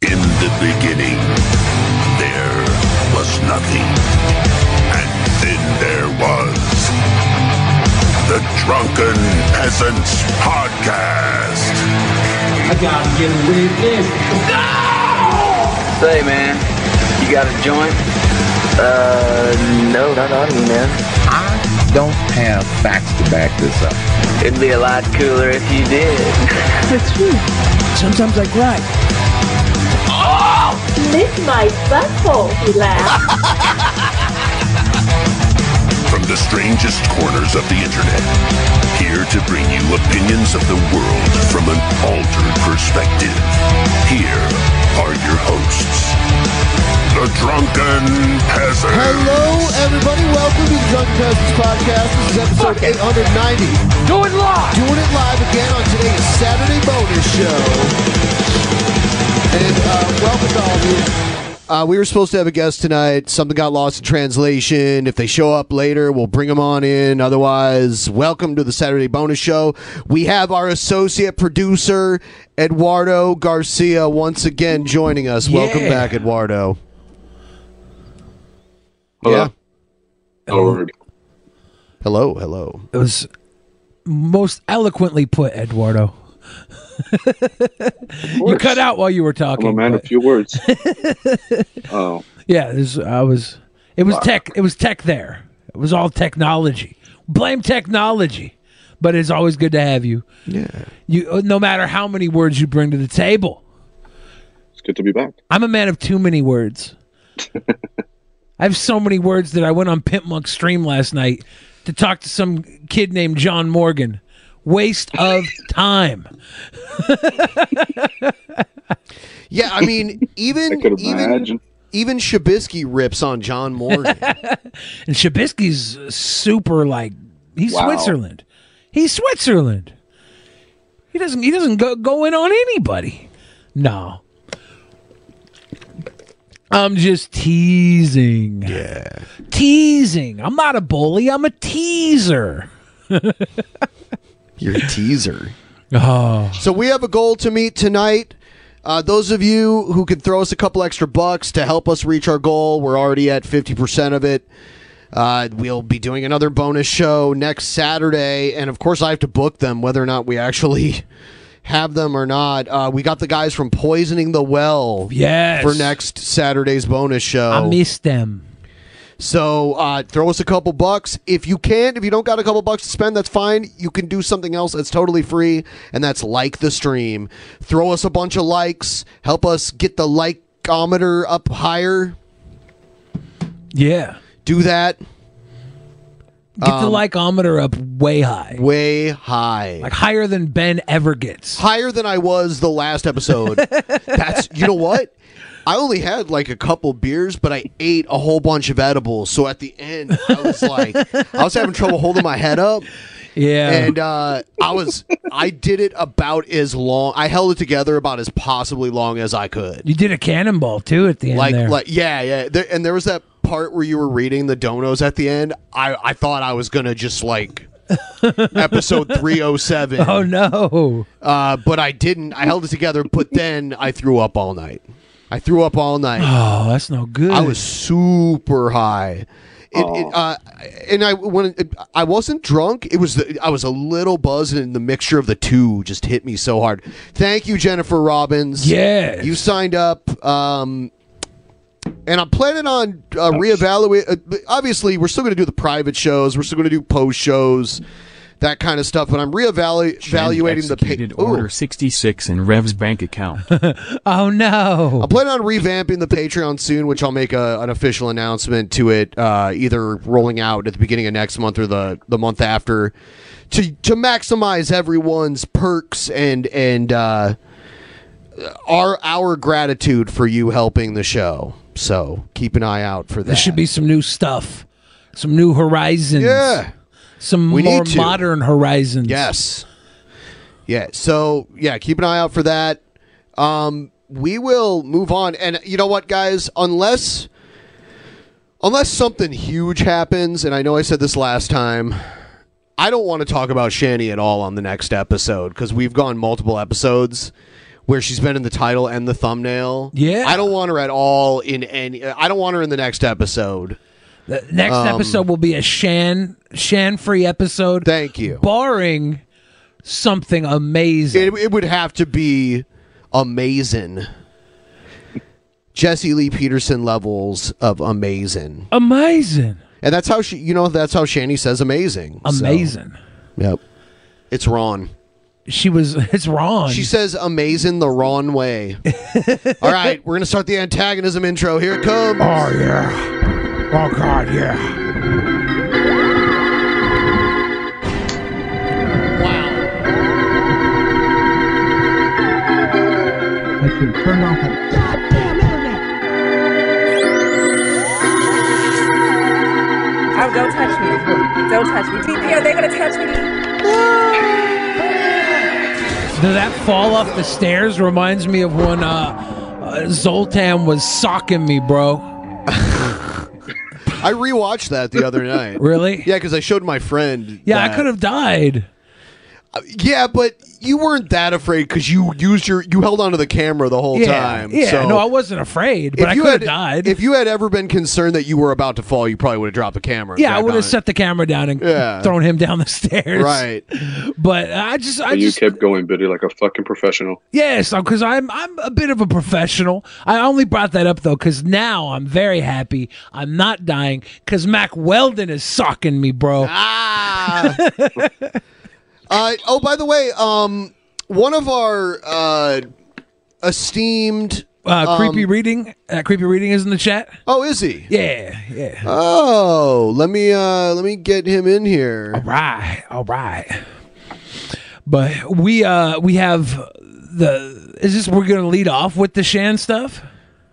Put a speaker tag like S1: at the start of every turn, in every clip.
S1: the beginning, there was nothing. And then there was the Drunken Peasants Podcast.
S2: I gotta get away with this.
S3: Say, man, you got a joint? Uh, no, not on me, man.
S4: I don't have facts to back this up.
S3: It'd be a lot cooler if you did.
S5: It's true. Sometimes I cry.
S6: Lick my
S7: Oh,
S6: butthole, he laughed.
S1: From the strangest corners of the internet, here to bring you opinions of the world from an altered perspective. Here are your hosts, the Drunken Peasants.
S8: Hello, everybody. Welcome to the Drunken Peasants Podcast. This is episode 890. Doing it live again on today's Saturday bonus show. And uh, welcome to all of you. Uh, we were supposed to have a guest tonight. Something got lost in translation. If they show up later, we'll bring them on in. Otherwise, welcome to the Saturday bonus show. We have our associate producer, Eduardo Garcia, once again joining us. Welcome
S2: Yeah.
S8: back, Eduardo. Yeah. Hello, hello.
S2: It was most eloquently put, Eduardo. you cut out while you were talking.
S9: I'm a man of
S2: but-
S9: few words. oh,
S2: yeah, this, I was. It was tech. It was tech. There. It was all technology. Blame technology. But it's always good to have you.
S8: Yeah.
S2: You, uh, no matter how many words you bring to the table.
S9: it's good to be back.
S2: I'm a man of too many words. I have so many words that I went on Pimp Monk's stream last night to talk to some kid named John Morgan. Waste of time.
S8: Yeah, I mean, even
S9: I could
S8: even
S9: imagine.
S8: even Shabisky rips on John Morgan.
S2: And Shabisky's super like he's
S9: Wow.
S2: Switzerland. He's Switzerland. He doesn't he doesn't go, go in on anybody. No. I'm just teasing. Yeah. Teasing. I'm not a bully, I'm a teaser.
S8: You're a teaser.
S2: Oh,
S8: So we have a goal to meet tonight. Uh, those of you who can throw us a couple extra bucks to help us reach our goal, we're already at fifty percent of it. Uh, we'll be doing another bonus show next Saturday, and of course, I have to book them whether or not we actually have them or not. Uh, we got the guys from Poisoning the Well
S2: yes.
S8: for next Saturday's bonus show.
S2: I miss them.
S8: So uh, throw us a couple bucks if you can. If you don't got a couple bucks to spend, that's fine. You can do something else that's totally free, and that's like the stream. Throw us a bunch of likes. Help us get the likeometer up higher.
S2: Yeah.
S8: Do that
S2: Get
S8: Um,
S2: the likeometer up way high.
S8: way high,
S2: Like higher than Ben ever gets.
S8: higher than I was the last episode. that's you know what. I only had like a couple beers, but I ate a whole bunch of edibles. So at the end, I was like, I was having trouble holding my head up.
S2: Yeah.
S8: and uh, I was I did it about as long I held it together about as possibly long as I could.
S2: you did a cannonball too at the end
S8: Like
S2: there.
S8: like yeah yeah, there, and there was that part where you were reading the donos at the end. I I thought I was gonna just like episode three oh seven.
S2: oh no.
S8: Uh, but I didn't. I held it together, but then I threw up all night. I threw up all night.
S2: Oh, that's no good.
S8: I was super high. It, it, uh, and I when it, I wasn't drunk, it was the, I was a little buzzed, and the mixture of the two just hit me so hard. Thank you, Jennifer Robbins.
S2: Yes.
S8: you signed up, um, and I'm planning on uh, reevaluate. Uh, but obviously, we're still going to do the private shows. We're still going to do post shows, that kind of stuff. But I'm reevaluating the
S10: executed
S8: page.
S10: order 66 in Rev's bank account.
S2: oh no.
S8: I'm planning on revamping the Patreon soon, which I'll make a, an official announcement to it, uh, either rolling out at the beginning of next month or the, the month after, to to maximize everyone's perks and and uh, our our gratitude for you helping the show. So keep an eye out for that.
S2: There should be some new stuff. Some new horizons.
S8: yeah,
S2: Some
S8: We
S2: more
S8: need to.
S2: modern horizons.
S8: yes, yeah. So yeah, keep an eye out for that. Um, we will move on, and you know what, guys, unless. unless something huge happens, and I know I said this last time, I don't want to talk about Shanny at all on the next episode because we've gone multiple episodes where she's been in the title and the thumbnail.
S2: Yeah.
S8: I don't want her at all in any. I don't want her in the next episode.
S2: The next
S8: Um,
S2: episode will be a Shan Shan free episode.
S8: Thank you.
S2: Barring something amazing.
S8: It, it would have to be amazing. Jesse Lee Peterson levels of amazing,
S2: amazing.
S8: and that's how she. You know, that's how Shani says amazing. So,
S2: Amazing.
S8: yep. It's Ron.
S2: She was it's Ron.
S8: She says amazing the wrong way. All right, we're going to start the antagonism intro. Here it comes.
S4: Oh yeah. Oh god, yeah.
S5: Goddamn internet.
S7: Oh, don't touch me. Don't touch me. TP, are they going to touch me?
S2: Now, that fall off the stairs reminds me of when uh, uh, Zoltan was socking me, bro.
S8: I rewatched that the other night.
S2: Really?
S8: Yeah, because I showed my friend.
S2: Yeah, I
S8: that. Uh,
S2: could have died.
S8: Yeah, but you weren't that afraid because you used your you held onto the camera the whole
S2: yeah,
S8: time.
S2: yeah.
S8: so
S2: no, I wasn't afraid, but I
S8: you
S2: could have
S8: had
S2: died.
S8: If you had ever been concerned that you were about to fall, you probably would have dropped the camera. and
S2: yeah, I
S8: backed
S2: would
S8: on
S2: have
S8: it.
S2: set the camera down and
S8: Yeah.
S2: thrown him down the stairs.
S8: Right.
S2: But I just, I
S9: And you
S2: just,
S9: kept going, Biddy, like a fucking professional.
S2: yes, because I'm, I'm a bit of a professional. I only brought that up though because now I'm very happy. I'm not dying because Mac Weldon is socking me, bro.
S8: Ah. uh, oh, by the way, um, one of our uh, esteemed.
S2: Uh, creepy
S8: um,
S2: reading. Uh, creepy reading is in the chat.
S8: Oh, is he?
S2: Yeah, yeah.
S8: Oh, let me uh, let me get him in here.
S2: right all right but we uh we have the is this we're gonna lead off with the shan stuff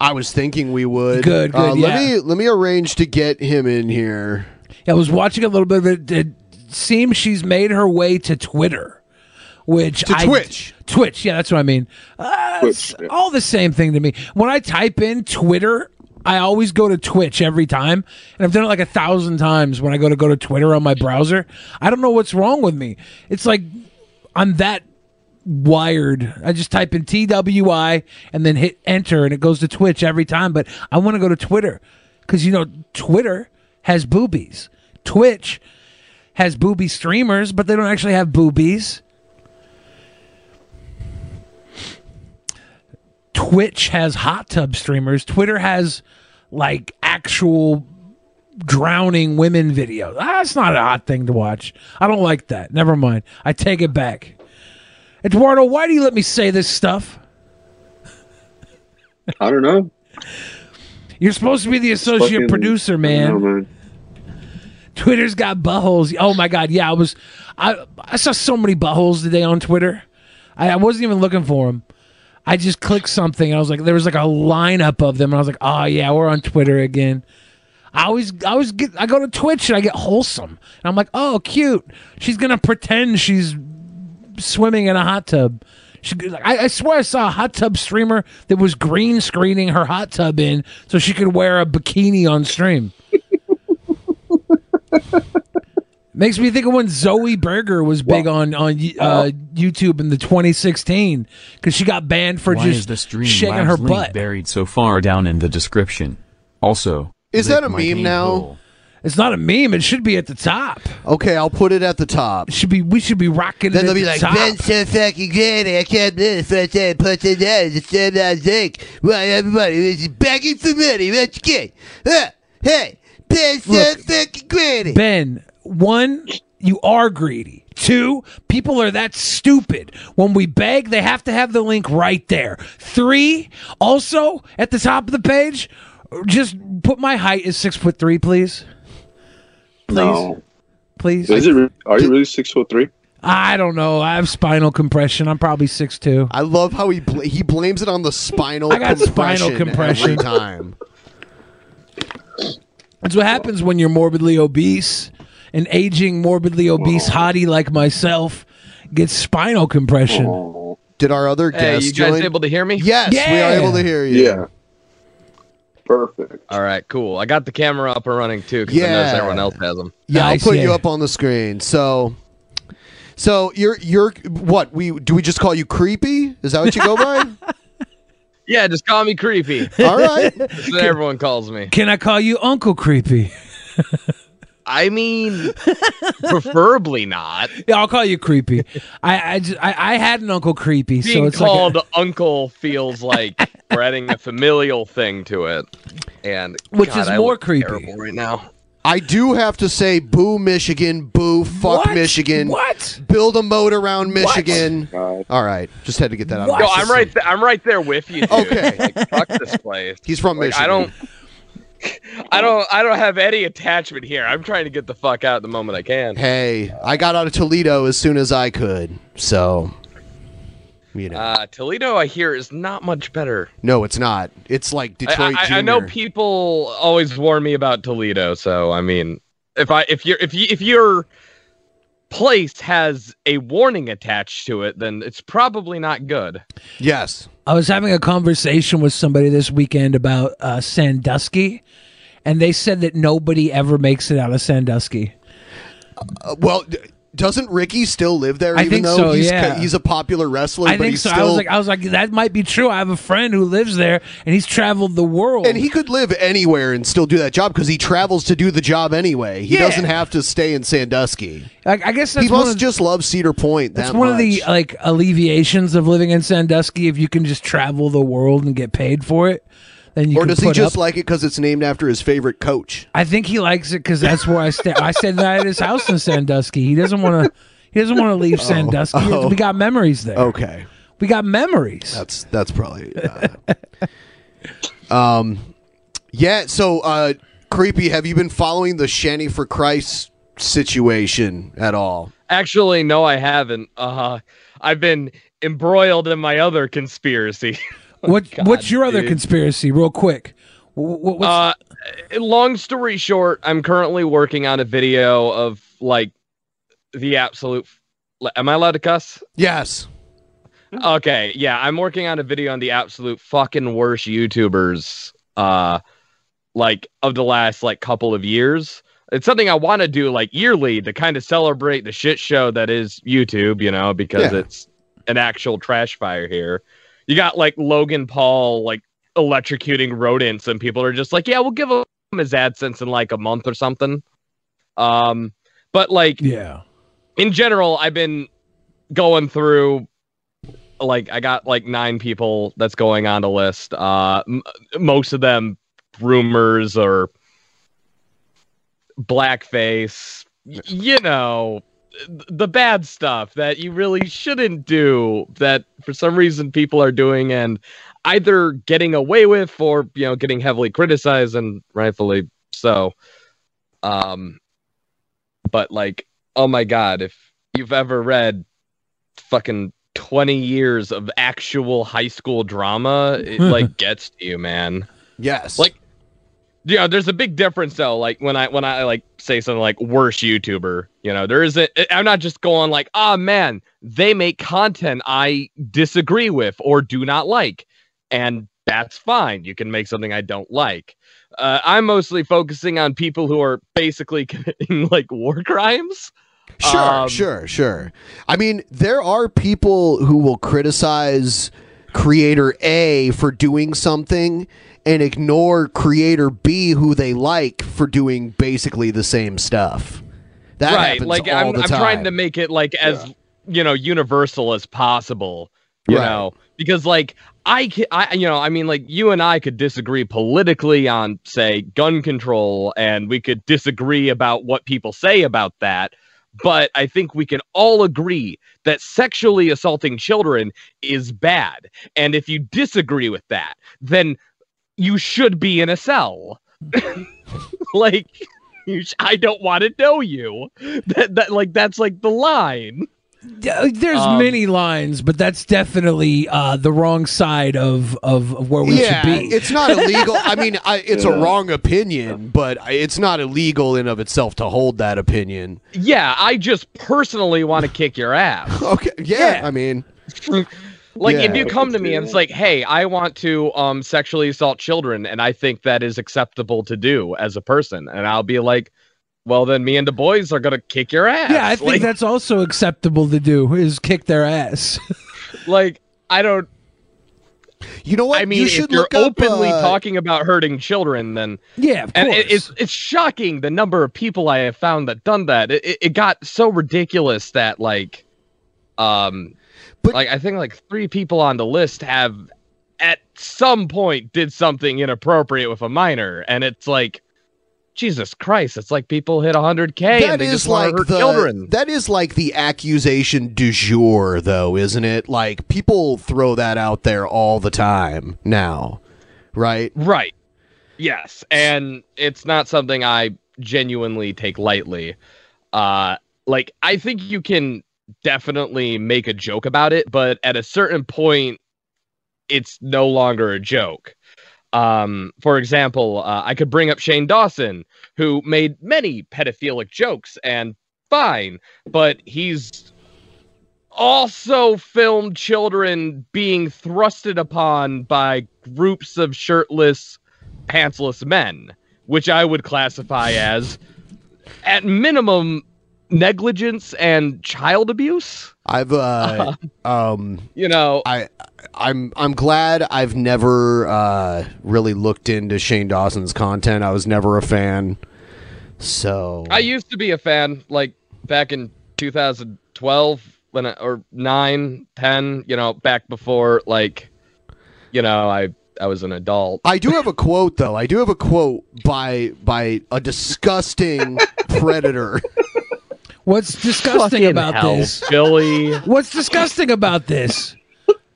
S8: I was thinking we would.
S2: Good,
S8: Uh,
S2: good,
S8: let
S2: yeah.
S8: me let me arrange to get him in here.
S2: i was watching a little bit of it it seems she's made her way to twitter which
S8: To
S2: I-
S8: Twitch.
S2: twitch yeah that's what i mean uh, it's
S9: Twitch, yeah.
S2: all the same thing to me when i type in twitter I always go to Twitch every time, and I've done it like a thousand times when I go to go to Twitter on my browser. I don't know what's wrong with me. It's like I'm that wired. I just type in TWI and then hit enter and it goes to Twitch every time. But I want to go to Twitter because, you know, Twitter has boobies. Twitch has booby streamers, but they don't actually have boobies. Twitch has hot tub streamers. Twitter has like actual drowning women videos. Ah, That's not a hot thing to watch. I don't like that. Never mind. I take it back. Eduardo, why do you let me say this stuff?
S9: I don't know.
S2: You're supposed to be the associate
S9: Fucking-
S2: producer,
S9: I
S2: man.
S9: don't know, man.
S2: Twitter's got buttholes. Oh my god, yeah, I was, I I saw so many buttholes today on Twitter. I, I wasn't even looking for them. I just clicked something. And I was like, there was like a lineup of them, and I was like, oh yeah, we're on Twitter again. I always, I always get, I go to Twitch and I get wholesome, and I'm like, oh cute, she's gonna pretend she's swimming in a hot tub. She, I, I swear I saw a hot tub streamer that was green screening her hot tub in so she could wear a bikini on stream. Makes me think of when Zoe Berger was big on on uh, YouTube in the 2016 because she got banned for
S10: Why
S2: just
S10: is the stream
S2: shaking
S10: labs
S2: her
S10: link
S2: butt.
S10: buried so far down in the description? Also,
S8: Is
S10: lick
S8: that a
S10: my
S8: meme
S10: pink
S8: now?
S10: hole.
S2: It's not a meme. It should be at the top.
S8: Okay, I'll put it at the top.
S2: It should be. We should be rocking. it
S8: Then
S2: at
S8: they'll be
S2: the
S8: like,
S2: top.
S8: Ben's so fucking good, I can't believe it. I put it down, it's so bad, dick. Why, everybody is begging for money, let's get. Ah, hey, Ben's so
S2: Look.
S8: fucking greedy.
S2: Ben, one, you are greedy. Two, people are that stupid. When we beg, they have to have the link right there. Three, also at the top of the page, just put my height is six foot three, please.
S9: No.
S2: Please.
S9: Is it, re- are you really six foot three?
S2: I don't know. I have spinal compression. I'm probably six two.
S8: I love how Oh, he bl- he blames it on the spinal
S2: I got
S8: compression
S2: spinal compression.
S8: every time.
S2: That's what happens when you're morbidly obese. An aging, morbidly obese hottie like myself gets spinal compression.
S9: Oh,
S8: Did our other
S11: Hey,
S8: guest
S11: you guys
S8: join?
S11: able to hear me?
S8: yes, we
S2: Yeah.
S8: are able to hear you.
S9: yeah. Perfect.
S11: All right, cool. I got the camera up and running too because I noticed
S8: Yeah.
S11: everyone else has them.
S8: Yeah, I'll
S2: Nice,
S8: put
S2: yeah.
S8: you up on the screen. So, So you're you're what we do? We just call you creepy? Is that what you go by?
S11: Yeah, just call me creepy.
S8: All right.
S11: That's what everyone calls me.
S2: Can I call you Uncle Creepy?
S11: I mean, preferably not.
S2: Yeah, I'll call you Creepy. I I, just, I, I had an Uncle Creepy, so
S11: Being
S2: it's
S11: called
S2: like
S11: uncle feels like we're adding a familial thing to it, and
S8: Which
S11: God,
S8: is
S11: I
S8: more
S11: look
S8: creepy.
S11: terrible right now.
S8: I do have to say, boo Michigan, boo fuck
S11: What?
S8: Michigan.
S11: What?
S8: Build a moat around
S11: What?
S8: Michigan. All right, just had to get that out.
S11: No,
S8: of my
S11: I'm
S8: system.
S11: right. Th- I'm right there with you. Dude. okay, like, fuck this place.
S8: He's from
S11: Like,
S8: Michigan.
S11: I don't. I don't. I don't have any attachment here. I'm trying to get the fuck out the moment I can.
S8: Hey, I got out of Toledo as soon as I could. So, you know,
S11: Uh, Toledo, I hear, is not much better.
S8: no, it's not. It's like
S11: I-
S8: Detroit.
S11: I, I,
S8: Junior.
S11: know people always warn me about Toledo, so I mean, if I if you're if you if your place has a warning attached to it, then it's probably not good.
S8: Yes.
S2: I was having a conversation with somebody this weekend about uh, Sandusky, and they said that nobody ever makes it out of Sandusky.
S8: Uh, well, d- doesn't Ricky still live there?
S2: I
S8: even
S2: think
S8: though
S2: so,
S8: he's,
S2: yeah.
S8: he's a popular wrestler,
S2: I
S8: but
S2: think
S8: he's
S2: so.
S8: still
S2: I was like, I was like, that might be true. I have a friend who lives there, and he's traveled the world.
S8: And he could live anywhere and still do that job because he travels to do the job anyway. He
S2: Yeah.
S8: doesn't have to stay in Sandusky.
S2: I, I guess that's
S8: he
S2: one
S8: must
S2: of-
S8: just love Cedar Point.
S2: That's
S8: that
S2: one of
S8: much.
S2: the like alleviations of living in Sandusky. If you can just travel the world and get paid for it, then you
S8: Or
S2: can
S8: does he
S2: put
S8: just
S2: up-
S8: like it because it's named after his favorite coach?
S2: I think he likes it because that's where I stay. I stayed the night at his house in Sandusky. He doesn't want to. He doesn't want to leave Sandusky.
S8: oh.
S2: We got memories there.
S8: Okay,
S2: we got memories.
S8: That's that's probably. uh, um, yeah. So, uh, creepy. Have you been following the Shanny for Christ situation at all?
S11: Actually, no, I haven't. Uh, I've been embroiled in my other conspiracy.
S8: Oh,
S2: What
S11: God,
S2: What's your other
S11: dude.
S2: conspiracy, real quick?
S11: uh, long story short, I'm currently working on a video of like the absolute. Am I allowed to cuss?
S8: Yes.
S11: Okay, yeah, I'm working on a video on the absolute fucking worst YouTubers, uh, like of the last like couple of years. It's something I want to do like yearly to kind of celebrate the shit show that is YouTube, you know, because
S12: Yeah.
S11: it's an actual trash fire here. You got like Logan Paul like electrocuting rodents, and people are just like, yeah, we'll give him his AdSense in like a month or something. Um, but like,
S2: yeah,
S11: in general, I've been going through like I got like nine people that's going on the list. Uh, m- most of them rumors or blackface, y- you know, th- the bad stuff that you really shouldn't do that for some reason people are doing and either getting away with or you know getting heavily criticized and rightfully so. Um, but like, oh my god, if you've ever read fucking 20 years of actual high school drama it like gets to you man
S8: yes
S11: like you know there's a big difference though like when i when i like say something like worst youtuber you know there isn't I- i'm not just going like oh man they make content i disagree with or do not like and that's fine you can make something i don't like uh, i'm mostly focusing on people who are basically committing like war crimes
S8: Sure,
S11: Um,
S8: sure, sure. I mean, there are people who will criticize creator A for doing something and ignore creator B who they like for doing basically the same stuff. That happens
S11: like
S8: all
S11: I'm,
S8: the
S11: I'm
S8: time.
S11: trying to make it like as you know universal as possible you
S8: Right.
S11: know because like I, ca- I you know i mean like you and i could disagree politically on say gun control and we could disagree about what people say about that but i think we can all agree that sexually assaulting children is bad and if you disagree with that then you should be in a cell like you sh- I don't want to know you. That, that like that's like the line.
S2: Uh, There's
S11: Um,
S2: many lines, but that's definitely uh, the wrong side of, of, of where we
S8: yeah,
S2: should be.
S8: it's not illegal. I mean, I, it's a wrong opinion, but I- it's not illegal in of itself to hold that opinion.
S11: Yeah, I just personally want to kick your ass.
S8: Okay. Yeah, I mean,
S11: Like
S8: Yeah.
S11: if you come to me and it's like, "Hey, I want to um sexually assault children and I think that is acceptable to do as a person." And I'll be like, well, then me and the boys are gonna kick your ass.
S2: Yeah, I think
S11: like,
S2: that's also acceptable to do is kick their ass.
S11: like I don't.
S8: You know what?
S11: I mean,
S8: You
S11: if
S8: should
S11: you're
S8: look up,
S11: openly
S8: uh,
S11: talking about hurting children, then
S2: yeah, of
S11: and it, it's it's shocking the number of people I have found that done that. It, it, it got so ridiculous that like, um, like I think like three people on the list have at some point did something inappropriate with a minor, and it's like, Jesus Christ! It's like people hit 100k and
S8: That
S11: they
S8: is
S11: just
S8: like
S11: want to hurt
S8: the
S11: children.
S8: that is like the accusation du jour, though, isn't it? Like people throw that out there all the time now, right?
S11: Right. Yes, and it's not something I genuinely take lightly. Uh like I think you can definitely make a joke about it, but at a certain point it's no longer a joke. Um for example, uh, I could bring up Shane Dawson who made many pedophilic jokes and fine, but he's also filmed children being thrusted upon by groups of shirtless, pantsless men, which I would classify as, at minimum, negligence and child abuse.
S8: I've uh, um
S11: you know
S8: I I'm I'm glad I've never uh really looked into Shane Dawson's content. I was never a fan. So
S11: I used to be a fan, like back in 2012 when I, or 9, 10, you know, back before like, you know, I I was an adult.
S8: I do have a quote though. I do have a quote by by a disgusting predator.
S2: What's disgusting
S8: Fucking
S2: about
S8: hell,
S2: this,
S11: Billy?
S2: What's disgusting about this?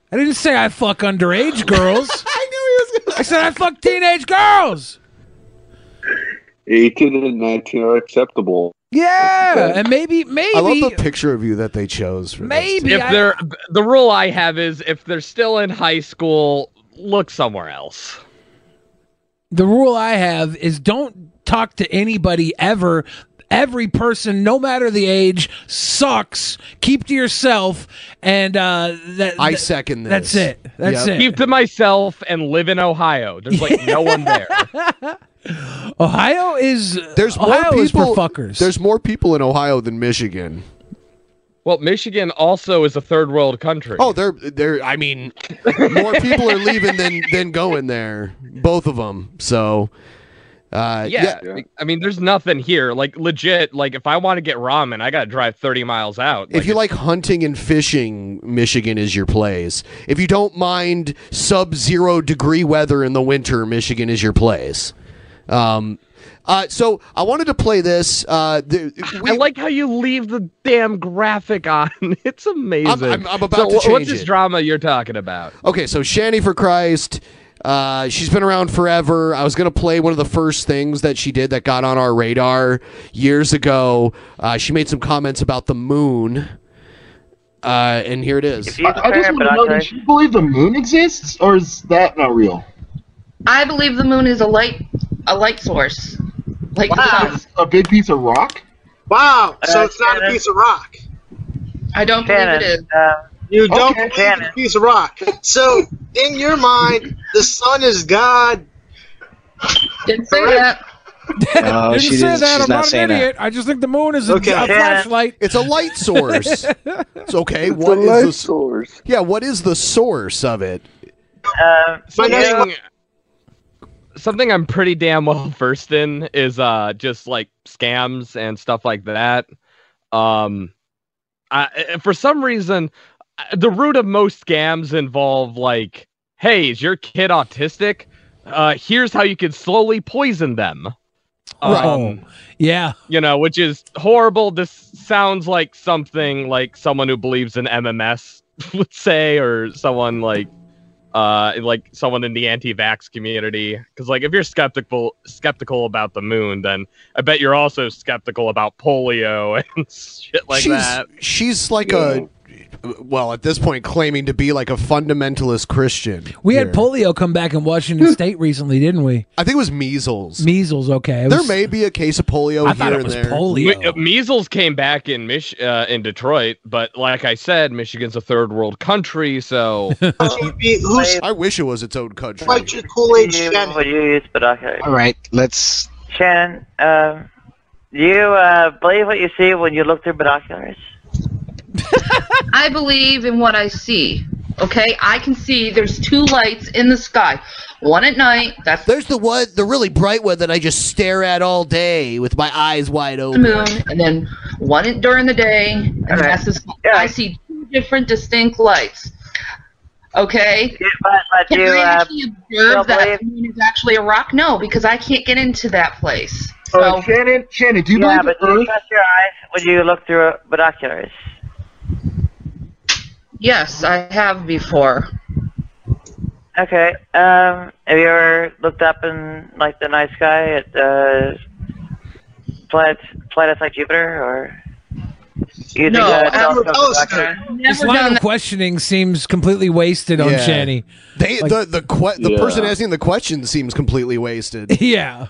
S2: I didn't say I fuck underage girls. I
S8: knew he was.
S2: Gonna... I said I fuck teenage girls.
S9: 18 and 19 are acceptable.
S2: Yeah, and maybe maybe
S8: I love the picture of you that they chose for
S2: Maybe
S11: if
S2: I-
S11: they're the rule I have is if they're still in high school, look somewhere else.
S2: the rule I have is don't talk to anybody ever. Every person, no matter the age, sucks. Keep to yourself, and uh, that,
S8: I
S2: that-
S8: second this.
S2: That's it. That's it.
S11: Keep to myself and live in Ohio. There's like no one there.
S2: Ohio is
S8: There's
S2: Ohio
S8: more
S2: is for
S8: people
S2: fuckers.
S8: There's more people in Ohio than Michigan.
S11: Well, Michigan also is a third world country.
S8: Oh, they're they're I mean more people are leaving than than going there. Both of them. So uh
S11: yeah. I mean, there's nothing here. Like legit. Like if I want to get ramen, I gotta drive 30 miles out.
S8: if you like hunting and fishing, Michigan is your place. If you don't mind sub-zero degree weather in the winter, Michigan is your place. Um, uh, so I wanted to play this. Uh, the,
S11: I like how you leave the damn graphic on. It's amazing.
S8: I'm- I'm about
S11: So
S8: to
S11: wh-
S8: change
S11: What's this
S8: it.
S11: drama you're talking about?
S8: Okay, so Shani for Christ. Uh, she's been around forever. I was gonna play one of the first things that she did that got on our radar years ago. Uh, she made some comments about the moon, uh, and here it is.
S12: I, I just want to know, did you believe the moon exists, or is that not real?
S13: I believe the moon is a light a light source. Like um, wow.
S12: A big piece of rock?
S14: Wow, so
S13: Uh,
S14: it's not a
S13: Shannon.
S14: piece of rock.
S13: I don't believe it is.
S12: uh,
S14: You don't
S13: Okay.
S14: believe it's a piece of rock. So, in your mind, the sun is God.
S13: Didn't say that.
S2: didn't
S14: Oh, she
S2: say
S14: didn't-
S2: that.
S14: she's
S2: I'm
S14: not
S2: not
S14: saying
S2: an
S14: that.
S2: idiot. I just think the moon is a,
S14: Okay. Yeah.
S2: a flashlight.
S8: It's a light source. it's okay.
S14: It's
S8: What
S14: a
S8: is
S14: light
S8: the source? Yeah, what is the source of it?
S13: Uh,
S15: Um,
S11: something, something I'm pretty damn well versed in is uh just like scams and stuff like that. Um, I, eh, for some reason, I- the root of most scams involve like, hey, is your kid autistic? Uh, here's how you can slowly poison them.
S2: Right.
S11: Um,
S2: yeah.
S11: You know, which is horrible. This sounds like something like someone who believes in MMS would say, or someone like, uh, like someone in the anti-vax community. Because like, if you're skeptical skeptical about the moon, then I bet you're also skeptical about polio and shit like
S8: she's
S11: that.
S8: she's like a well at this point claiming to be like a fundamentalist Christian.
S2: We had polio come back in Washington State recently, didn't we?
S8: I think it was measles.
S2: Measles. Okay. It
S8: There
S2: was-
S8: may be a case of polio
S2: I
S8: here
S2: thought it
S8: and
S2: was
S8: there.
S2: polio.
S11: Me- uh, measles came back in Mich- uh, in Detroit, but like I said, Michigan's a third world country, so
S8: I wish it was its own country.
S14: Like your Kool Aid
S13: What you use, but okay.
S14: All right, let's.
S13: Shannon, um,
S15: You uh, believe what you see when you look through binoculars?
S13: I believe in what I see. Okay, I can see there's two lights in the sky, one at night. That's
S8: there's the one, the really bright one that I just stare at all day with my eyes wide
S13: the
S8: open.
S13: moon, and then one at- during the day, and that's the sky. I see two different distinct lights. Okay,
S15: but
S13: can
S15: you,
S13: I
S15: uh,
S13: actually
S15: don't
S13: observe that the
S15: believe-
S13: moon is actually a rock? No, because I can't get into that place. So
S12: Uh, Shannon, Shannon, do you
S15: yeah,
S12: believe
S15: but do you
S12: Earth?
S15: trust your eyes when you look through uh, binoculars?
S13: yes, I have before.
S15: Okay. Um, have you ever looked up in like the night sky at uh, planets, planets like Jupiter or? You
S13: No,
S15: think that's
S13: I
S15: also
S13: haven't- oh, so-
S15: binoculars?
S2: This line of questioning seems completely wasted on
S8: Yeah.
S2: Shanny.
S8: They,
S2: Like-
S8: the the que- the person asking the question seems completely wasted.
S2: yeah.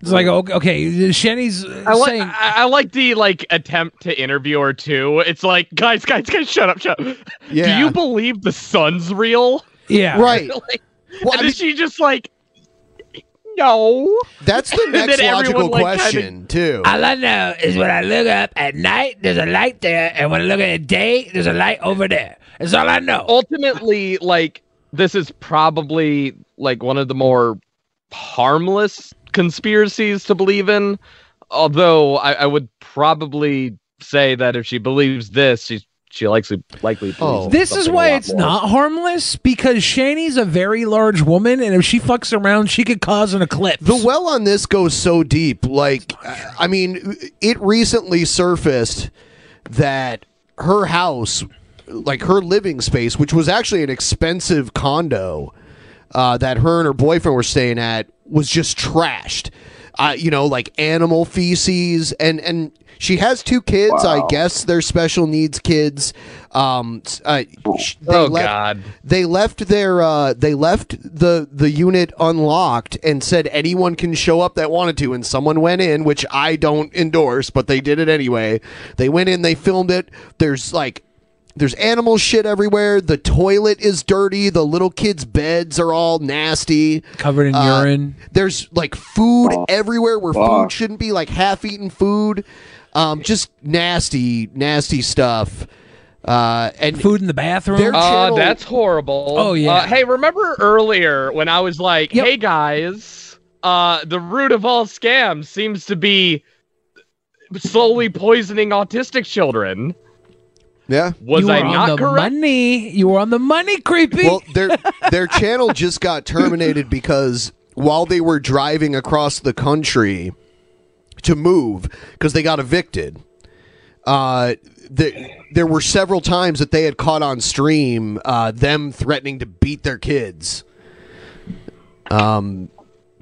S2: It's like okay, okay Shanny's uh,
S11: I like
S2: saying
S11: I, I like the like attempt to interview her too. It's like guys, guys, guys, shut up, shut up.
S8: Yeah.
S11: Do you believe the sun's real?
S2: Yeah.
S8: Right.
S11: Like,
S8: Well,
S11: and
S8: I
S11: then she just like no.
S8: That's the
S11: And then
S8: next
S11: everyone,
S8: logical
S11: like, kinda-
S8: question too.
S2: All I know is when I look up at night, there's a light there, and when I look at day, there's a light over there. That's all I know.
S11: Ultimately, like this is probably like one of the more harmless conspiracies to believe in. Although I, I would probably say that if she believes this, she's she likely likely believes
S2: This is
S11: something a
S2: why
S11: lot
S2: it's
S11: more.
S2: not harmless because Shani's a very large woman, and if she fucks around, she could cause an eclipse.
S8: The well on this goes so deep. Like, I mean, it recently surfaced that her house, like her living space, which was actually an expensive condo uh, that her and her boyfriend were staying at, was just trashed. Uh, you know, like animal feces, and and she has two kids. I guess they're special needs kids. Um, s- uh, sh- they
S11: Oh,
S8: left-
S11: God.
S8: they left their uh, they left the the unit unlocked and said anyone can show up that wanted to and someone went in which I don't endorse but they did it anyway. They went in, they filmed it. There's like there's animal shit everywhere. The toilet is dirty. The little kids' beds are all nasty, Uh,
S2: covered in urine.
S8: There's like food everywhere where
S2: Fuck.
S8: food shouldn't be like half-eaten food. Um, just nasty, nasty stuff. Uh, and
S2: food in the bathroom.
S8: Their
S11: Uh,
S8: channel-
S11: that's horrible.
S8: Oh, yeah.
S11: Uh, hey, remember earlier when I was like, "Hey guys, uh, the root of all scams seems to be slowly poisoning autistic children."
S8: Yeah.
S11: Was
S2: you
S11: I
S2: were
S11: not
S2: on the
S11: correct?
S2: money? You were on the money, creepy.
S8: Well, their their channel just got terminated because while they were driving across the country to move because they got evicted, uh, the, there were several times that they had caught on stream uh, them threatening to beat their kids. Um,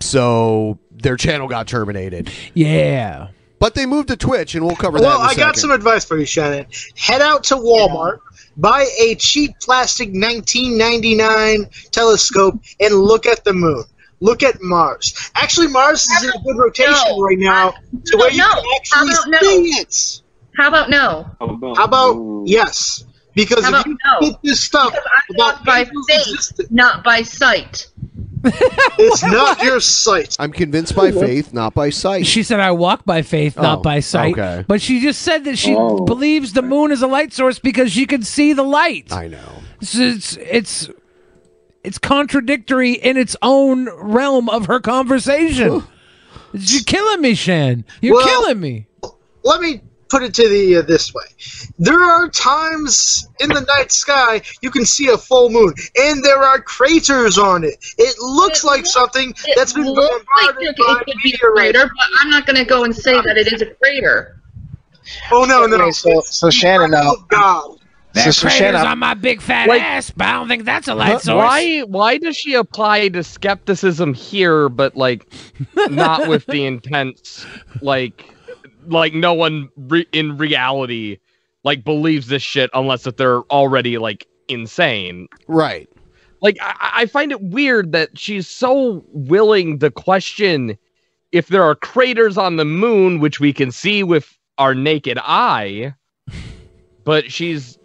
S8: so their channel got terminated.
S2: Yeah.
S8: But they moved to Twitch, and we'll cover that.
S14: Well,
S8: in a
S14: I got
S8: second.
S14: some advice for you, Shannon. Head out to Walmart, buy a cheap plastic 1999 telescope, and look at the moon. Look at Mars. Actually, Mars is in a good rotation right now, to where you
S13: no.
S14: can actually
S13: How about no?
S14: see it.
S13: How about no?
S14: How about yes? Because
S13: How
S14: if
S13: about
S14: you
S13: no?
S14: get this stuff about
S13: By
S14: people's
S13: faith, not by sight.
S14: It's not your sight.
S8: I'm convinced by faith, not by sight.
S2: She said, "I walk by faith,
S8: Oh,
S2: not by sight."
S8: okay.
S2: But she just said that she
S8: Oh.
S2: believes the moon is a light source because she can see the light.
S8: I know.
S2: It's it's it's, it's contradictory in its own realm of her conversation. You're killing me, Shan. You're
S14: Well-
S2: killing me.
S14: let me put it to the uh, this way there are times in the night sky you can see a full moon and there are craters on it it looks like something that's been
S13: Looks like
S14: bombarded
S13: it
S14: by
S13: it could be a crater, but I'm not going to go and say that it is a crater.
S14: oh no no
S12: So, so Shannon, uh,
S14: God.
S12: so, so Shannon,
S2: my big fat
S11: Like-
S2: ass, but I don't think that's a
S11: Huh? Why? Why does she apply to skepticism here, but like not with the intense, like, like no one re- in reality like believes this shit unless that they're already like insane.
S8: Right.
S11: Like I, I I find it weird that she's so willing to question if there are craters on the moon, which we can see with our naked eye, but she's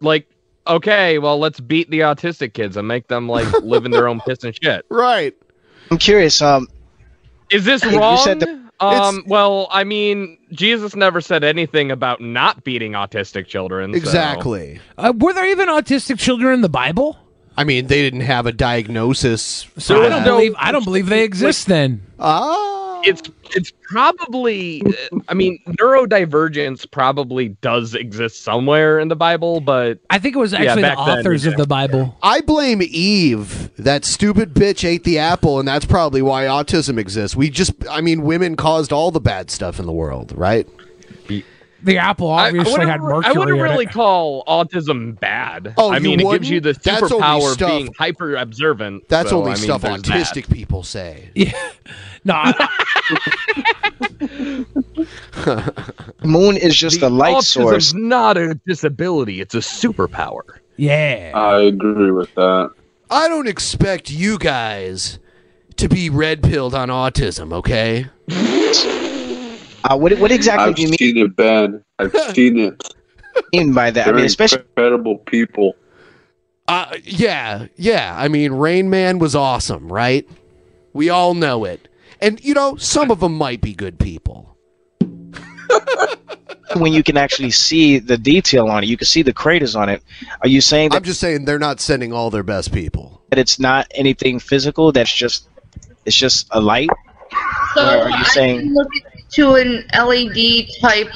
S11: like, okay, well, let's beat the autistic kids and make them like live in their own piss and shit.
S8: Right.
S12: I'm curious. Um,
S11: Is this
S12: You
S11: wrong?
S12: said the-
S11: Um, well, I mean, Jesus never said anything about not beating autistic children. so-
S8: Exactly.
S2: Uh, were there even autistic children in the Bible?
S8: I mean, they didn't have a diagnosis.
S2: So I don't believe I don't believe they exist then.
S9: Ah.
S11: It's it's probably uh, I mean neurodivergence probably does exist somewhere in the Bible, but
S2: I think it was
S8: actually the
S2: authors of the Bible.
S8: I blame Eve. That stupid bitch ate the apple, and that's probably why autism exists. We just, I mean, women caused all the bad stuff in the world, right?
S2: The apple obviously
S11: wouldn't
S2: had
S11: re- I
S2: mercury.
S11: wouldn't
S2: in
S11: really
S2: it.
S11: call autism bad.
S2: Oh,
S11: I
S2: you
S11: mean, it gives you the
S2: wouldn't? That's only
S11: superpower of
S2: stuff-
S11: being hyper observant.
S8: That's
S11: so,
S8: only
S11: I mean,
S8: stuff
S11: there's
S8: autistic
S11: that.
S8: people say.
S2: No, I-
S11: Moon is just
S12: a light source.
S11: Not a disability; it's a superpower.
S2: Yeah.
S9: I agree with that.
S8: I don't expect you guys to be red pilled on autism, okay?
S12: Uh, what, what exactly
S9: I've
S12: do you mean?
S9: seen it bad. I've seen it.
S12: mean by that?
S8: I mean,
S12: especially-
S9: incredible people.
S8: Uh, yeah, yeah. I mean, Rain Man was awesome, right? We all know it. And, you know, some of them might be good people.
S12: when you can actually see the detail on it. You can see the craters on it. Are you saying that? I'm
S8: just saying they're not sending all their best people.
S12: That it's not anything physical. That's just it's just a light.
S13: So
S12: Or are you
S13: I
S12: saying-
S13: can look to an LED type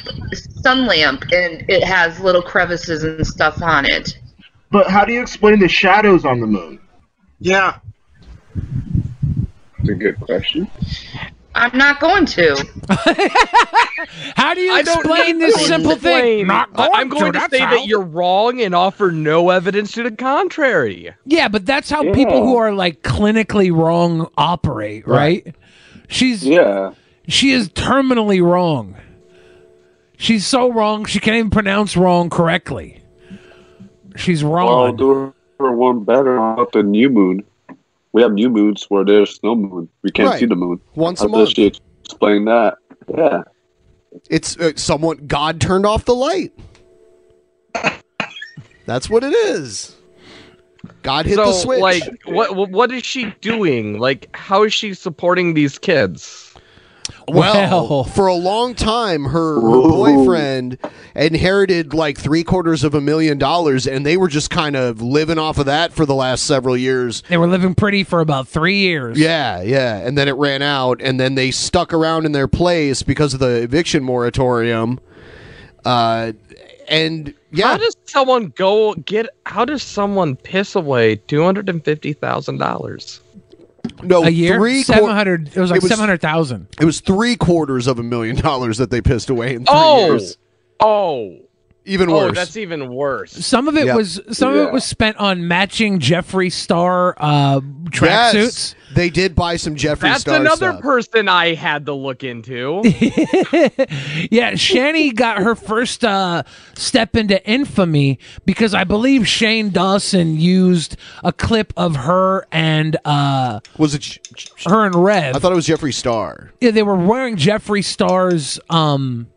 S13: sun lamp, and it has little crevices and stuff on it.
S12: But how do you explain the shadows on the moon?
S14: Yeah.
S9: It's a good question.
S13: I'm not going to.
S2: How do you
S11: I don't
S2: explain
S11: need
S2: this
S11: to
S2: simple
S11: explain.
S2: thing? Not
S11: I- I'm
S2: going
S11: going
S2: to,
S11: to,
S2: that's
S11: say
S2: how.
S11: that you're wrong and offer no evidence to the contrary.
S2: Yeah, but that's how people who are like clinically wrong operate, right? She's
S9: yeah.
S2: She is terminally wrong. She's so wrong she can't even pronounce wrong correctly. She's
S9: Well, I'll
S2: wrong.
S9: do her one better about the new moon. We have new moons where there's no moon. We can't
S8: Right.
S9: see the moon.
S8: Once
S9: How
S8: a
S9: does she explain that? Yeah.
S8: It's uh, someone, God turned off the light. That's what it is. God hit
S11: so,
S8: the switch.
S11: like, what what- what is she doing? Like, how is she supporting these kids?
S8: Well, for a long time, her, her boyfriend inherited like three quarters of a million dollars, and they were just kind of living off of that for the last several years.
S2: They were living pretty for about three years.
S8: Yeah, yeah. And then it ran out, and then they stuck around in their place because of the eviction moratorium. Uh, and yeah.
S11: How does someone go get? How does someone piss away two hundred and fifty thousand dollars?
S8: no,
S2: a year?
S8: three quar-
S2: 700 it was like 700,000.
S8: It was three quarters of a million dollars that they pissed away in three
S11: Oh,
S8: years.
S11: oh,
S8: Even
S11: Oh,
S8: worse.
S11: that's even worse.
S2: Some of it
S8: Yeah.
S2: was some of
S8: Yeah.
S2: it was spent on matching Jeffree Star uh
S8: Yes,
S2: tracksuits.
S8: They did buy some Jeffree
S11: That's
S8: Star
S11: another
S8: stuff.
S11: person I had to look into.
S2: Yeah, Shani got her first uh, step into infamy because I believe Shane Dawson used a clip of her and uh,
S8: was it
S2: her and Rev?
S8: I thought it was Jeffree Star.
S2: yeah, they were wearing Jeffree Star's. Um,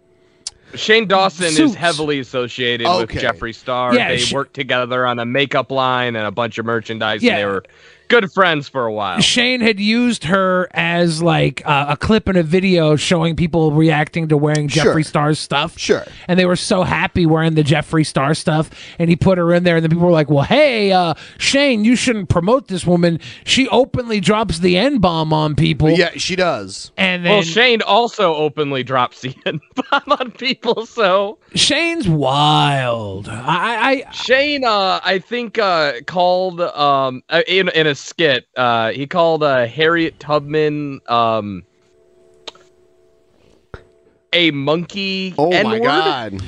S11: Shane Dawson
S2: Suits.
S11: is heavily associated
S2: Okay.
S11: with Jeffree Star.
S2: Yeah,
S11: they
S2: sh-
S11: worked together on a makeup line and a bunch of merchandise.
S2: Yeah.
S11: And they were good friends for a while.
S2: Shane had used her as like uh, a clip in a video showing people reacting to wearing Jeffree
S8: Sure.
S2: Star's stuff.
S8: Sure.
S2: And they were so happy wearing the Jeffree Star stuff. And he put her in there, and the people were like, well, hey, uh, Shane, you shouldn't promote this woman. She openly drops the N bomb on people.
S8: Yeah, she does.
S2: And then
S11: well, Shane also openly drops the N-bomb on people, so
S2: Shane's wild. I, I
S11: Shane, uh, I think uh, called um, uh, in in a skit. Uh, he called uh, Harriet Tubman um, a monkey.
S8: Oh my
S11: N-word?
S8: god.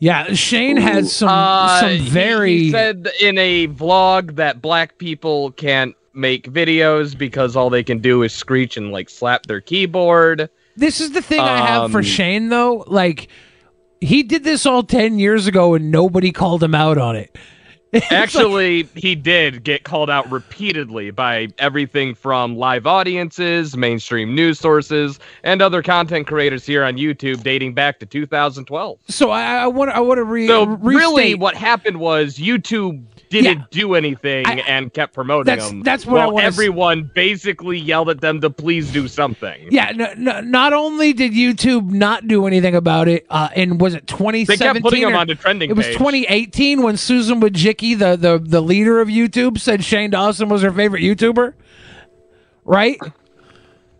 S2: Yeah, Shane has some
S11: Uh, he-
S2: some very
S11: he said in a vlog that black people can't make videos because all they can do is screech and like slap their keyboard.
S2: This is the thing I have for
S11: Um,
S2: Shane though. Like he did this all 10 years ago and nobody called him out on it.
S11: Actually, he did get called out repeatedly by everything from live audiences, mainstream news sources, and other content creators here on YouTube dating back to 2012.
S2: So I, I want I want to re-
S11: So
S2: restate.
S11: really, what happened was YouTube didn't do anything and kept promoting
S2: That's-
S11: them.
S2: that's what I
S11: while
S2: wanna s-
S11: everyone basically yelled at them to please do something.
S2: yeah, no, no, not only did YouTube not do anything about it, uh, and was it 2017?
S11: putting him
S2: or-
S11: on the trending
S2: It was
S11: page.
S2: 2018 when Susan Wojcicki, the, the the leader of YouTube, said Shane Dawson was her favorite YouTuber, right?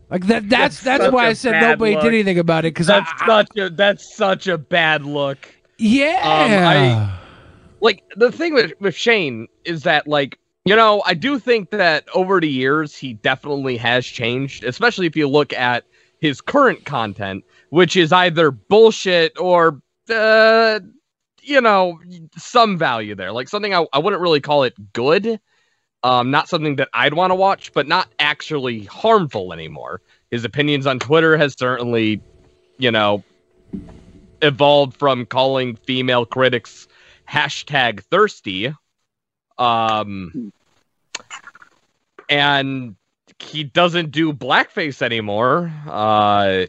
S2: Like that. That's that's,
S11: such
S2: why
S11: a
S2: I said
S11: bad
S2: nobody
S11: look.
S2: did anything about it because
S11: that's such a that's such a bad look.
S2: Yeah.
S11: Um, I, like the thing with, with Shane is that like you know I do think that over the years he definitely has changed, especially if you look at his current content, which is either bullshit or uh, you know some value there, like something I, I wouldn't really call it good. Um, not something that I'd want to watch, but not actually harmful anymore. His opinions on Twitter has certainly, you know, evolved from calling female critics hashtag thirsty um and he doesn't do blackface anymore uh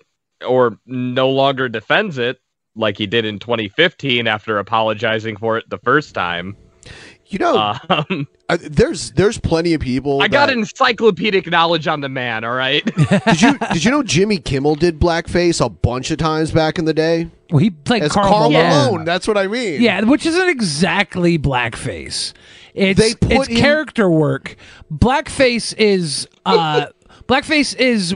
S11: or no longer defends it like he did in 2015 after apologizing for it the first time
S8: you know
S11: um,
S8: Uh, there's there's plenty of people.
S11: i got
S8: that-
S11: encyclopedic knowledge on the man all right
S8: did you did you know Jimmy Kimmel did blackface a bunch of times back in the day?
S2: Well, he played
S8: as
S2: Karl
S8: Karl
S2: Malone.
S8: Malone. That's what I mean.
S2: Yeah, which isn't exactly blackface. It's
S8: They put
S2: it's
S8: in-
S2: character work. Blackface is uh blackface is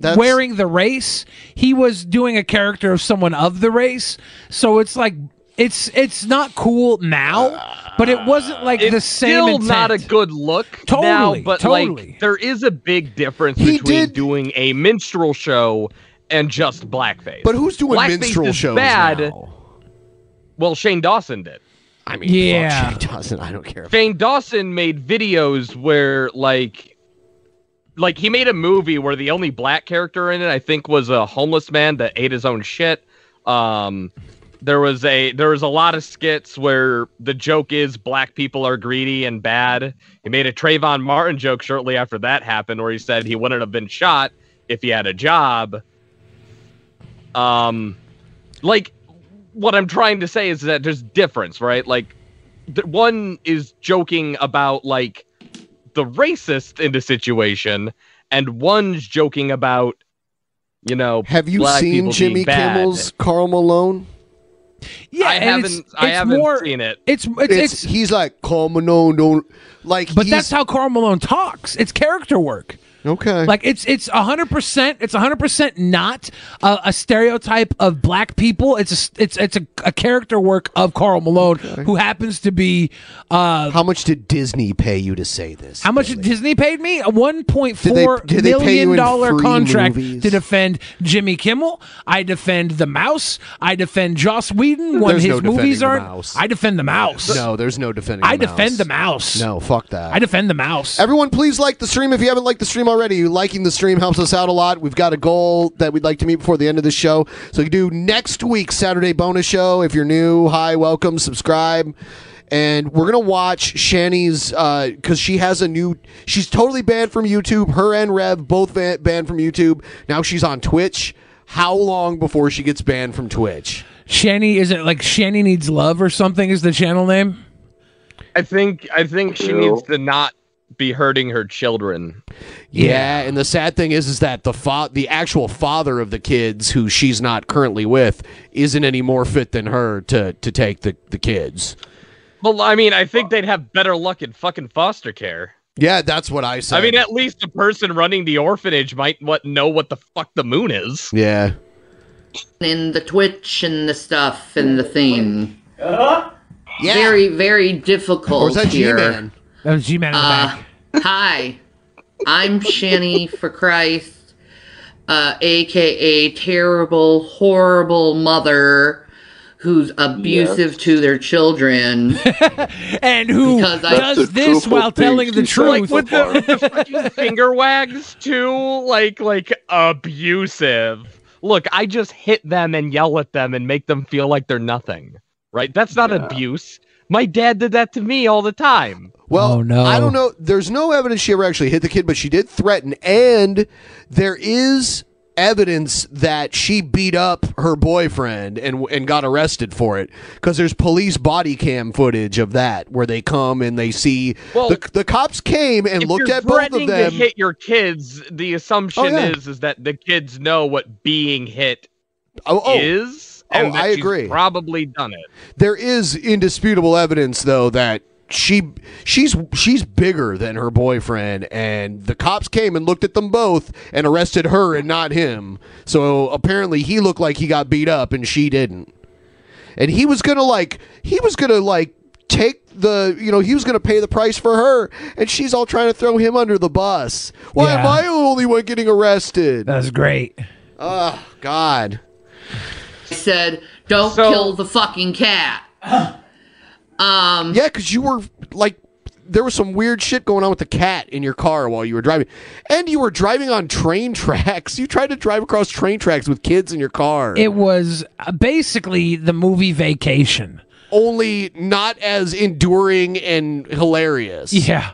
S2: wearing the race. He was doing a character of someone of the race. So it's like it's it's not cool now, but it wasn't like the same
S11: still
S2: intent.
S11: not a good look
S2: Totally,
S11: now, but
S2: totally.
S11: like there is a big difference between doing a minstrel show and just blackface.
S8: But who's doing
S11: blackface
S8: minstrel
S11: is
S8: shows
S11: bad. Well, Shane Dawson did.
S8: I
S11: mean,
S2: Yeah.
S8: Fuck Shane Dawson, I don't care.
S11: Shane Dawson made videos where like like he made a movie where the only black character in it I think was a homeless man that ate his own shit. Um there was a there was a lot of skits where the joke is black people are greedy and bad. He made a Trayvon Martin joke shortly after that happened where he said he wouldn't have been shot if he had a job. Um like what I'm trying to say is that there's difference, right? Like th- one is joking about like the racist in the situation, and one's joking about you know
S8: Have you
S11: black
S8: seen
S11: people being
S8: Jimmy
S11: bad.
S8: Kimmel's Carl Malone?
S2: Yeah,
S11: I
S2: and
S11: haven't.
S2: it's-
S11: I
S2: it's
S11: haven't
S2: more-
S11: seen it.
S2: It's it's, it's,
S8: he's like Carl Malone don't like.
S2: But
S8: he's-
S2: that's how Carl Malone talks. It's character work.
S8: Okay.
S2: Like it's it's hundred percent. It's hundred percent not a, a stereotype of black people. It's a s- it's it's a, a character work of Carl Malone, who happens to be. Uh,
S8: how much did Disney pay you to say this?
S2: How much Disney paid me? A one point
S8: Did they-
S2: four
S8: did they pay you
S2: million
S8: in
S2: dollar
S8: free
S2: contract
S8: movies?
S2: to defend Jimmy Kimmel. I defend the Mouse. I defend Joss Whedon when
S8: There's
S2: his
S8: no defending
S2: movies
S8: the
S2: aren't.
S8: Mouse.
S2: I defend the Mouse.
S8: No, there's no defending.
S2: I
S8: the
S2: defend
S8: mouse.
S2: the Mouse.
S8: No, fuck that.
S2: I defend the Mouse.
S8: Everyone, please like the stream if you haven't liked the stream already. You liking the stream helps us out a lot. We've got a goal that we'd like to meet before the end of the show. So you do next week's Saturday bonus show. If you're new, hi, welcome, subscribe. And we're gonna watch Shani's because she has a new. She's totally banned from YouTube. Her and Rev both ban- banned from YouTube. Now she's on Twitch. How long before she gets banned from Twitch?
S2: Shanny is it like Shanny needs love or something? Is the channel name?
S11: I think. I think she
S2: Ew.
S11: needs to not be hurting her children.
S8: Yeah, and the sad thing is, is that the fa- the actual father of the kids, who she's not currently with, isn't any more fit than her to to take the the kids.
S11: Well, I mean, I think they'd have better luck in fucking foster care.
S8: Yeah, that's what I said.
S11: I mean, at least the person running the orphanage might what know what the fuck the moon is.
S8: yeah.
S13: in the Twitch and the stuff and the thing. Very, very difficult
S2: Or is that
S13: here.
S2: G-Man? That was G Man in the back.
S13: Uh, hi, I'm Shanny for Christ, uh, aka terrible, horrible mother who's abusive to their children.
S2: and who does this while telling the truth?
S11: with the, with the fucking finger wags too, like like abusive. Look, I just hit them and yell at them and make them feel like they're nothing. Right? That's not abuse. My dad did that to me all the time.
S8: Well, I don't know. There's no evidence she ever actually hit the kid, but she did threaten, and there is evidence that she beat up her boyfriend and and got arrested for it because there's police body cam footage of that where they come and they see the, the cops came and
S11: If
S8: looked
S11: you're
S8: at both of
S11: threatening
S8: them.
S11: To hit your kids. The assumption
S8: Oh, yeah.
S11: is is that the kids know what being hit
S8: Oh, oh.
S11: is.
S8: Oh,
S11: and that
S8: I
S11: she's
S8: agree.
S11: Probably done it.
S8: There is indisputable evidence though that she she's she's bigger than her boyfriend and the cops came and looked at them both and arrested her and not him. So apparently he looked like he got beat up and she didn't. And he was going to like he was going to like take the you know he was going to pay the price for her and she's all trying to throw him under the bus. Why am
S2: Yeah.
S8: I the only one getting arrested?
S2: That's great.
S8: Oh god.
S13: I said, "Don't kill the fucking cat."
S8: Um, yeah, because you were like, there was some weird shit going on with the cat in your car while you were driving, and you were driving on train tracks. You tried to drive across train tracks with kids in your car.
S2: It was uh, basically the movie Vacation.
S8: Only not as enduring and hilarious.
S2: Yeah.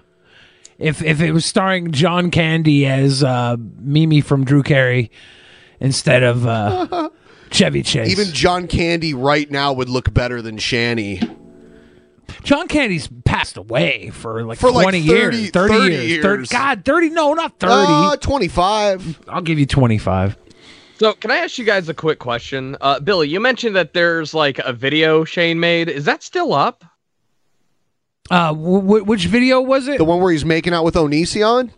S2: If if it was starring John Candy as uh, Mimi from Drew Carey instead of uh, Chevy Chase.
S8: Even John Candy right now would look better than Shanny.
S2: John Candy's passed away for like
S8: For like
S2: 20
S8: 30
S2: years, 30,
S8: 30
S2: years,
S8: years.
S2: 30 God, 30 no, not 30.
S8: Uh, 25.
S2: I'll give you 25.
S11: So, can I ask you guys a quick question? Uh, Billy, you mentioned that there's like a video Shane made. Is that still up?
S2: Uh, w- w- which video was it?
S8: The one where he's making out with Onision?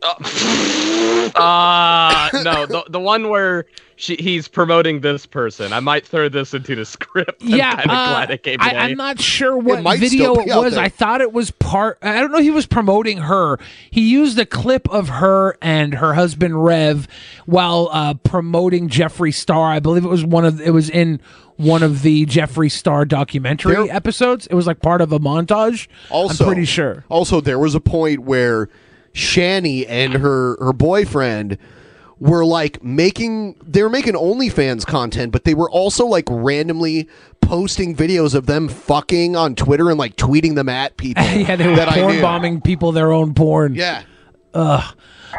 S11: Uh, no, the, the one where she, he's promoting this person. I might throw this into the script. I'm
S2: yeah,
S11: kind of
S2: uh,
S11: glad it came
S2: I,
S11: away.
S2: I'm not sure what
S11: might
S2: video
S11: still
S2: it
S11: be out
S2: was.
S11: there.
S2: I thought it was part. I don't know. He was promoting her. He used a clip of her and her husband Rev while uh, promoting Jeffree Star. I believe it was one of. It was in one of the Jeffree Star documentary episodes. It was like part of a montage.
S8: Also,
S2: I'm pretty sure.
S8: Also, there was a point where Shani and her her boyfriend were like making they were making OnlyFans content, but they were also like randomly posting videos of them fucking on Twitter and like tweeting them at people.
S2: yeah, they were
S8: that I
S2: porn
S8: knew.
S2: bombing people their own porn.
S8: Yeah.
S2: Ugh.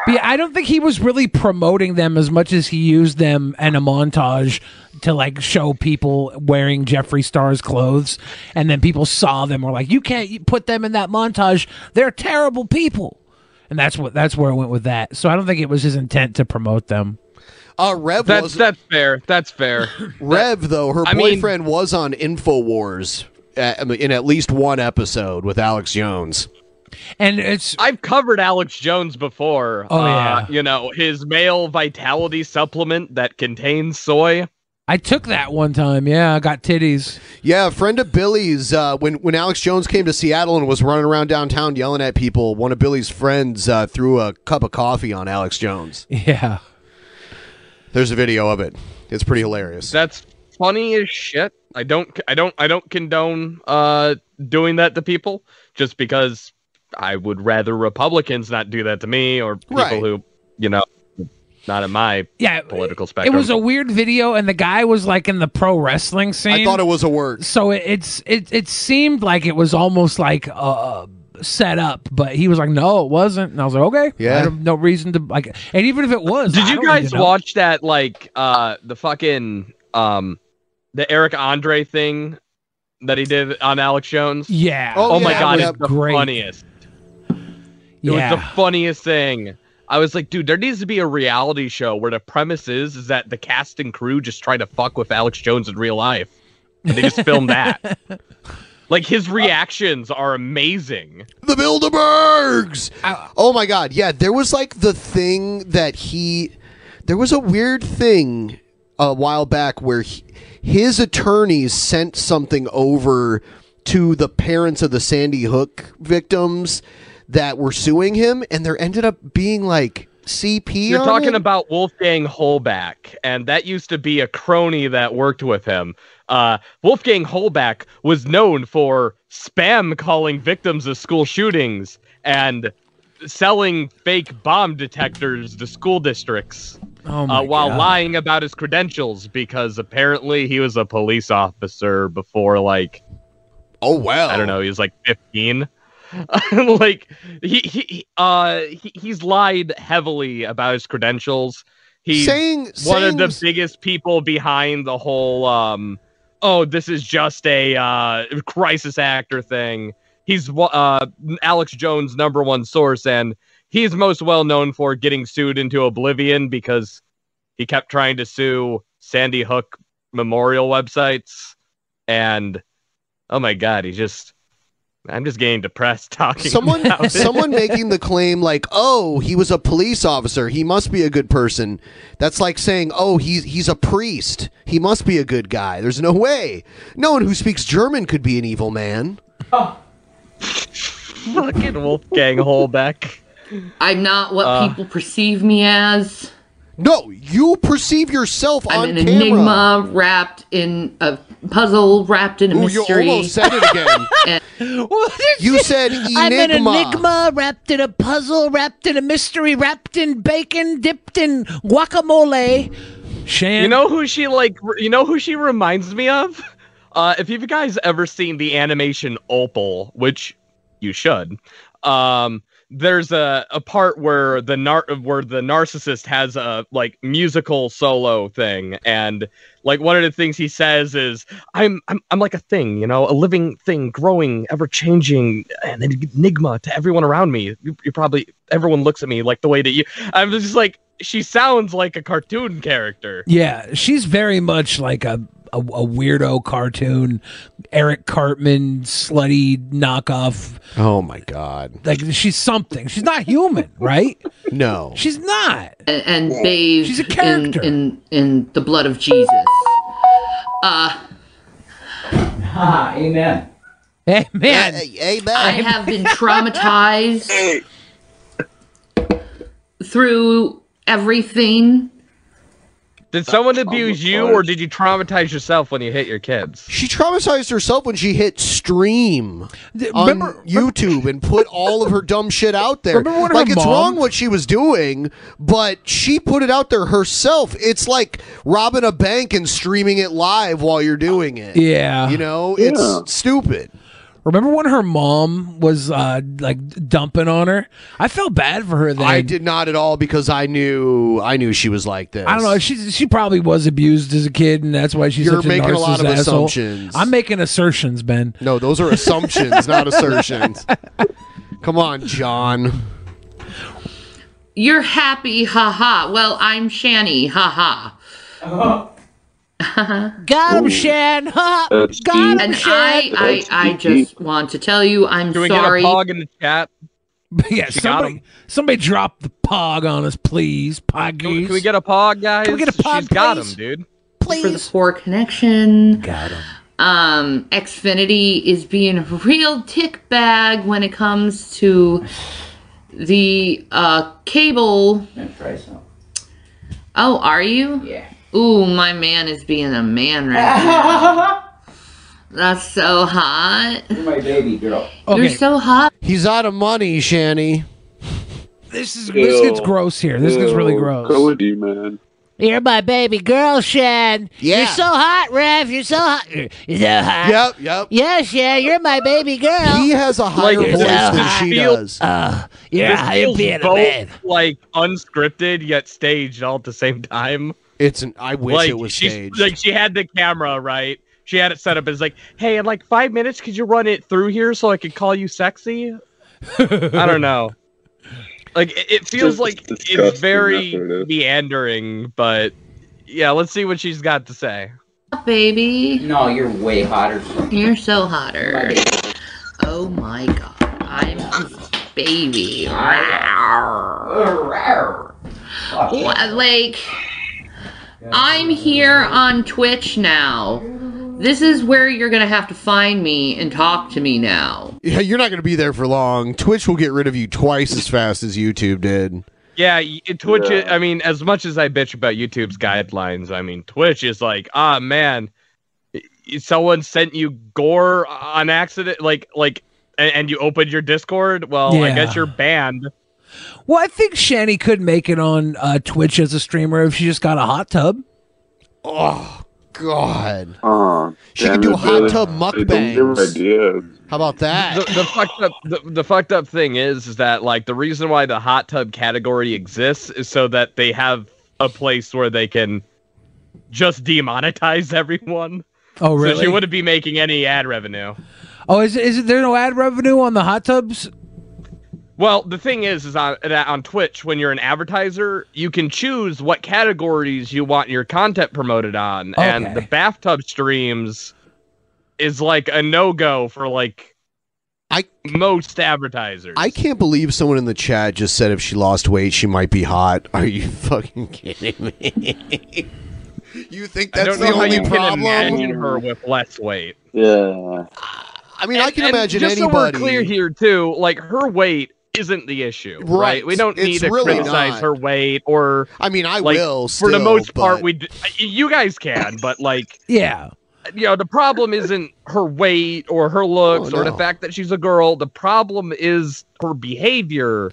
S2: But yeah, I don't think he was really promoting them as much as he used them in a montage to like show people wearing Jeffree Star's clothes, and then people saw them were like, "You can't you put them in that montage. They're terrible people." And that's what that's where it went with that. So I don't think it was his intent to promote them.
S8: Uh, Rev
S11: That's
S8: was
S11: that's fair. That's fair.
S8: Rev though her
S11: I mean-
S8: boyfriend was on Infowars uh, in at least one episode with Alex Jones.
S2: And it's
S11: I've covered Alex Jones before.
S8: Oh,
S11: uh,
S8: yeah.
S11: you know his male vitality supplement that contains soy.
S2: I took that one time. Yeah, I got titties.
S8: Yeah, a friend of Billy's uh, when when Alex Jones came to Seattle and was running around downtown yelling at people, one of Billy's friends uh, threw a cup of coffee on Alex Jones.
S2: Yeah.
S8: There's a video of it. It's pretty hilarious.
S11: That's funny as shit. I don't I don't I don't condone uh doing that to people just because I would rather Republicans not do that to me or people
S2: Right.
S11: who, you know, not in my
S2: Yeah,
S11: political spectrum.
S2: It was a weird video, and the guy was like in the pro wrestling scene. I thought
S8: it was a work.
S2: So it, it's it it seemed like it was almost like uh, set up, but he was like, "No, it wasn't," and I was like, "Okay,
S11: Yeah.
S2: I have no reason to like." And even if it was,
S11: Did
S2: I
S11: you
S2: don't
S11: guys
S2: even know.
S11: watch that like uh the fucking um the Eric Andre thing that he did on Alex Jones?
S2: Yeah.
S11: Oh,
S2: Oh,
S11: my
S2: yeah,
S11: god,
S2: that
S11: it's the
S2: was great.
S11: funniest. It
S2: Yeah.
S11: was the funniest thing. I was like, dude, there needs to be a reality show where the premise is is that the cast and crew just try to fuck with Alex Jones in real life. And they just filmed that. Like his reactions are amazing.
S8: the Bilderbergs. Oh my God! Yeah, there was like the thing that he. There was a weird thing a while back where he, his attorneys sent something over to the parents of the Sandy Hook victims that were suing him, and there ended up being like CP.
S11: You're
S8: on
S11: talking
S8: it?
S11: about Wolfgang Holbach, and that used to be a crony that worked with him. Uh, Wolfgang Holbach was known for spam calling victims of school shootings and selling fake bomb detectors to school districts
S2: Oh my
S11: uh, while
S2: God.
S11: lying about his credentials because apparently he was a police officer before, like,
S8: Oh wow!
S11: I don't know. He was like 15. like he, he he- uh he, he's lied heavily about his credentials. He's
S8: Saying-
S11: one of the biggest people behind the whole um oh this is just a uh crisis actor thing. He's uh Alex Jones' number one source and he's most well known for getting sued into oblivion because he kept trying to sue Sandy Hook memorial websites and oh my god, he just I'm just getting depressed talking. about
S8: Someone,
S11: it.
S8: someone making the claim like, "Oh, he was a police officer. He must be a good person." That's like saying, "Oh, he's he's a priest. He must be a good guy." There's no way. No one who speaks German could be an evil man.
S11: fucking Wolfgang Holbeck.
S13: I'm not what
S8: Uh.
S13: people perceive me as.
S8: No, you perceive yourself
S13: I'm
S8: on
S13: an
S8: camera.
S13: enigma wrapped in a puzzle, wrapped in a
S8: Ooh, you
S13: mystery.
S8: almost said it again. You said
S2: I'm an
S8: enigma.
S2: enigma wrapped in a puzzle, wrapped in a mystery, wrapped in bacon, dipped in guacamole. Shan,
S11: You know who she like? re- You know who she reminds me of? Uh, if you guys ever seen the animation Opal, which you should, um, there's a, a part where the nar- where the narcissist has a like musical solo thing, and like one of the things he says is, "I'm I'm I'm like a thing, you know, a living thing, growing, ever changing, an enigma to everyone around me. You, you probably everyone looks at me like the way that you." I'm just like. She sounds like a cartoon character.
S2: Yeah, she's very much like a, a, a weirdo cartoon, Eric Cartman slutty knockoff.
S8: Oh my god!
S2: Like she's something. She's not human, right?
S8: No,
S2: she's not.
S13: and bathed
S2: She's a character.
S13: In, in in the blood of Jesus. Uh ah, amen.
S2: Amen.
S8: amen.
S13: I have been traumatized through everything.
S11: Did someone abuse you, or did you traumatize yourself when you hit your kids?
S8: She traumatized herself when she hit stream on
S11: remember-
S8: YouTube and put all of her dumb shit out there.
S2: Remember when her
S8: like it's
S2: mom-
S8: wrong what she was doing, but she put it out there herself. It's like robbing a bank and streaming it live while you're doing it.
S2: Yeah.
S8: you know
S2: Yeah.
S8: it's stupid.
S2: Remember when her mom was uh, like dumping on her? I felt bad for her then.
S8: I did not at all because I knew I knew she was like this.
S2: I don't know. She she probably was abused as a kid, and that's why she's
S8: You're
S2: such
S8: making
S2: a,
S8: a lot
S2: narcissist
S8: of
S2: asshole.
S8: assumptions.
S2: I'm making assertions, Ben.
S8: No, those are assumptions, not assertions. Come on, John.
S13: You're happy, haha. Well, I'm Shani, haha.
S2: Got him, Shan. Ha.
S11: Uh,
S13: That's
S2: Got him,
S13: And
S2: Shan.
S13: I, I, I just want to tell you, I'm
S11: Can we
S13: sorry.
S11: get a pog in the chat?
S2: yeah,
S11: She got
S2: somebody,
S11: him.
S2: somebody drop the pog on us, please. Poggies.
S11: Can we, can we get a pog, guys?
S2: Can we get a pog,
S11: She's got
S2: please?
S11: him, dude.
S13: for the poor connection.
S2: Got him.
S13: Um, Xfinity is being a real tick bag when it comes to the uh, cable. Oh, are you? Yeah. Ooh, my man is being a man right now. That's so hot. You're my baby girl. You're so hot.
S8: He's out of money, Shanny.
S2: This is This gets gross here. This gets really gross.
S9: Cody, man.
S2: You're my baby girl, Shan. You're so hot, Rev. You're so hot. You're so hot.
S8: Yep, yep.
S2: Yes, yeah, you're my baby girl.
S8: He has a
S11: higher Like, voice than she
S8: does.
S2: Uh, yeah,
S11: This
S2: I am
S11: feels
S2: being a
S11: both,
S2: man.
S11: Like unscripted yet staged all at the same time.
S8: It's an. I wish
S11: like,
S8: it was
S11: she's-
S8: staged.
S11: Like she had the camera right. She had it set up as like, hey, in like five minutes, could you run it through here so I could call you sexy? I don't know. Like it, it feels
S9: just
S11: like it's
S9: disgusting,
S11: very
S9: that's what it is.
S11: meandering, but yeah, let's see what she's got to say.
S13: Baby.
S11: No, you're way hotter.
S13: You're so hotter. Oh my god. I'm his baby. Rawr.
S8: Oh,
S13: Wha- Like, I'm here on Twitch now. This is where you're gonna have to find me and talk to me now.
S8: Yeah, you're not going to be there for long. Twitch will get rid of you twice as fast as YouTube did.
S11: Yeah, y- Twitch. i- I mean, as much as I bitch about YouTube's guidelines, I mean, Twitch is like, ah, man, y- y- someone sent you gore on accident, like, like, and, and you opened your Discord. Well, I
S2: Yeah.
S11: guess you're banned.
S2: Well, I think Shani could make it on uh, Twitch as a streamer if she just got a hot tub.
S8: Oh God.
S9: Uh,
S8: She could do hot tub mukbangs.
S9: ideas.
S8: How about that?
S11: The, the fucked up the, the fucked up thing is, is that like the reason why the hot tub category exists is so that they have a place where they can just demonetize everyone. So
S2: Oh, really?
S11: she wouldn't be making any ad revenue.
S2: Oh, is is there no ad revenue on the hot tubs?
S11: Well, the thing is, is on that on Twitch, when you're an advertiser, you can choose what categories you want your content promoted on, and the bathtub streams is like a no go for like
S8: I
S11: most advertisers.
S8: I can't believe someone in the chat just said if she lost weight, she might be hot. Are you fucking kidding me? you think
S11: I
S8: that's
S11: don't
S8: the
S11: know how
S8: only
S11: you
S8: problem?
S11: Can imagine her with less weight.
S9: Yeah.
S8: I mean, I can
S11: and
S8: imagine
S11: just
S8: anybody.
S11: so we're clear here too, like her weight isn't the issue, right?
S8: Right.
S11: We don't
S8: It's
S11: need to
S8: really
S11: criticize
S8: not.
S11: her weight or.
S8: I mean, I
S11: like,
S8: will
S11: for the
S8: still,
S11: most part.
S8: but-
S11: We d- you guys can, but like
S2: yeah,
S11: you know the problem isn't her weight or her looks
S8: Oh,
S11: or the
S8: no.
S11: fact that she's a girl. The problem is her behavior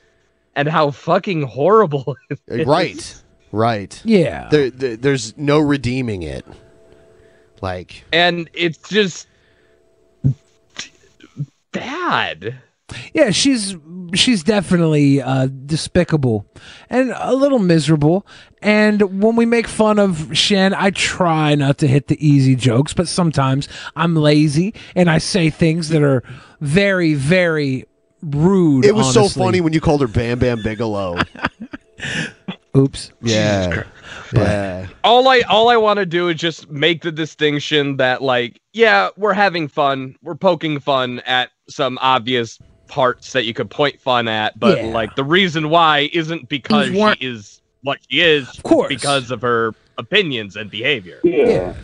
S11: and how fucking horrible. It is.
S8: Right. Right.
S2: Yeah.
S8: There, there, there's no redeeming it. Like
S11: and it's just bad.
S2: Yeah, she's she's definitely uh, despicable and a little miserable. And when we make fun of Shen, I try not to hit the easy jokes, but sometimes I'm lazy and I say things that are very, very rude.
S8: it was so
S2: honestly.
S8: funny when you called her Bam Bam Bigelow.
S2: Oops.
S8: Yeah. yeah.
S11: all I all I want to do is just make the distinction that like yeah we're having fun we're poking fun at some obvious parts that you could point fun at but
S2: Yeah.
S11: like the reason why isn't because
S2: These weren't-
S11: she is what she is of
S2: course
S11: because of her opinions and behavior
S2: Yeah.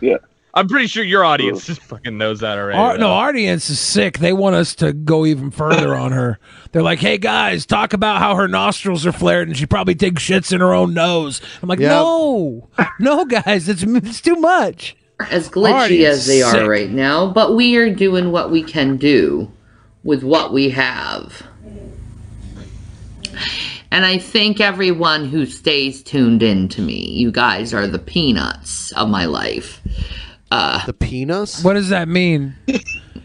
S9: yeah
S11: I'm pretty sure your audience just fucking knows that already
S2: Our,
S11: though.
S2: no, audience is sick. They want us to go even further on her. They're like, "Hey guys, talk about how her nostrils are flared and she probably takes shits in her own nose." I'm like,
S13: Yep.
S2: "No, no, guys, it's it's too much."
S13: As glitchy
S2: Already
S13: as they
S2: sick.
S13: are right now, but we are doing what we can do with what we have. And I thank everyone who stays tuned in to me. You guys are the peanuts of my life. Uh,
S8: the peanuts?
S2: What does that mean?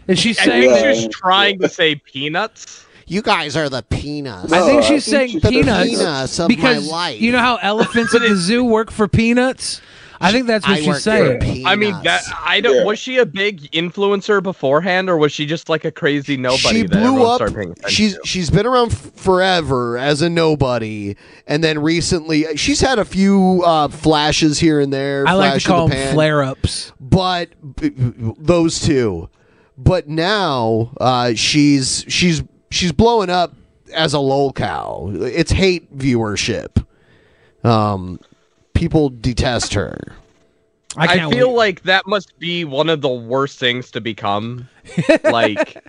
S2: Is she
S11: I think
S2: saying that-
S11: she's trying to say peanuts
S8: you guys are the peanuts
S2: I think she's saying peanuts,
S8: Oh, of
S2: because
S8: my life.
S2: you know how elephants at the zoo work for peanuts. I think that's what she's saying.
S11: I mean that I don't was she a big influencer beforehand or was she just like a crazy nobody
S8: she
S11: that
S8: blew
S11: everyone
S8: up.
S11: started paying attention
S8: She's she's been around f- forever as a nobody, and then recently she's had a few uh, flashes here and there.
S2: I like to
S8: flash in
S2: call
S8: the
S2: them
S8: pan.
S2: flare-ups.
S8: but b- b- those two. But now uh, she's she's she's blowing up as a lol cow. It's hate viewership. Um, people detest her.
S11: I, feel like that must be one of the worst things to become. like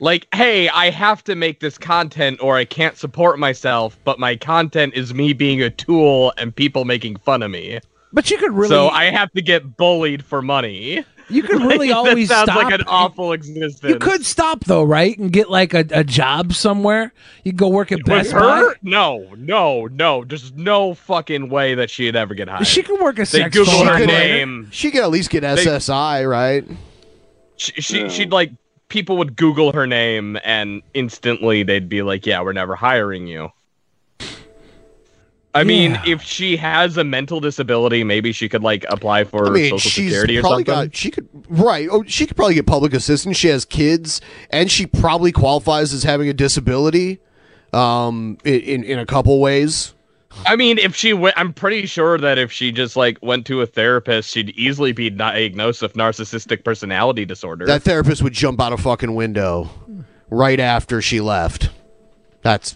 S11: like hey, I have to make this content or I can't support myself, but my content is me being a tool and people making fun of me.
S2: But you could really,
S11: So I have to get bullied for money.
S2: You could really
S11: Like,
S2: always
S11: that sounds
S2: stop.
S11: like an awful existence.
S2: you could stop though, right? And get like a, a job somewhere. You go work at
S11: With
S2: Best
S11: her?
S2: Buy.
S11: No, no, no. There's no fucking way that she'd ever get hired.
S2: She could work a
S11: They
S2: sex
S11: Google
S2: toy
S11: her
S2: operator.
S11: name.
S8: She could at least get SSI right.
S11: She, she she'd like people would Google her name and instantly they'd be like, "Yeah, we're never hiring you." I mean,
S8: Yeah.
S11: if she has a mental disability, maybe she could like apply for social security or
S8: probably
S11: something.
S8: got she could right. Oh, she could probably get public assistance. She has kids, and she probably qualifies as having a disability, um, i- in in a couple ways.
S11: I mean, if she went, I'm pretty sure that if she just like went to a therapist, she'd easily be diagnosed with narcissistic personality disorder.
S8: That therapist would jump out a fucking window right after she left. That's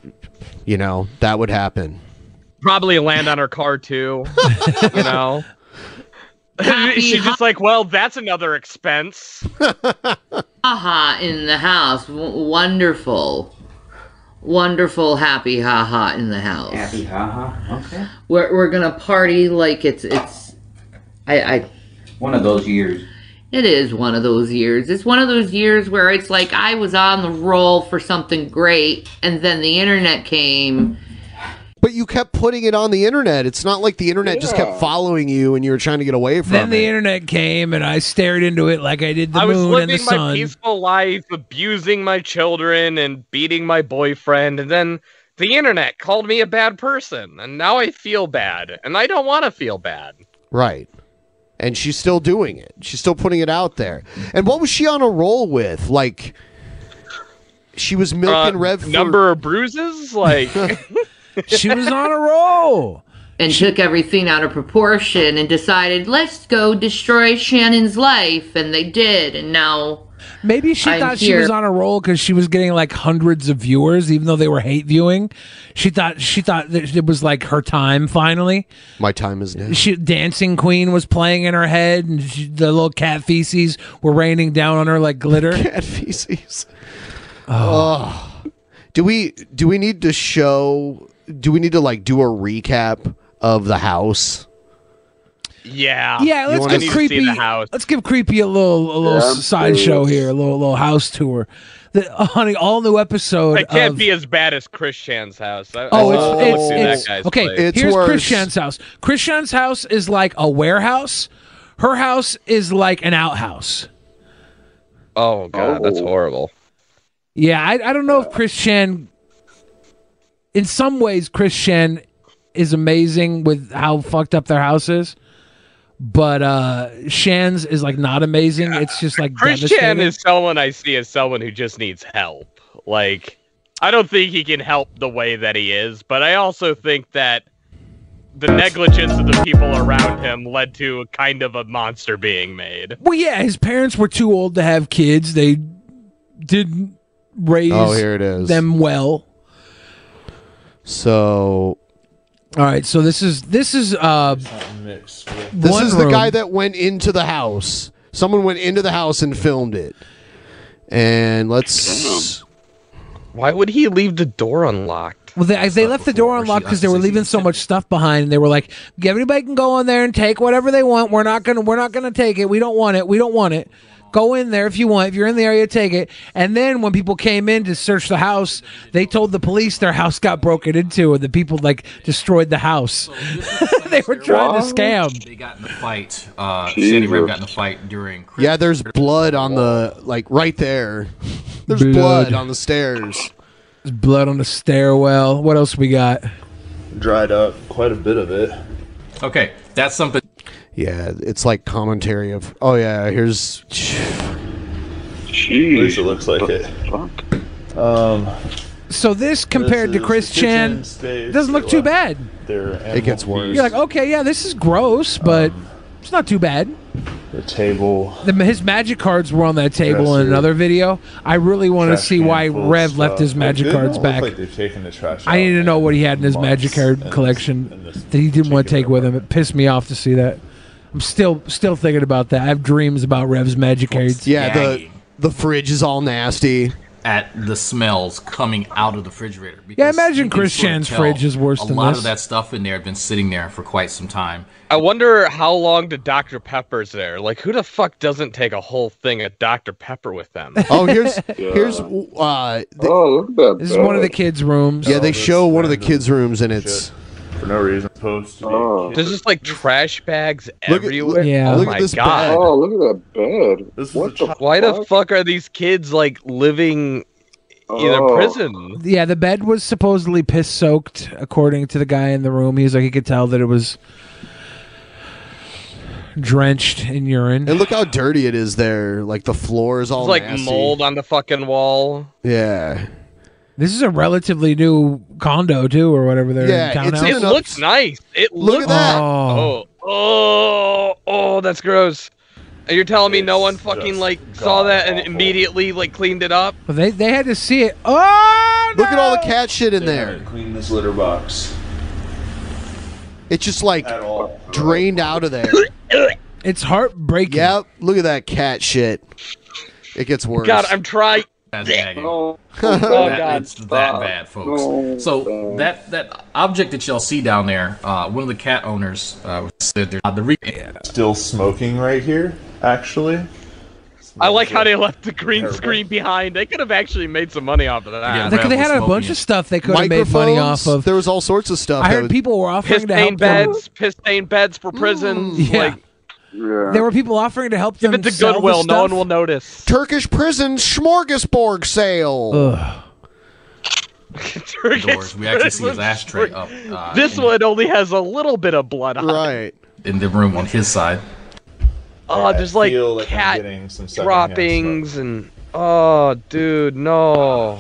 S8: you know that would happen.
S11: Probably land on her car too. you know. She's just like, well, that's another expense.
S13: haha in the house. W- wonderful. Wonderful happy haha in the house. Happy
S16: haha. Okay.
S13: We're we're gonna party like it's it's I, I
S16: One of those years.
S13: it is one of those years. It's one of those years where it's like I was on the roll for something great and then the internet came
S8: But you kept putting it on the internet. It's not like the internet just kept
S2: Yeah.
S8: following you and you were trying to get away from
S2: Then
S8: it.
S2: the internet came and I stared into it like I did the
S11: I was
S2: moon and the
S11: living my
S2: sun.
S11: peaceful life, abusing my children and beating my boyfriend, and then the internet called me a bad person, and now I feel bad, and I don't want to feel bad.
S8: Right. And she's still doing it. She's still putting it out there. And what was she on a roll with? Like she was milking
S11: Uh,
S8: Rev for-
S11: number of bruises, like
S2: she was on a roll
S13: and took everything out of proportion and decided let's go destroy Shannon's life, and they did, and now
S2: maybe she thought she was on a roll because she was getting like hundreds of viewers, even though they were hate viewing. She thought she thought that it was like her time finally.
S8: My time is now.
S2: She, Dancing Queen was playing in her head, and she, the little cat feces were raining down on her like glitter.
S8: cat feces. Oh. Do we do we need to show do we need to like do a recap of the house?
S11: yeah,
S2: Yeah, let's
S8: wanna
S2: give
S8: see the
S2: creepy.
S8: house.
S2: Let's give creepy a little a little
S8: Yeah,
S2: sideshow
S8: please.
S2: here, a little little house tour. The, honey, all new episode.
S11: It can't
S2: of,
S11: be as bad as Chris Chan's house. I,
S2: Oh,
S11: I still
S2: it's,
S11: look through
S2: it's, it's
S11: that guy's
S2: okay.
S11: place.
S2: here's Christian's house. Christian's house is like a warehouse. Her house is like an outhouse.
S11: Oh god, that's horrible.
S2: Yeah, I, I don't know if Christian. In some ways, Christian is amazing with how fucked up their house is, but uh Shan's is like not amazing. It's just like
S11: Christian
S2: devastating.
S11: is someone I see as someone who just needs help. Like, I don't think he can help the way that he is, but I also think that the negligence of the people around him led to a kind of a monster being made.
S2: Well, yeah, his parents were too old to have kids. They didn't raise
S8: Oh, here it is.
S2: them well.
S8: So
S2: All right, so this is this is uh
S8: This
S2: one
S8: is the guy
S2: room.
S8: that went into the house. Someone went into the house and filmed it. And let's
S11: Why would he leave the door unlocked?
S2: Well, they, they left the door unlocked because they were leaving so much stuff behind, and they were like, "Everybody can go in there and take whatever they want. We're not gonna, we're not gonna take it. We don't want it. We don't want it. Go in there if you want. If you're in the area, take it." And then when people came in to search the house, they told the police their house got broken into, and the people like destroyed the house. they were trying to scam.
S16: They got in the fight. Uh,
S8: Jesus.
S16: Sandy Rev got in the fight during.
S8: Yeah, there's blood on the like right there. There's blood, on the stairs.
S2: There's blood on the stairwell. What else we got?
S17: Dried up quite a bit of it. Okay, that's something.
S8: Yeah, it's like commentary of oh yeah, here's
S17: At least it looks like it. Um,
S2: So this compared
S17: This
S2: to
S17: is
S2: Chris
S17: the kitchen
S2: Chan
S17: space.
S2: doesn't look too bad.
S17: There
S8: It gets worse.
S2: You're like, okay, yeah, this is gross, but
S17: Um,
S2: it's not too bad.
S17: the table.
S2: The, his magic cards were on that table in
S17: Dresser.
S2: another video. I really want to
S17: trash
S2: see
S17: can
S2: why
S17: full of
S2: Rev
S17: stuff.
S2: left his
S17: It
S2: magic
S17: did not
S2: cards
S17: look
S2: back.
S17: Like they've taken the trash.
S2: I
S17: out.
S2: need to know what he had in his magic card collection that he didn't want to take with him. It pissed me off to see that. I'm still still thinking about that. I have dreams about Rev's magic cards.
S8: Yeah, the the fridge is all nasty.
S16: At the smells coming out of the refrigerator.
S2: yeah.
S16: You
S2: Imagine
S16: can
S2: Chris
S16: sort of
S2: Chan's
S16: tell
S2: fridge is worse
S16: a
S2: than
S16: lot
S2: this.
S16: of that stuff in there had been sitting there for quite some time.
S11: I wonder how long did Dr. Pepper's there? Like, who the fuck doesn't take a whole thing of Dr. Pepper with them?
S8: Oh, here's here's uh
S9: Oh, look at that.
S2: This is one of the kids' rooms.
S17: Oh,
S8: Yeah, they show one of the kids' rooms and it's
S17: for no reason. Supposed to
S8: Oh.
S9: Oh.
S17: be.
S11: There's just like trash bags
S17: Look at-
S11: everywhere.
S17: yeah.
S11: Oh
S17: look at
S11: my
S17: this
S11: god.
S17: bed.
S9: Oh, look at that bed.
S17: what
S9: the
S11: Why the fuck are these kids like living in a
S9: Oh.
S11: prison?
S2: Yeah, the bed was supposedly piss soaked, according to the guy in the room. He was like, he could tell that it was drenched in urine.
S8: and look how dirty it is there. Like the floor is all
S11: There's like
S8: nasty.
S11: mold on the fucking wall.
S8: Yeah.
S2: This is a relatively new condo too, or whatever they're
S8: Yeah,
S2: in
S11: It
S2: townhouse.
S11: looks nice. It
S2: Look at
S11: looks
S2: that.
S11: Oh. oh, oh, that's gross. You're telling me no one fucking like saw that and immediately like cleaned it up?
S2: But they they had to see it. Oh,
S8: look at all the cat shit in there.
S17: Clean this litter box.
S8: It's just like drained out of there.
S2: it's heartbreaking.
S8: Yep. Look at that cat shit. It gets worse.
S11: God, I'm trying.
S16: That's nagging.
S11: Oh,
S16: That-
S11: God. Oh,
S16: it's that bad, folks. so that that object that y'all see down there, uh, one of the cat owners uh, said there. Uh, the re-
S17: Still smoking right here, actually.
S11: I like how they left the green screen behind. They could have actually made some money off of that.
S2: They, they had a bunch of stuff they could have made money off of.
S8: There was all sorts of stuff.
S2: I
S8: that
S2: heard
S8: was-
S2: people were offering
S11: piss
S2: to help
S11: stained
S2: them. Mm.
S11: beds, piss stained beds for prisons.
S2: Yeah.
S11: Like,
S2: There were people offering to help
S11: give
S2: them
S11: it to
S2: sell the
S11: Goodwill. No
S2: stuff.
S11: one will notice.
S8: Turkish prison smorgasbord sale.
S16: doors. We actually see his ashtray up. Uh,
S11: This
S16: in-
S11: one only has a little bit of blood on. it.
S8: Right.
S16: in the room on his side.
S11: Oh,
S16: Yeah,
S11: just like
S16: feel like I'm
S11: cat
S16: getting some secondhand
S11: droppings and oh, dude, no.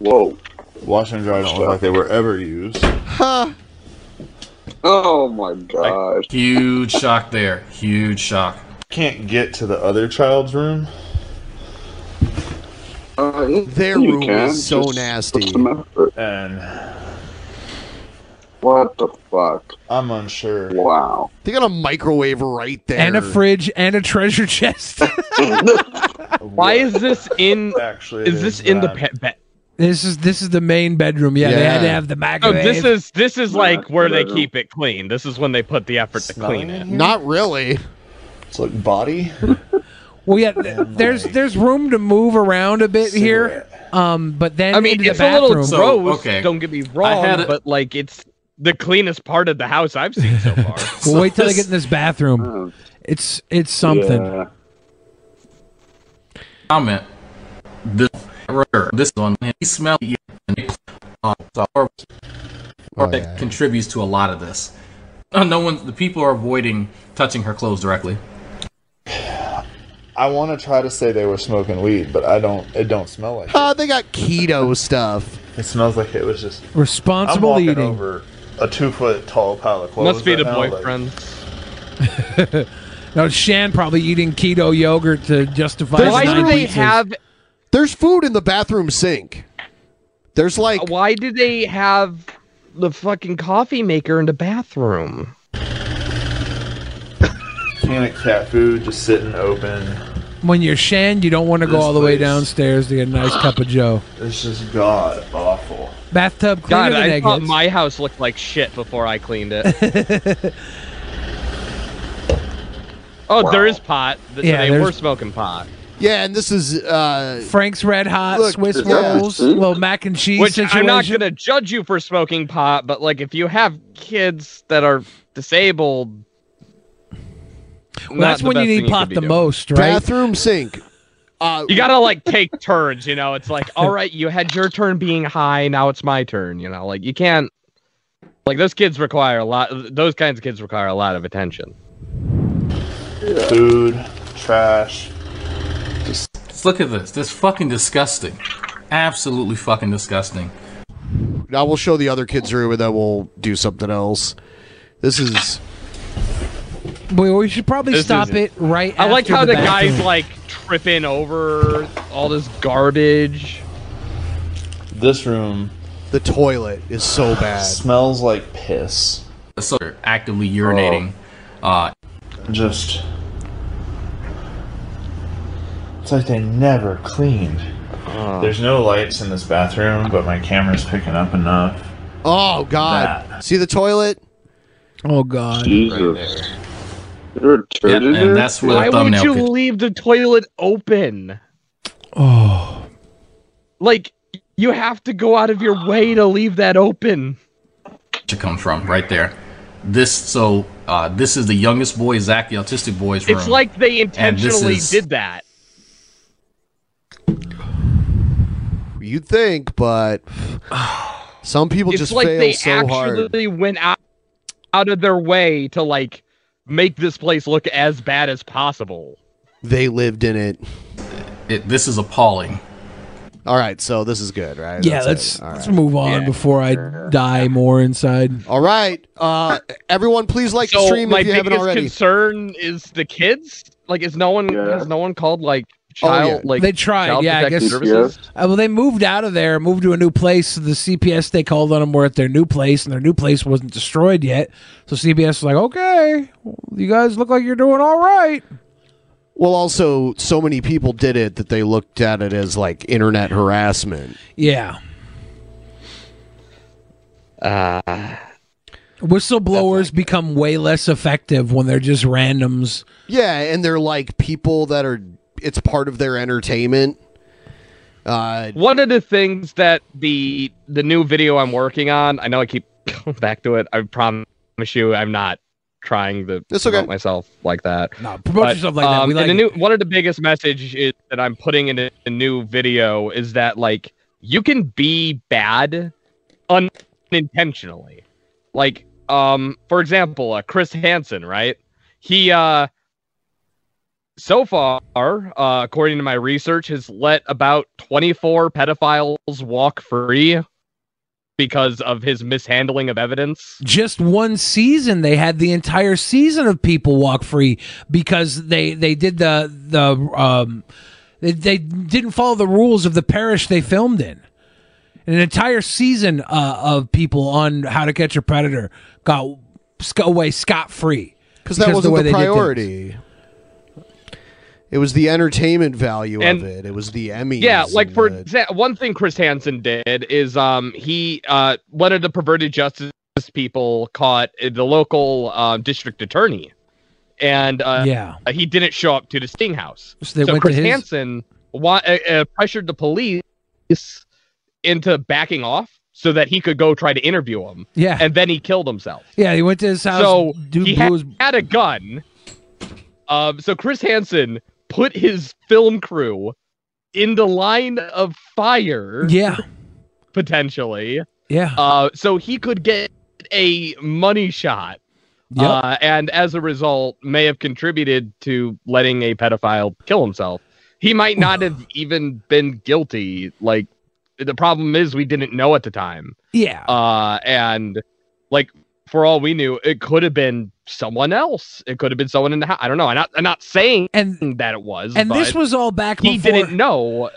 S9: Whoa. Wash and dry don't look like they were ever used.
S8: Huh.
S9: Oh my god.
S16: Huge shock there. Huge shock.
S9: Can't get to the other child's room.
S8: Their room is so nasty.
S9: And what the fuck? I'm unsure.
S8: Wow. They got a microwave right there.
S2: and a fridge and a treasure chest.
S11: Why is this in?
S9: Actually,
S11: Is this in the pe- be-
S2: this is this is the main bedroom. Yeah, they had to have the
S11: Oh,
S2: microwave.
S11: this is this is like where they
S2: bedroom.
S11: keep it clean. This is when they put the effort to clean it.
S8: Not really.
S9: It's like body.
S2: well, yeah. th- there's there's room to move around a bit here. Um, but then
S11: I mean,
S2: into the
S11: it's a little
S2: bathroom.
S11: gross.
S16: okay.
S11: Don't get me wrong,
S16: had a-
S11: but like it's the cleanest part of the house I've seen so far.
S2: Well, wait till they get in this bathroom. It's it's something.
S16: Comment. This right here, this one. He smelled. it, and it- uh, so our-
S2: Oh,
S16: our- that contributes to a lot of this. Uh, No one. The people are avoiding touching her clothes directly.
S9: I want to try to say they were smoking weed, but I don't. It don't smell like.
S8: Uh, they got keto stuff.
S9: It smells like it was just
S2: Responsible
S9: I'm walking
S2: eating.
S9: over a two foot tall pile of clothes.
S11: Must be
S9: right
S11: the
S9: now, like-
S11: boyfriend.
S2: No, Shan probably eating keto yogurt to justify. his
S11: Why
S2: nine
S11: do they
S2: pizzas.
S11: have?
S8: There's food in the bathroom sink. There's like
S11: Uh, Why do they have the fucking coffee maker in the bathroom?
S9: can of cat food just sitting open.
S2: when you're Shan, you don't want to go
S9: This
S2: all the way
S9: place.
S2: downstairs to get a nice cup of Joe.
S9: It's just god awful.
S2: Bathtub cleaner
S11: God,
S2: than
S11: I
S2: egg
S11: thought
S2: is.
S11: my house looked like shit before I cleaned it. oh, there is pot. Th-
S2: Yeah,
S11: they
S2: there's-
S11: were smoking pot.
S8: Yeah, and this is uh
S2: Frank's Red Hot,
S8: Look,
S2: Swiss
S8: yeah.
S2: rolls, little mac and cheese
S11: Which
S2: situation.
S11: I'm not gonna judge you for smoking pot, but like if you have kids that are disabled,
S2: Well, that's when you need pot the most, right?
S8: Bathroom sink.
S11: You gotta like take turns, you know. It's like, all right, you had your turn being high, now it's my turn, you know. Like you can't like those kids require a lot those kinds of kids require a lot of attention.
S9: Food, trash.
S16: Just look at this. This fucking disgusting. Absolutely fucking disgusting.
S8: I will show the other kids' room and then we'll do something else. This is
S2: We, we should probably
S8: This
S2: stop
S8: is-
S2: it right.
S11: I like
S2: after
S11: how the,
S2: bathroom.
S11: guy's like tripping over all this garbage.
S9: This room.
S8: The toilet is so bad.
S9: Smells like piss. Oh.
S16: So they're actively urinating. Uh,
S9: Just. It's like they never cleaned.
S16: Uh.
S9: There's no lights in this bathroom, but my camera's picking up enough.
S8: Oh god. See the toilet?
S2: Oh god.
S9: Jesus.
S16: Yeah, and that's where
S11: Why
S16: the
S11: would
S16: thumbnail
S11: you
S16: could-
S11: leave the toilet open?
S2: Oh.
S11: Like you have to go out of your way to leave that open.
S16: to come from right there. This so uh, this is the youngest boy, Zach, the autistic boy's room.
S11: It's like they
S16: And this
S11: intentionally
S16: is-
S11: did that.
S8: You'd think, but some people
S11: it's
S8: just
S11: like
S8: fail
S11: they
S8: so hard.
S11: actually went out out of their way to like make this place look as bad as possible.
S8: They lived in it.
S16: it. This is appalling.
S8: All right, so this is good, right?
S2: Yeah,
S8: That's
S2: let's
S8: it. All
S2: let's
S8: right.
S2: move on before I die more inside.
S11: Oh,
S8: All right, uh, everyone, please like the
S11: So
S8: stream
S11: my
S8: if you haven't
S11: biggest
S8: already.
S11: concern is the kids. Like, is no one has no one called like
S8: Oh,
S11: child like
S2: they tried.
S11: child
S2: yeah, I
S11: protective
S2: guess.
S11: services?
S2: Uh, well, they moved out of there, moved to a new place. So the CPS they called on them were at their new place, and their new place wasn't destroyed yet. So CPS was like, "Okay, you guys look like you're doing all right."
S8: Well, also, so many people did it that they looked at it as like internet harassment.
S2: Yeah.
S11: Uh,
S2: Whistleblowers become way less effective when they're just randoms.
S8: Yeah, and they're like people that are. It's part of their entertainment. Uh,
S11: One of the things that the the new video I'm working on, I know I keep going back to it. I promise you, I'm not trying to
S8: It's
S11: promote
S8: okay.
S11: myself like that.
S2: No, promote yourself like that. We like
S11: um, and the new one of the biggest message is that I'm putting in a, a new video is that like you can be bad unintentionally. Like um for example, uh, Chris Hansen, right? He uh so far, uh, according to my research, has let about 24 pedophiles walk free because of his mishandling of evidence.
S2: Just one season, they had the entire season of people walk free because they they did the the um they, they didn't follow the rules of the parish they filmed in. An entire season uh, of people on How to Catch a Predator got sc- away scot free
S8: because that wasn't
S2: way
S8: the,
S2: they did things.
S8: priority. It was the entertainment value
S11: And-
S8: of it. It was the Emmys.
S11: Yeah, like for exa- one thing Chris Hansen did is um he uh one of the perverted justice people caught uh, the local uh, district attorney and uh
S2: Yeah.
S11: he didn't show up to the sting house.
S2: So they went to
S11: Chris
S2: his-
S11: Hansen wa- uh, uh, pressured the police into backing off so that he could go try to interview him.
S2: Yeah.
S11: And then he killed himself.
S2: Yeah, he went to his house.
S11: So
S2: dude
S11: he
S2: blew
S11: had,
S2: his-
S11: had a gun. Um, so Chris Hansen put his film crew in the line of fire.
S2: Yeah.
S11: Potentially.
S2: Yeah.
S11: Uh, so he could get a money shot.
S2: Yep.
S11: Uh, and as a result, may have contributed to letting a pedophile kill himself. He might not have even been guilty. Like, the problem is we didn't know at the time.
S2: Yeah.
S11: Uh, and like for all we knew, it could have been someone else. It could have been someone in the house. I don't know. I'm not. I'm not saying that it was.
S2: and this
S11: but
S2: was all back
S11: He
S2: before-
S11: didn't know.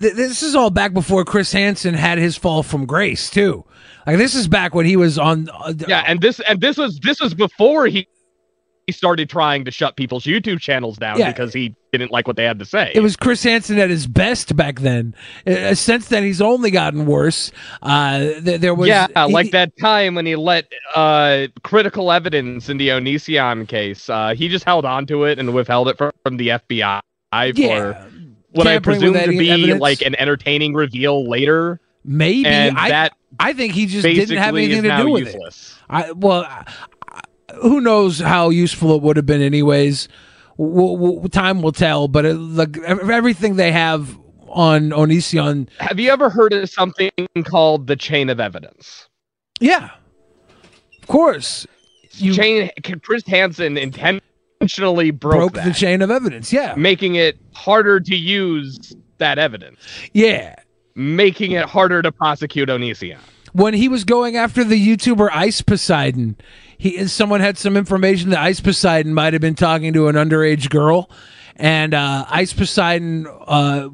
S2: Th- this is all back before Chris Hansen had his fall from grace too. Like this is back when he was on. Uh,
S11: Yeah, and this and this was this was before he he started trying to shut people's YouTube channels down
S2: Yeah.
S11: because he didn't like what they had to say.
S2: it was Chris Hansen at his best back then. Uh, since then, he's only gotten worse. Uh, th- there was
S11: yeah,
S2: he-
S11: like that time when he let uh, critical evidence in the Onision case. Uh, he just held on to it and withheld it from, from the FBI
S2: Yeah.
S11: for what I
S2: Tampering
S11: presume
S2: with
S11: to
S2: any
S11: be
S2: evidence.
S11: like an entertaining reveal later.
S2: Maybe
S11: and
S2: I.
S11: that
S2: I think he just didn't have
S11: basically is
S2: anything to
S11: now
S2: do with
S11: useless.
S2: it. I well, I, I- who knows how useful it would have been, anyways. W- w- time will tell. But it, like ev- everything they have on Onision,
S11: Have you ever heard of something called the chain of evidence?
S2: yeah, of course,
S11: chain Chris Hansen intentionally broke,
S2: broke
S11: that,
S2: the chain of evidence. Yeah,
S11: making it harder to use that evidence,
S2: yeah.
S11: making it harder to prosecute Onision.
S2: when he was going after the YouTuber Ice Poseidon, he someone had some information that Ice Poseidon might have been talking to an underage girl, and uh, Ice Poseidon uh,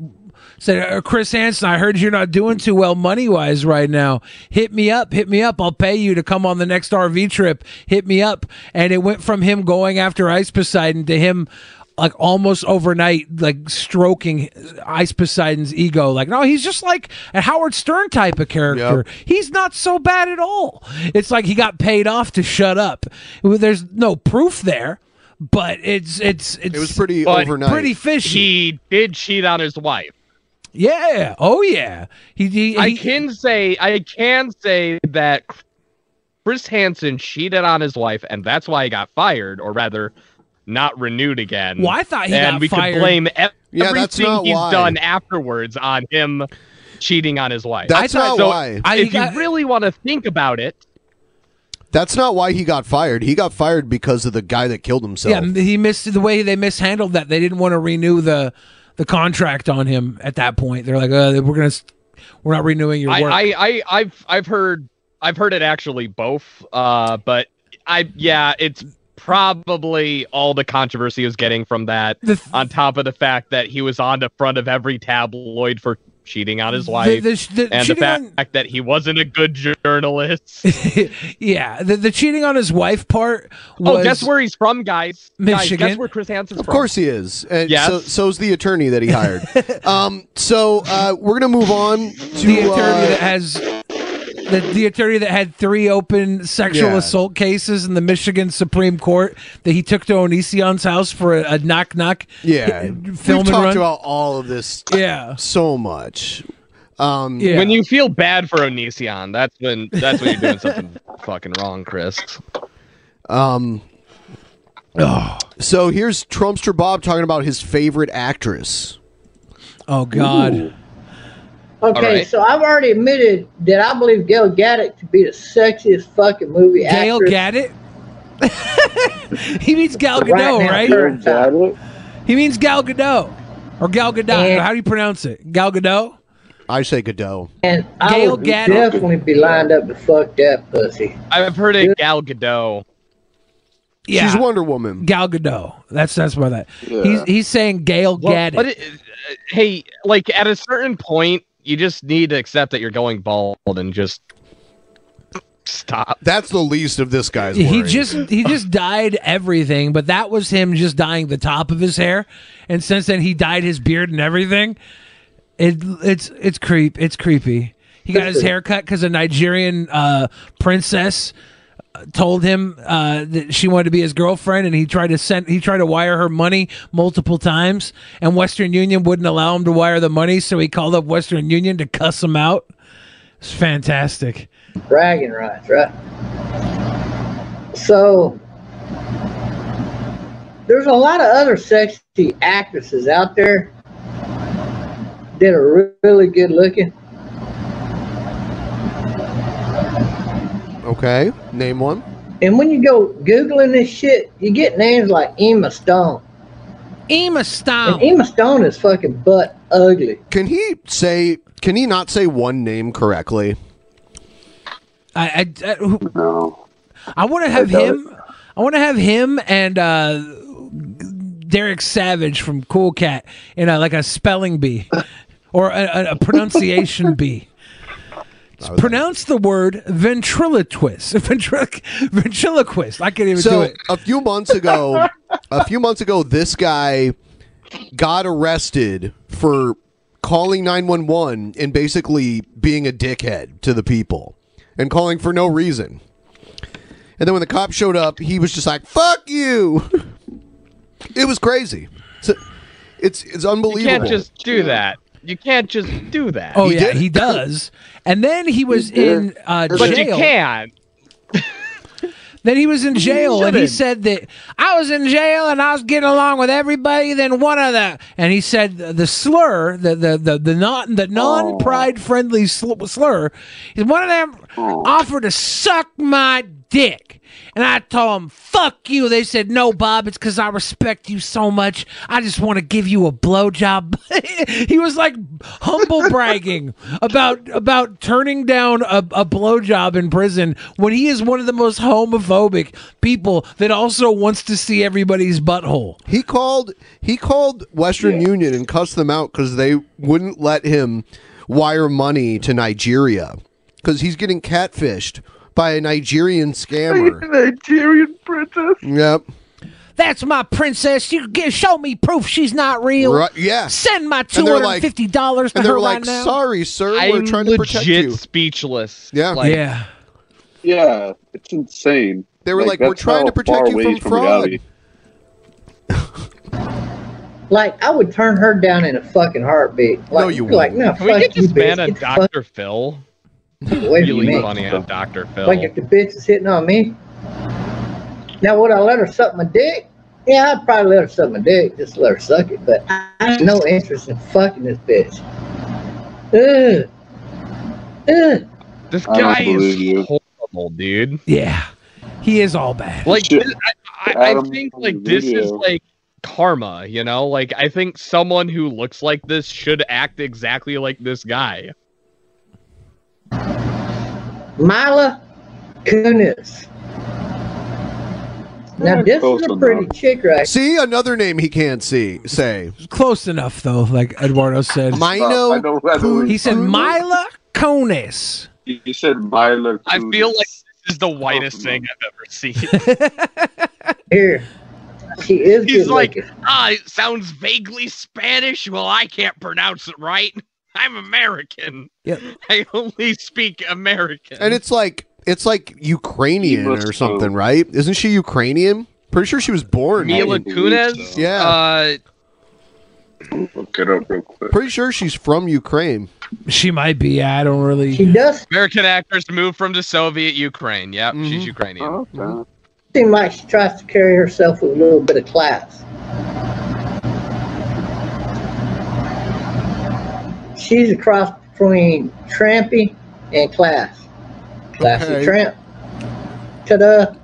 S2: said, "Uh, "Chris Hansen, I heard you're not doing too well money wise right now. Hit me up, hit me up. I'll pay you to come on the next RV trip. Hit me up." And it went from him going after Ice Poseidon to him. Like almost overnight, like stroking Ice Poseidon's ego. Like, no, he's just like a Howard Stern type of character. He's not so bad at all. It's like he got paid off to shut up. Well, There's no proof there, but it's it's it's Pretty fishy.
S11: He did cheat on his wife.
S2: Yeah. Oh yeah. He, he,
S11: I
S2: he-
S11: can say I can say that Chris Hansen cheated on his wife, and that's why he got fired, or rather, not renewed again.
S2: Well, I thought he
S11: and
S2: got
S11: we
S2: fired-
S11: could blame ev-
S2: Yeah,
S11: everything
S2: that's not
S11: he's
S2: why.
S11: done afterwards on him cheating on his wife.
S8: That's I thought- not
S11: so
S8: why. I-
S11: If
S8: I-
S11: you really want to think about it,
S8: That's not why he got fired. He got fired because of the guy that killed himself.
S2: yeah. He missed the way they mishandled that. They didn't want to renew the the contract on him at that point. They're like, uh, we're gonna s- we're not renewing your
S11: I,
S2: work.
S11: I, I, I've I've heard I've heard it actually both. Uh, but I yeah, it's probably all the controversy he was getting from that. on top of the fact that he was on the front of every tabloid for cheating on his wife,
S2: the- the
S11: and the
S2: cheating
S11: fact that he wasn't a good journalist.
S2: yeah. The, the cheating on his wife part. Was,
S11: oh, guess where he's from, guys. Guys,
S2: Michigan.
S11: guess where Chris Hansen's
S8: Of course he is. And
S11: Yes.
S8: so so's the attorney that he hired. um so uh we're going to move on to
S2: the attorney
S8: uh,
S2: that has the, the attorney that had three open sexual
S8: Yeah.
S2: assault cases in the Michigan Supreme Court that he took to Onision's house for a, a knock knock.
S8: Yeah,
S2: film
S8: We've
S2: and
S8: talked
S2: run.
S8: about all of this.
S2: Yeah,
S8: so much. Um,
S11: When you feel bad for Onision, that's when that's when you're doing something fucking wrong, Chris.
S8: Um, so here's Trumpster Bob talking about his favorite actress.
S2: Oh God.
S18: Okay,
S8: Alright.
S18: so I've already admitted that I believe Gail Gadot to be the sexiest fucking movie
S2: Gail
S18: actress.
S2: Gadot. he means Gal
S18: Right
S2: Gadot,
S18: now,
S2: right?
S18: current
S2: He means Gal Gadot or Gal Gadot. How do you pronounce it? Gal Gadot.
S8: I say Gadot.
S18: And I
S2: Gail
S18: would
S2: Gadot.
S18: definitely be lined up to fuck that pussy.
S11: I've heard it Gal Gadot.
S2: Yeah. She's
S8: Wonder Woman.
S2: Gal Gadot. That's that's why that.
S11: Yeah.
S2: He's he's saying Gail
S11: Well,
S2: Gadot.
S11: but it- uh, hey, like at a certain point, you just need to accept that you're going bald and just stop.
S8: That's the least of this guy's
S2: he just he just dyed everything, but that was him just dyeing the top of his hair, and since then he dyed his beard and everything. It it's it's creep it's creepy. He got his hair cut because a Nigerian uh, princess uh, told him uh, that she wanted to be his girlfriend, and he tried to send he tried to wire her money multiple times, and Western Union wouldn't allow him to wire the money, so he called up Western Union to cuss him out. It's fantastic.
S18: Bragging rights, right? So there's a lot of other sexy actresses out there that are re- really good looking.
S8: Okay, name one.
S18: And when you go googling this shit, you get names like Emma Stone.
S2: Emma Stone.
S18: And Emma Stone is fucking butt ugly.
S8: Can he say? Can he not say one name correctly?
S2: I I, I, who-
S8: No.
S2: I want to have
S8: doubt
S2: him. I want to have him and uh, Derek Savage from Cool Cat in a, like a spelling bee or a, a, a pronunciation bee. Pronounce the word ventriloquist. Ventriloqu- ventriloquist. I can't even do
S8: So
S2: it.
S8: a few months ago, a few months ago, this guy got arrested for calling nine one one and basically being a dickhead to the people and calling for no reason. And then when the cop showed up, he was just like, "Fuck you." It was crazy. It's it's, it's unbelievable.
S11: You can't just do that. You can't just do that.
S2: Oh yeah, he does. And then he was in uh, jail.
S11: But you can't.
S2: Then he was in jail, and he
S11: shouldn't.
S2: said that I was in jail and I was getting along with everybody. Then one of the and he said the, the slur, the the the, the non
S8: Oh.
S2: the non pride friendly sl- slur, is one of them offered to suck my dick. And I told him, fuck you. They said, no, Bob, it's because I respect you so much. I just want to give you a blowjob. he was like humble bragging about about turning down a, a blowjob in prison when he is one of the most homophobic people that also wants to see everybody's butthole.
S8: He called he called Western Union and cussed them out because they wouldn't let him wire money to Nigeria because he's getting catfished by a Nigerian scammer.
S2: Nigerian princess.
S8: yep.
S2: That's my princess. You give, show me proof she's not real.
S8: Right, yeah.
S2: Send my two
S8: And they're
S2: hundred
S8: like-
S2: and fifty dollars to
S8: and they're
S2: her
S8: like,
S2: right now.
S8: "Sorry, sir,
S11: I'm legit
S8: you."
S11: speechless.
S8: Yeah.
S11: Like,
S2: yeah.
S9: Yeah, it's insane.
S8: They were like, "We're
S9: that's
S8: trying
S9: how
S8: to protect
S9: far
S8: you
S9: away
S8: from
S9: he's
S8: fraud."
S9: reality.
S18: Like I would turn her down in a fucking heartbeat. Like,
S11: No, you
S18: like no,
S11: Can we
S18: fuck
S11: get
S18: you,
S11: this man
S18: bitch.
S11: on
S18: Get the
S11: Dr. Phil?
S18: Wait a
S11: really
S18: minute.
S11: funny on Dr. Phil.
S18: Like if the bitch is hitting on me. Now would I let her suck my dick? Yeah, I'd probably let her suck my dick, just let her suck it. But I have no interest in fucking this bitch. Ugh. Ugh.
S11: this
S18: I don't
S11: guy is
S18: believe you.
S11: horrible, dude.
S2: Yeah. He is all bad.
S11: Like
S2: Shit.
S11: this- I, I, I
S2: Adam
S11: think like this is
S2: video.
S11: like karma, you know? Like I think someone who looks like this should act exactly like this guy.
S18: Mila Kunis. Now this
S8: Close
S18: is a
S8: enough.
S18: pretty chick right
S8: See another name he can't see say.
S2: Close enough though, like Eduardo said.
S8: Mino.
S9: I don't- I don't-
S2: He said Mila Kunis.
S9: You you said Myler.
S11: I feel like this is the whitest thing I've ever seen.
S18: here. She is
S11: He's
S18: good
S11: like,
S18: looking.
S11: ah, it sounds vaguely Spanish. Well, I can't pronounce it right. I'm American.
S8: Yeah.
S11: I only speak American.
S8: And it's like it's like Ukrainian
S11: Mila
S8: or something, right? Isn't she Ukrainian? Pretty sure she was born.
S11: Mila
S8: in-
S11: Kunis.
S8: Yeah.
S11: Uh,
S9: Uh, Look it up real quick.
S8: Pretty sure she's from Ukraine.
S2: She might be. Yeah, I don't really.
S18: She does.
S11: American actress moved from the Soviet Ukraine. Yep,
S8: Mm-hmm.
S11: she's Ukrainian.
S18: Seems like she tries to carry herself with a little bit of class. She's a cross between trampy and class. Classy
S14: Okay.
S18: tramp. Ta-da.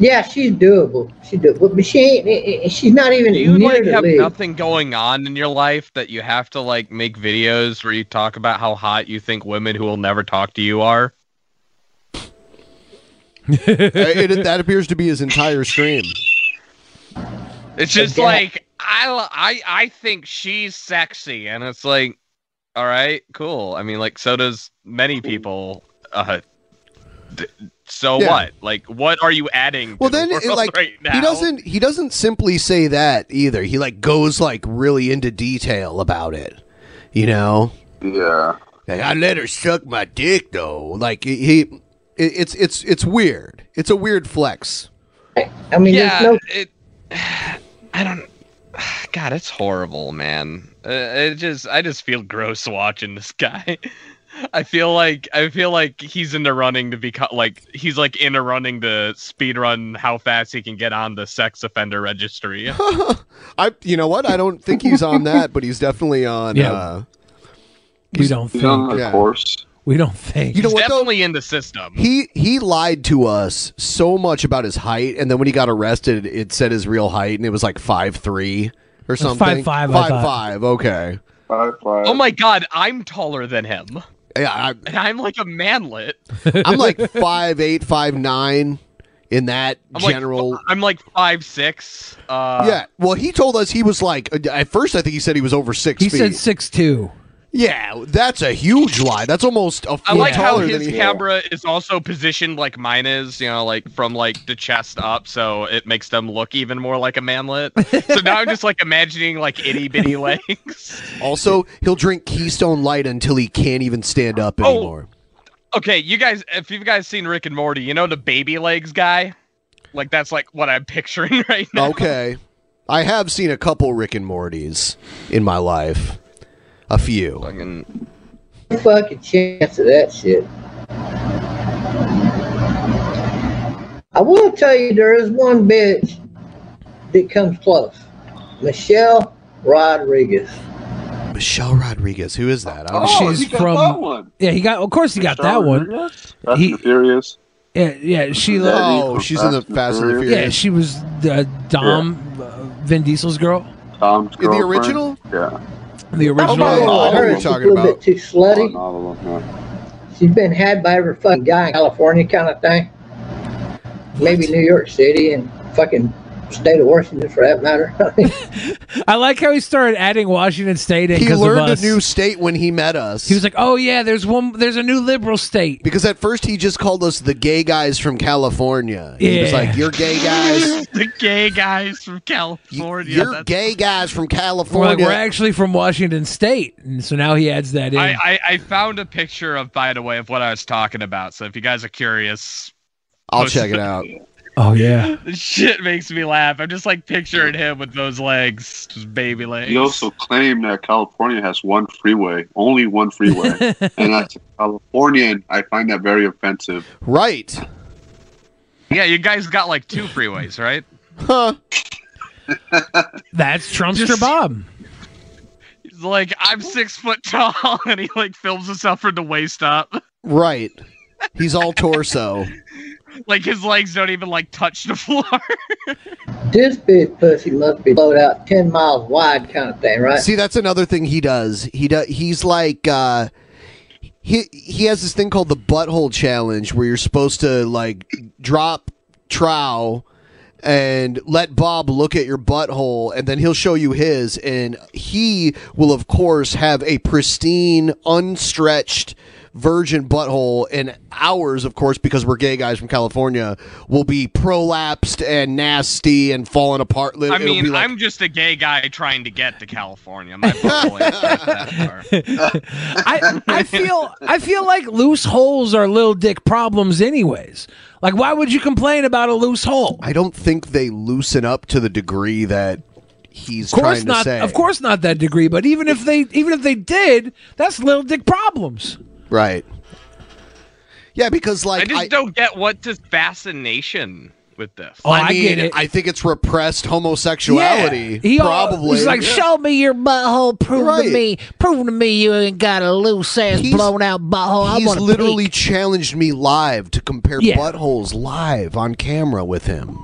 S18: Yeah, she's doable. She's doable, but she ain't. eh, eh, She's not even
S11: You
S18: near
S11: like
S18: the
S11: have
S18: league.
S11: nothing going on in your life that you have to like make videos where you talk about how hot you think women who will never talk to you are.
S8: Uh, it, that appears to be his entire stream.
S11: It's just
S8: Yeah.
S11: like I, li- I I think she's sexy, and it's like, all right, cool. I mean, like so does many people. Uh, d- so
S8: Yeah.
S11: what? Like, what are you adding?
S8: Well,
S11: to
S8: then,
S11: the
S8: it,
S11: world
S8: like
S11: right now?
S8: he doesn't he doesn't simply say that either. He like goes like really into detail about it. You know.
S9: Yeah.
S8: Like, I let her suck my dick though. Like he, he it, it's it's it's weird. It's a weird flex.
S18: I mean,
S11: yeah, it, I don't. God, it's horrible, man. Uh, it just, I just feel gross watching this guy. I feel like I feel like he's in the running to become like he's like in a running to speed run how fast he can get on the sex offender registry.
S8: I you know what? I don't think he's on that, but he's definitely on.
S11: Yeah.
S8: Uh,
S2: We don't think.
S8: Yeah.
S2: We don't think.
S8: You know
S11: he's
S8: what, though?
S11: definitely in the system.
S8: He he lied to us so much about his height, and then when he got arrested, it said his real height, and it was like five three or
S2: It's
S8: something.
S2: 5'5", I
S8: Five
S2: thought.
S8: five, Okay.
S9: Five five.
S11: Oh my god, I'm taller than him.
S8: Yeah, I,
S11: And I'm like a manlet.
S8: I'm like five eight, five nine, in that
S11: I'm like,
S8: general.
S11: I'm like five six. Uh,
S8: yeah. Well, he told us he was like. At first, I think he said he was over six.
S2: He
S8: feet.
S2: said six two.
S8: Yeah, that's a huge lie. That's almost a foot
S11: I like how
S8: taller
S11: his
S8: than he.
S11: camera is also positioned like mine is, you know, like from like the chest up, so it makes them look even more like a manlet. so now I'm just like imagining like itty bitty legs.
S8: Also, he'll drink Keystone Light until he can't even stand up
S11: Oh.
S8: anymore.
S11: Okay, you guys, if you've guys seen Rick and Morty, you know the baby legs guy. Like that's like what I'm picturing right now.
S8: Okay. I have seen a couple Rick and Mortys in my life. A few.
S18: no fucking chance of that shit. I will tell you, there is one bitch that comes close. Michelle Rodriguez.
S8: Michelle Rodriguez, who is that? I don't
S2: Oh, She's he got from- that
S9: one.
S2: Yeah, he got. Of course, he got that one.
S9: Fast and Furious.
S2: Yeah, yeah. She.
S9: Daddy
S8: Oh,
S9: from
S8: she's in the Fast and the Furious.
S2: Yeah, she was uh, Dom, uh, Vin Diesel's girl.
S9: Tom's
S2: In the
S9: girlfriend.
S2: original?
S9: Yeah.
S8: Oh,
S2: The original.
S18: I know she's a little bit too slutty. She's been had by every fucking guy in California, kind of thing. Maybe New York City and fucking state of Washington, for that matter.
S2: I like how he started adding Washington State in.
S8: He
S2: 'cause
S8: learned
S2: of
S8: a
S2: us.
S8: new state when he met us.
S2: He was like, "Oh yeah, there's one. There's a new liberal state."
S8: Because at first he just called us the gay guys from California. He was
S2: Yeah.
S8: like, You're gay guys.
S11: the gay guys from California.
S8: You're
S11: that's-
S8: gay guys from
S2: We're like,
S8: California.
S2: we're actually from Washington State, and so now he adds that in.
S11: I, I, I found a picture of, by the way, of what I was talking about. So if you guys are curious,
S8: I'll check it out.
S2: oh yeah.
S11: This shit makes me laugh. I'm just like picturing him with those legs, just baby legs.
S9: He also claimed that California has one freeway, only one freeway, and that's Californian. I find that very offensive.
S8: Right.
S11: Yeah, you guys got like two freeways, right?
S8: Huh.
S2: That's Trumpster Bob.
S11: He's like, I'm six foot tall, and he like films himself from the waist up.
S8: Right. He's all torso.
S11: Like his legs don't even like touch the floor.
S18: this bitch pussy must be blowed out 10 miles wide, kind of thing, right?
S8: See, that's another thing he does. He does. He's like uh, he he has this thing called the butthole challenge, where you're supposed to like drop trow and let Bob look at your butthole, and then he'll show you his, and he will of course have a pristine, unstretched virgin butthole, and ours, of course, because we're gay guys from California, will be prolapsed and nasty and falling apart. It'll
S11: I
S8: be
S11: mean,
S8: like-
S11: I'm just a gay guy trying to get to California. My butthole ain't that far.
S2: I, I feel I feel like loose holes are little dick problems anyways. Like why would you complain about a loose hole?
S8: I don't think they loosen up to the degree that he's
S2: Of course
S8: trying
S2: not.
S8: to say.
S2: Of course not that degree, but even if they even if they did, that's little dick problems.
S8: Right. Yeah, because like
S11: I just don't get what this fascination with this.
S2: Oh,
S8: Oh, I, mean, I think it's repressed homosexuality.
S2: He all-
S8: probably.
S2: He's like,
S8: Yeah.
S2: show me your butthole. Prove
S8: Right.
S2: to me. Prove to me you ain't got a loose ass, blown out butthole.
S8: He's
S2: I
S8: literally challenged me live to compare
S2: Yeah.
S8: buttholes live on camera with him.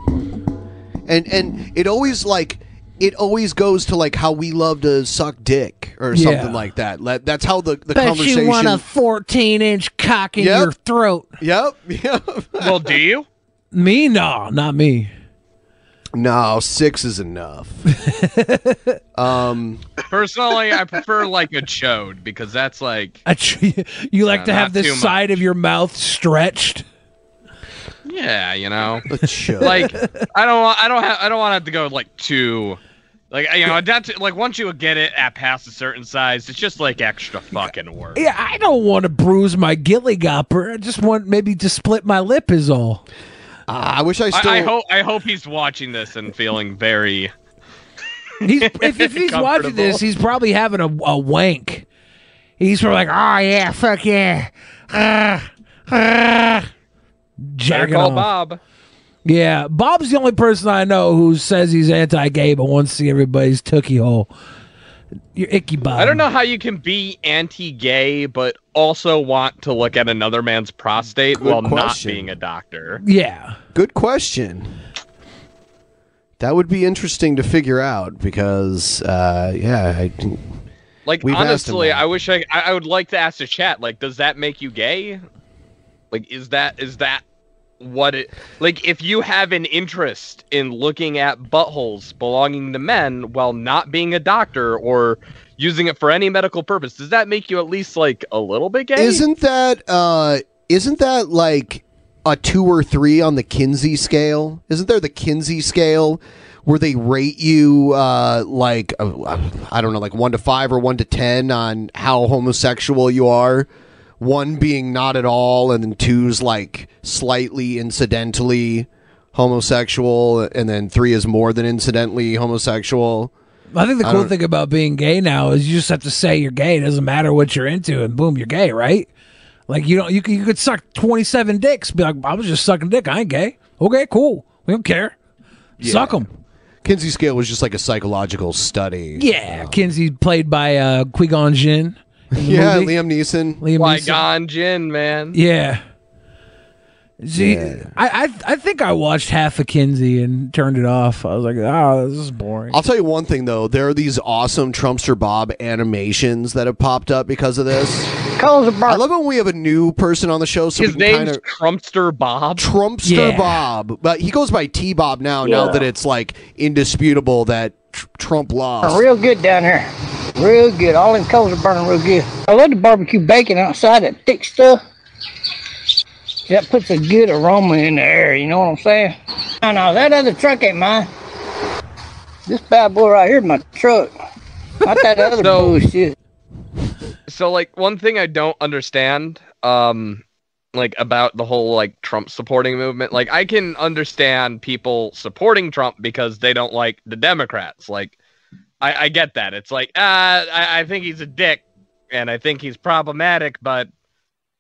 S8: And and it always like it always goes to like how we love to suck dick or
S2: Yeah.
S8: something like that. Let- That's how the, the
S2: Bet
S8: conversation
S2: you want a 14 inch cock in
S8: Yep.
S2: your throat.
S8: Yep. Yep.
S11: well, do you?
S2: Me? No, not me.
S8: No, six is enough. um
S11: Personally, I prefer like a chode because that's like
S2: A ch- you like
S11: Yeah,
S2: to
S11: not
S2: have
S11: too
S2: this
S11: much.
S2: side of your mouth stretched.
S11: Yeah, you know,
S8: chode.
S11: like I don't, wa- I don't have, I don't want to have to go like two, like you know, adapt to, like once you get it at past a certain size, it's just like extra fucking work.
S2: Yeah, I don't want to bruise my gilly gopper. I just want maybe to split my lip is all.
S8: Uh, I wish
S11: I, I hope, I hope he's watching this and feeling very.
S2: He's if, if he's watching this, he's probably having a, a wank. He's probably like, oh yeah, fuck yeah, uh, uh,
S11: Better
S2: jacking
S11: call
S2: off.
S11: Bob.
S2: Yeah, Bob's the only person I know who says he's anti-gay but wants to see everybody's tookie hole. You're icky Bob.
S8: Um,
S11: I don't know how you can be anti-gay but also want to look at another man's prostate
S8: Good
S11: while
S8: question.
S11: not being a doctor.
S2: Yeah.
S8: Good question. That would be interesting to figure out because, uh, yeah, I,
S11: Like
S8: We've asked him
S11: honestly,
S8: that.
S11: I wish I I I would like to ask the chat like does that make you gay? Like is that is that what it like if you have an interest in looking at buttholes belonging to men while not being a doctor or using it for any medical purpose, does that make you at least like a little bit gay?
S8: isn't that uh, isn't that like a two or three on the Kinsey scale? Isn't there the Kinsey scale where they rate you uh, like uh, I don't know, like one to five or one to ten on how homosexual you are? One being not at all, and then two's like slightly incidentally homosexual, and then three is more than incidentally homosexual.
S2: I think the
S8: I
S2: cool
S8: don't-
S2: thing about being gay now is you just have to say you're gay. It doesn't matter what you're into, and boom, you're gay, right? Like you don't you could, you could suck twenty seven dicks, be like, I was just sucking dick. I ain't gay. Okay, cool. We don't care. Suck 'em. Suck them.
S8: Kinsey scale was just like a psychological study.
S2: Yeah, Kinsey played by uh, Quigon Jin. in the
S8: Yeah,
S2: movie.
S8: Liam Neeson.
S2: Liam
S11: Why
S2: Neeson.
S11: Gon Jin, man?
S2: Yeah. See, I, I I think I watched half of Kinsey and turned it off. I was like, oh, this is boring.
S8: I'll tell you one thing though, there are these awesome Trumpster Bob animations that have popped up because of this. I love it when we have a new person on the show, so
S11: His
S8: we can
S11: name's
S8: kind of
S11: Trumpster Bob.
S8: Trumpster
S11: Yeah.
S8: Bob, but he goes by T Bob now. Now
S11: Yeah.
S8: that it's like indisputable that tr- Trump lost.
S18: Real good down here. Real good. All them coals are burning real good. I love the barbecue bacon outside that thick stuff. That puts a good aroma in the air, you know what I'm saying? No, no, that other truck ain't mine. This bad boy right here is my truck. Not that other bullshit.
S11: so like one thing I don't understand, um, like about the whole like Trump supporting movement. Like I can understand people supporting Trump because they don't like the Democrats. Like I, I get that. It's like uh, I, I think he's a dick and I think he's problematic, but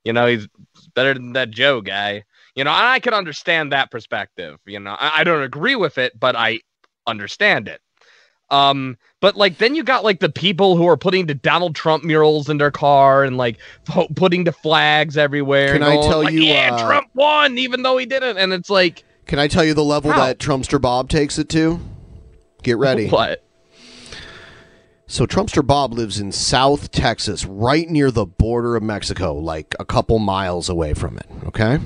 S11: you know he's better than that Joe guy. You know, and I can understand that perspective. You know, I, I don't agree with it, but I understand it. Um, but like then you got like the people who are putting the Donald Trump murals in their car and like fo- putting the flags everywhere.
S8: Can
S11: and
S8: I
S11: all,
S8: tell
S11: like,
S8: you,
S11: Yeah,
S8: uh,
S11: Trump won, even though he didn't. And it's like,
S8: Can I tell you the level
S11: How?
S8: that Trumpster Bob takes it to? Get ready.
S11: What?
S8: So Trumpster Bob lives in South Texas, right near the border of Mexico, like a couple miles away from it. Okay.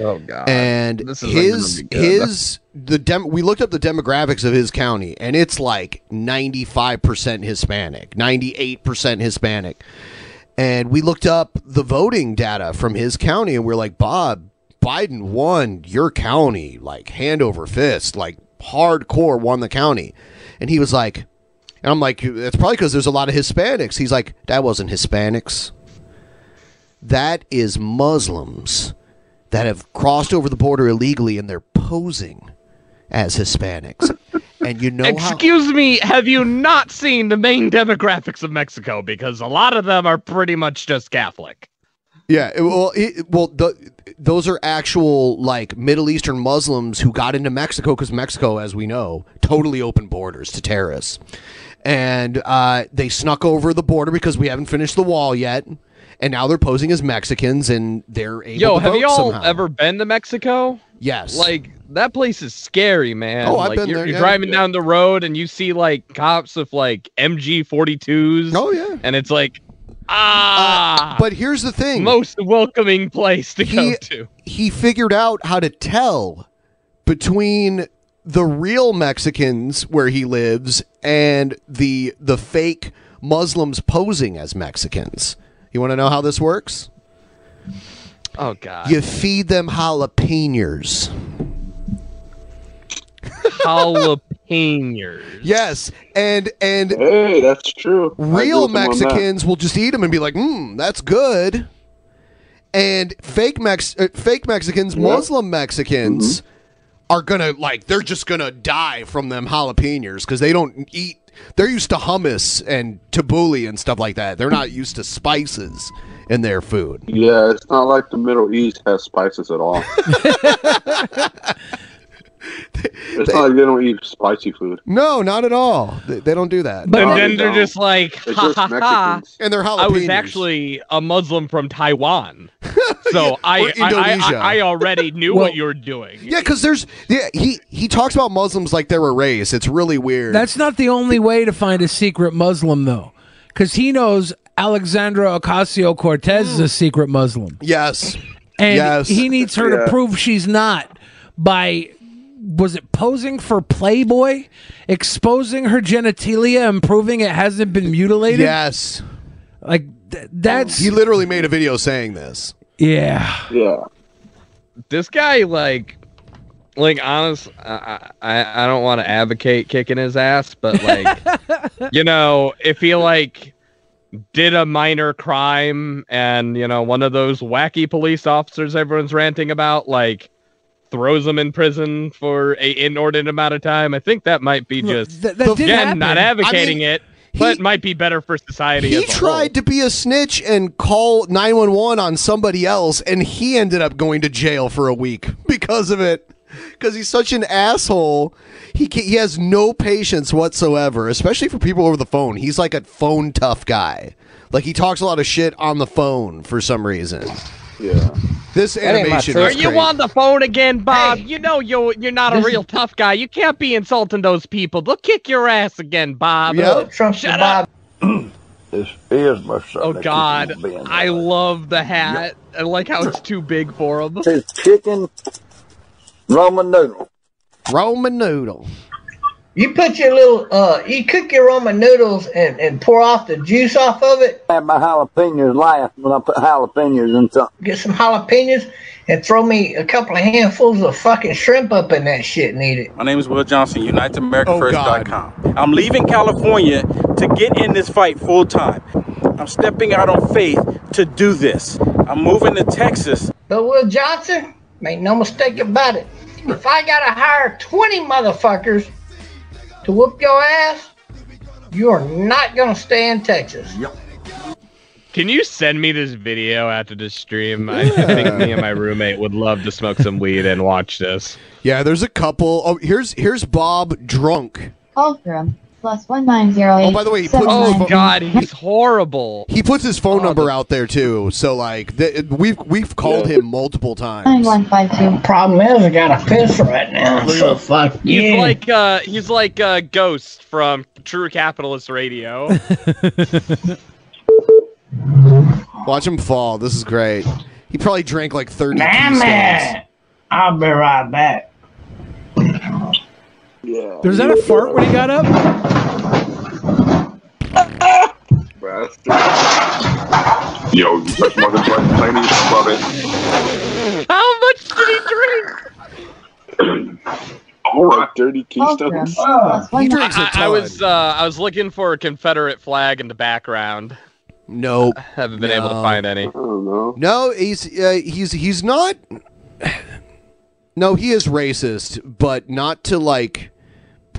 S11: oh god.
S8: and
S11: This isn't gonna
S8: his
S11: be good.
S8: his the dem- we looked up the demographics of his county and it's like 95% Hispanic, 98% Hispanic. and we looked up the voting data from his county, and we are like, Bob, Biden won your county, like hand over fist, like hardcore won the county. And he was like, and I'm like, that's probably because there's a lot of Hispanics. He's like, that wasn't Hispanics. That is Muslims that have crossed over the border illegally and they're posing as Hispanics. and you know how
S11: Excuse me, have you not seen the main demographics of Mexico? Because a lot of them are pretty much just Catholic.
S8: Yeah, it- well, it, well, the, those are actual like Middle Eastern Muslims who got into Mexico because Mexico, as we know, totally open borders to terrorists, and uh, they snuck over the border because we haven't finished the wall yet, and now they're posing as Mexicans and they're able
S11: Yo,
S8: to
S11: have
S8: vote
S11: y'all
S8: somehow.
S11: ever been to Mexico?
S8: Yes.
S11: Like that place is scary, man.
S8: Oh, I've
S11: Like,
S8: been
S11: you're,
S8: there,
S11: You're
S8: yeah.
S11: driving down the road and you see like cops with like MG 42s. Oh
S8: yeah. Uh,
S11: And it's like ah.
S8: but here's the thing.
S11: Most welcoming place to go
S8: He-
S11: to.
S8: he figured out how to tell between the real Mexicans where he lives and the the fake Muslims posing as Mexicans. You want to know how this works?
S11: Oh god.
S8: You feed them jalapenos.
S11: Jalapenos.
S8: Yes, and and
S9: hey, that's true.
S8: Real
S9: with him on that.
S8: Mexicans will just eat them and be like, "Hmm, that's good." And fake Mex, uh, fake Mexicans, Muslim Mexicans,
S9: Mm-hmm.
S8: are gonna like they're just gonna die from them jalapenos because they don't eat. They're used to hummus and tabbouleh and stuff like that. They're not used to spices in their food.
S9: Yeah, it's not like the Middle East has spices at all. it's not like they don't eat spicy food.
S8: No, not at all. They, they don't do that.
S11: and then they're just like,
S9: They're
S11: ha
S9: just
S11: ha ha.
S9: Mexicans.
S8: And they're
S11: I was
S8: jalapenos.
S11: actually a Muslim from Taiwan, so I, I,
S8: Indonesia.
S11: I I already knew
S8: Well-
S11: what you were doing.
S8: yeah, because there's yeah he he talks about Muslims like they're a race. It's really weird.
S2: That's not the only way to find a secret Muslim, though, because he knows Alexandra Ocasio Cortez is a secret Muslim.
S8: Mm. Yes.
S2: And
S8: Yes.
S2: he needs her
S8: Yeah.
S2: to prove she's not by, was it posing for Playboy, exposing her genitalia and proving it hasn't been mutilated?
S8: Yes.
S2: Like, th- that's.
S8: He literally made a video saying this.
S2: Yeah.
S9: Yeah.
S11: This guy, like, like honest, I I, I don't want to advocate kicking his ass, but like, you know, if he like did a minor crime and you know one of those wacky police officers everyone's ranting about, like. Throws him in prison for a inordinate amount of time. I think that might be just
S2: that- that did
S11: again not
S2: happen.
S11: advocating
S8: I mean,
S11: it, but might be better for society.
S8: He
S11: as a whole.
S8: tried to be a snitch and call 911 on somebody else, and he ended up going to jail for a week because of it. Because he's such an asshole. He, ca he has no patience whatsoever, especially for people over the phone. He's like a phone tough guy. Like, he talks a lot of shit on the phone for some reason.
S9: Yeah.
S8: This
S11: That ain't my
S8: animation.
S11: truth.
S8: is
S11: Are you
S8: crazy.
S11: on the phone again, Bob? You know you you're not a real tough guy. You can't be insulting those people. They'll kick your ass again, Bob.
S19: Yep. Trump
S11: Shut
S19: to
S11: up.
S19: This is my son.
S11: Oh
S19: that keeps
S11: God,
S19: on being-
S11: I love the hat. I like how it's too big for him.
S19: It says chicken Roman noodle.
S8: Roman noodle.
S5: You put your little, uh, you cook your Roman noodles and, and pour off the juice off of it.
S19: I had my jalapenos last when I put jalapenos in something.
S5: Get some jalapenos and throw me a couple of handfuls of fucking shrimp up in that shit and eat it.
S20: My name is Will Johnson,
S1: Oh,
S20: UniteAmericaFirst.com. I'm leaving California to get in this fight full time. I'm stepping out on faith to do this. I'm moving to Texas.
S5: But Will Johnson, make no mistake about it. If I gotta hire 20 motherfuckers to whoop your ass, you are not gonna stay in Texas.
S11: Can you send me this video after the stream? I think me and my roommate would love to smoke some weed and watch this.
S8: Yeah, there's a couple. Oh, here's here's Bob drunk.
S21: Call from plus one nine zero eight.
S8: Oh, by the way, he puts his
S11: Oh
S8: phone-
S11: God, he's horrible.
S8: He puts his phone number out there too, so like th- we've we've called him multiple times.
S21: nine one five two.
S5: Problem is, I got a piss right now, so fuck
S11: He's
S5: you.
S11: like uh he's like uh Ghost from True Capitalist Radio.
S8: Watch him fall. This is great. He probably drank like 30
S5: Mammy!
S8: Tuesdays.
S5: I'll be right back.
S9: Yeah.
S2: Was that a fart when he got up?
S9: Bro, that's- Yo, you touch mother butt, tiny, love it.
S13: How much did he drink?
S9: All right, dirty keystones.
S11: Ah. I, I- I was uh, I was looking for a Confederate flag in the background.
S8: Nope.
S11: Haven't been able to find any.
S8: No, he's uh, he's he's not. No, he is racist, but not to like,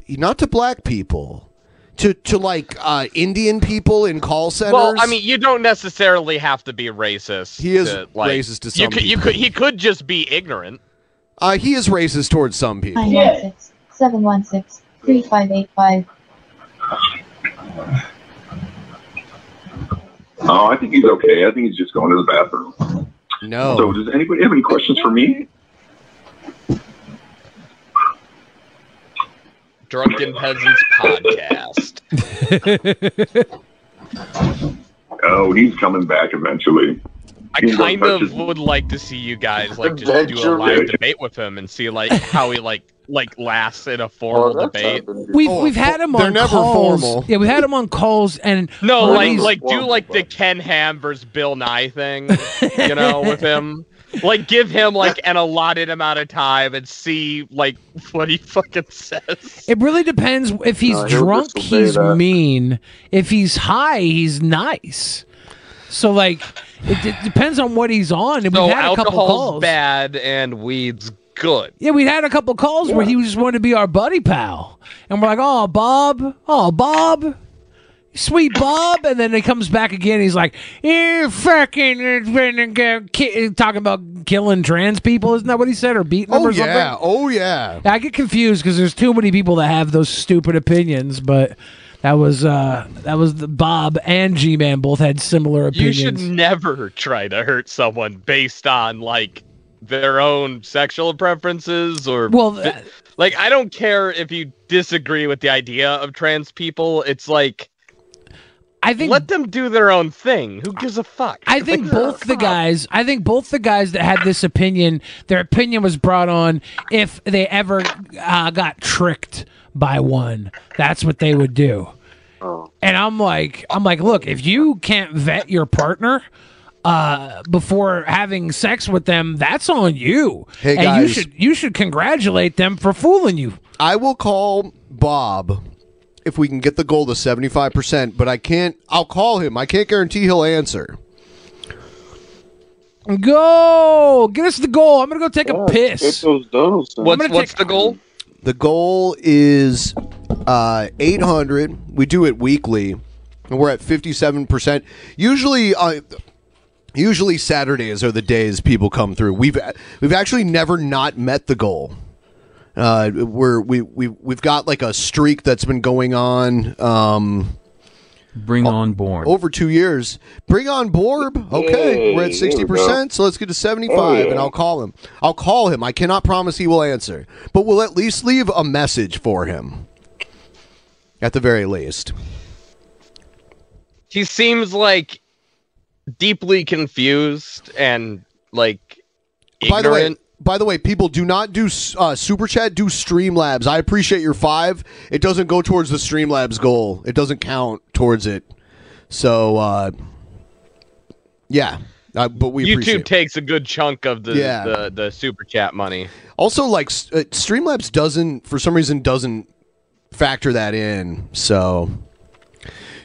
S8: not to black people, to to like uh, Indian people in call centers.
S11: Well, I mean, you don't necessarily have to be racist.
S8: He is
S11: to, like,
S8: racist to
S11: you
S8: some
S11: could, you
S8: people.
S11: could he could just be ignorant.
S8: uh, he is racist towards some people.
S21: 916 716 3585.
S3: Oh, I think he's okay. I think he's just going to the bathroom.
S8: No.
S3: So, does anybody have any questions for me?
S11: Drunken Peasants podcast.
S3: Oh, he's coming back eventually.
S11: I
S3: He's gonna
S11: kind
S3: touch
S11: of
S3: his-
S11: would like to see you guys like just do a
S3: Eventually.
S11: live debate with him and see like how he like like lasts in a formal debate.
S2: We've we've had him on calls. Yeah, we've had him on calls and
S11: No,
S2: one of
S11: like
S2: these-
S11: like do like the Ken Ham versus Bill Nye thing, you know, with him. Like give him like an allotted amount of time and see like what he fucking says.
S2: It really depends if he's
S11: No, he'll
S2: drunk,
S11: disobey
S2: he's
S11: that.
S2: mean. If he's high, he's nice. So like, it d- depends on what he's on. And
S11: So
S2: we've had a couple
S11: alcohol's
S2: calls.
S11: bad and weed's good.
S2: Yeah, we had a couple calls where he just wanted to be our buddy pal, and we're like, "Oh, Bob, oh, Bob, sweet Bob," and then he comes back again. He's like, "You fucking ki- talking about killing trans people, isn't that what he said, or beating them
S8: Oh
S2: or
S8: yeah,
S2: something?"
S8: oh yeah.
S2: I get confused because there's too many people that have those stupid opinions, but. That was uh, that was the Bob and G Man both had similar
S11: You
S2: opinions.
S11: should never try to hurt someone based on like their own sexual preferences or
S2: Well, uh,
S11: fi- like I don't care if you disagree with the idea of trans people. It's like
S2: I think
S11: let them do their own thing. Who gives a fuck?
S2: I think both the guys. I think both the guys that had this opinion, their opinion was brought on if they ever uh, got tricked by one. That's what they would do. And I'm like, I'm like, look, if you can't vet your partner uh, before having sex with them, that's on you.
S8: Hey,
S2: and you
S8: guys.
S2: should you should congratulate them for fooling you.
S8: I will call Bob if we can get the goal to 75%, but I can't I'll call him. I can't guarantee he'll answer.
S2: Go get us the goal. I'm gonna go take a piss.
S11: What's what's the goal?
S8: The goal is uh 800. We do it weekly and we're at 57%. Usually uh, usually Saturdays are the days people come through. We've we've actually never not met the goal. Uh, we're we we we've got like a streak that's been going on. Um,
S10: Bring on Born.
S8: over two years. Bring on Borb. Okay,
S10: Yay,
S8: we're at
S10: there we
S8: sixty
S10: go.
S8: percent, so let's get to seventy-five,
S10: Oh, yeah.
S8: and I'll call him. I'll call him. I cannot promise he will answer, but we'll at least leave a message for him. At the very least,
S11: He seems like deeply confused and like
S8: By the way,
S11: ignorant.
S8: by the way, people do not do uh, super chat. Do Streamlabs. I appreciate your five. It doesn't go towards the Streamlabs goal. It doesn't count towards it. So, uh, yeah. Uh, but we appreciate
S11: YouTube takes a good chunk of the,
S8: Yeah.
S11: the the super chat money.
S8: Also, like s- uh, Streamlabs doesn't, for some reason, doesn't factor that in. So,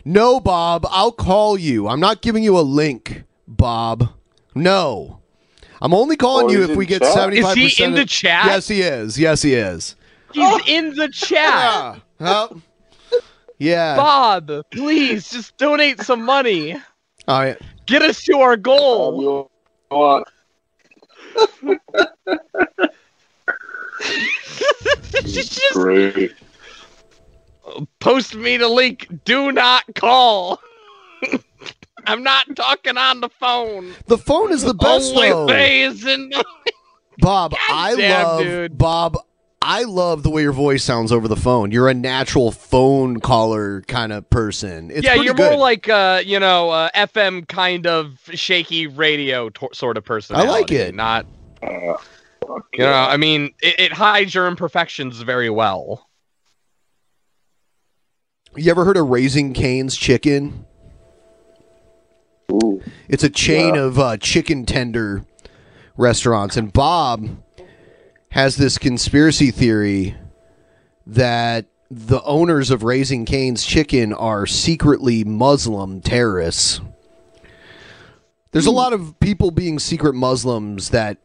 S8: no, Bob, I'll call you. I'm not giving you a link, Bob. No, I'm only calling
S11: Oh,
S8: you
S11: he's
S8: if
S11: in
S8: we get
S11: chat?
S8: seventy five.
S11: Is he in the chat?
S8: Yes, he is. Yes, he is.
S11: He's in the chat.
S8: Oh, yeah.
S11: Bob, please just donate some money.
S8: All right.
S11: Get us to our
S9: Um,
S11: goal. Just
S9: Great.
S11: post me the link. Do not call. I'm not talking on the phone.
S8: The phone is the best
S11: Only
S8: though.
S11: way is in the-
S8: Bob, I
S11: damn,
S8: love
S11: dude.
S8: Bob. I love the way your voice sounds over the phone. You're a natural phone caller kind of person. It's
S11: yeah,
S8: pretty
S11: you're
S8: good.
S11: more like uh, you know, uh, FM kind of shaky radio tor- sort of person.
S8: I like it.
S11: Not, Uh, you know, I mean, it, it hides your imperfections very well.
S8: You ever heard of Raising Cane's Chicken?
S9: Ooh.
S8: It's a chain of uh, chicken tender restaurants, and Bob has this conspiracy theory that the owners of Raising Cane's Chicken are secretly Muslim terrorists. There's a lot of people being secret Muslims that,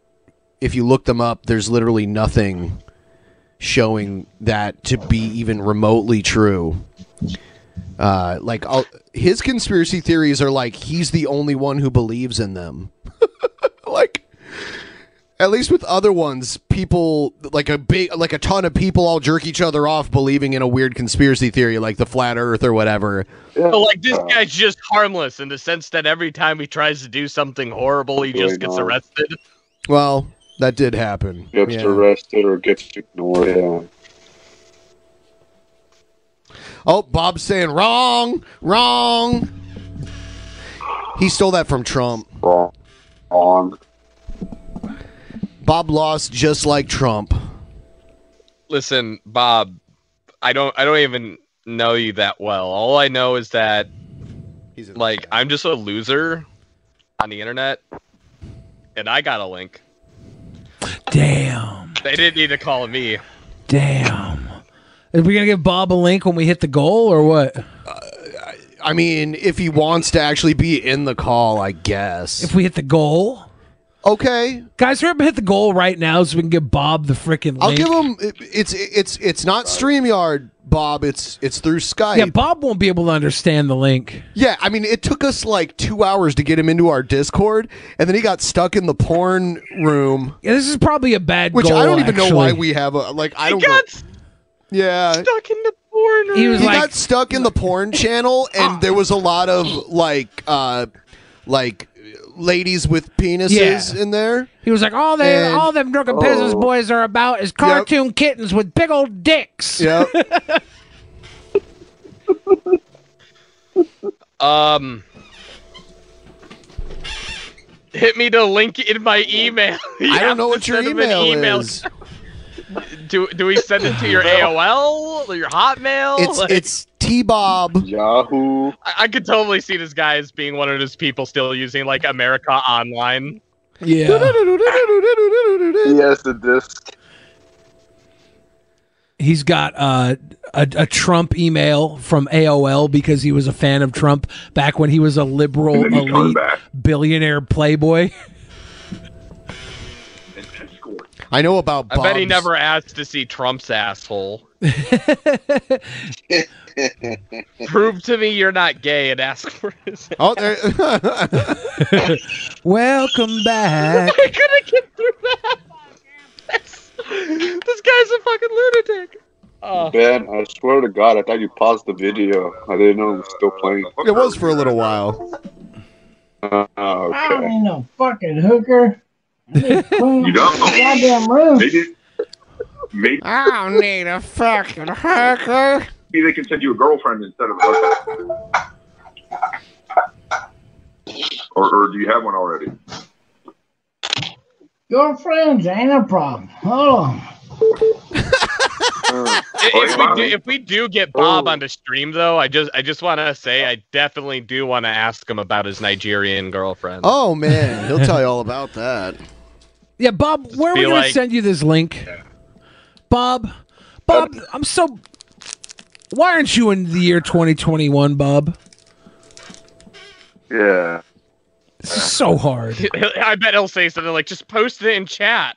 S8: if you look them up, there's literally nothing showing that to be even remotely true. Uh, like i his conspiracy theories are like he's the only one who believes in them. At least with other ones, people like a big like a ton of people all jerk each other off believing in a weird conspiracy theory like the flat Earth or whatever.
S11: So, like this guy's just harmless in the sense that every time he tries to do something horrible, he just gets arrested.
S8: Well, that did happen.
S9: Gets
S8: Yeah.
S9: arrested or gets ignored. Yeah.
S8: Oh, Bob's saying wrong, wrong. He stole that from Trump.
S9: Wrong. Wrong.
S8: Bob lost just like Trump.
S11: Listen, Bob, I don't I don't even know you that well. All I know is that like I'm just a loser on the internet and I got a link.
S2: Damn.
S11: They didn't need to call me.
S2: Damn. Are we gonna give Bob a link when we hit the goal or what?
S8: I mean, if he wants to actually be in the call, I guess.
S2: If we hit the goll.
S8: Okay,
S2: guys, we're gonna hit the goal right now so we can give Bob the freaking.
S8: I'll give him. it- It's it's it's not Streamyard, Bob. It's it's through Skype.
S2: Yeah, Bob won't be able to understand the link.
S8: Yeah, I mean, it took us like two hours to get him into our Discord, and then he got stuck in the porn room.
S2: Yeah, this is probably a bad.
S8: Which I
S2: goal,
S8: don't even know why
S2: actually.
S8: we have a like. I don't. know. Yeah,
S11: stuck in the porn.
S2: He was like-
S8: got stuck in the porn channel, and there was a lot of like, uh like ladies with penises
S2: Yeah.
S8: in there.
S2: He was like, all they,
S8: And-
S2: all them drunken peasants
S8: Oh.
S2: boys are about is cartoon kittens with big old dicks.
S8: Yep.
S11: Um Hit me the link in my email. I don't know what your
S8: email is.
S11: Do, do we send it to your AOL or your Hotmail?
S8: It's
S11: Like-
S8: it's T Bob.
S9: Yahoo.
S11: I, I could totally see this guy as being one of those people still using like America Online.
S2: Yeah.
S9: He has the disc.
S2: He's got uh, a a Trump email from AOL because he was a fan of Trump back when he was a liberal
S3: And then he's coming
S2: elite
S3: back.
S2: billionaire playboy.
S8: I know about.
S11: I bet he never asked to see Trump's asshole. Prove to me you're not gay and ask for his.
S8: Oh, there.
S2: Welcome
S11: I
S2: back.
S11: couldn't get through that. That's- this guy's a fucking lunatic. Oh.
S9: Ben, I swear to God, I thought you paused the video. I didn't know it was still playing.
S8: It was for a little while.
S9: Uh,
S5: I
S9: okay.
S5: don't need no fucking hooker. you
S9: You don't?
S5: Goddamn room.
S3: Maybe, maybe
S11: Ah.
S4: I don't need a fucking hooker.
S3: they can send you a girlfriend instead of a or, or do you have one already?
S5: Your friends ain't a problem. Hold on.
S11: If we, do, if we do get
S8: Oh.
S11: Bob on the stream, though, I just I just want to say I definitely do want to ask him about his Nigerian girlfriend.
S8: Oh man, he'll tell you all about that.
S2: Yeah, Bob, where are we
S11: be
S2: gonna
S11: like-
S2: send you this link? Bob, Bob, I'm so. Why aren't you in the year 2021, Bob?
S9: Yeah.
S2: This is so hard.
S11: I bet he'll say something like, "Just post it in chat."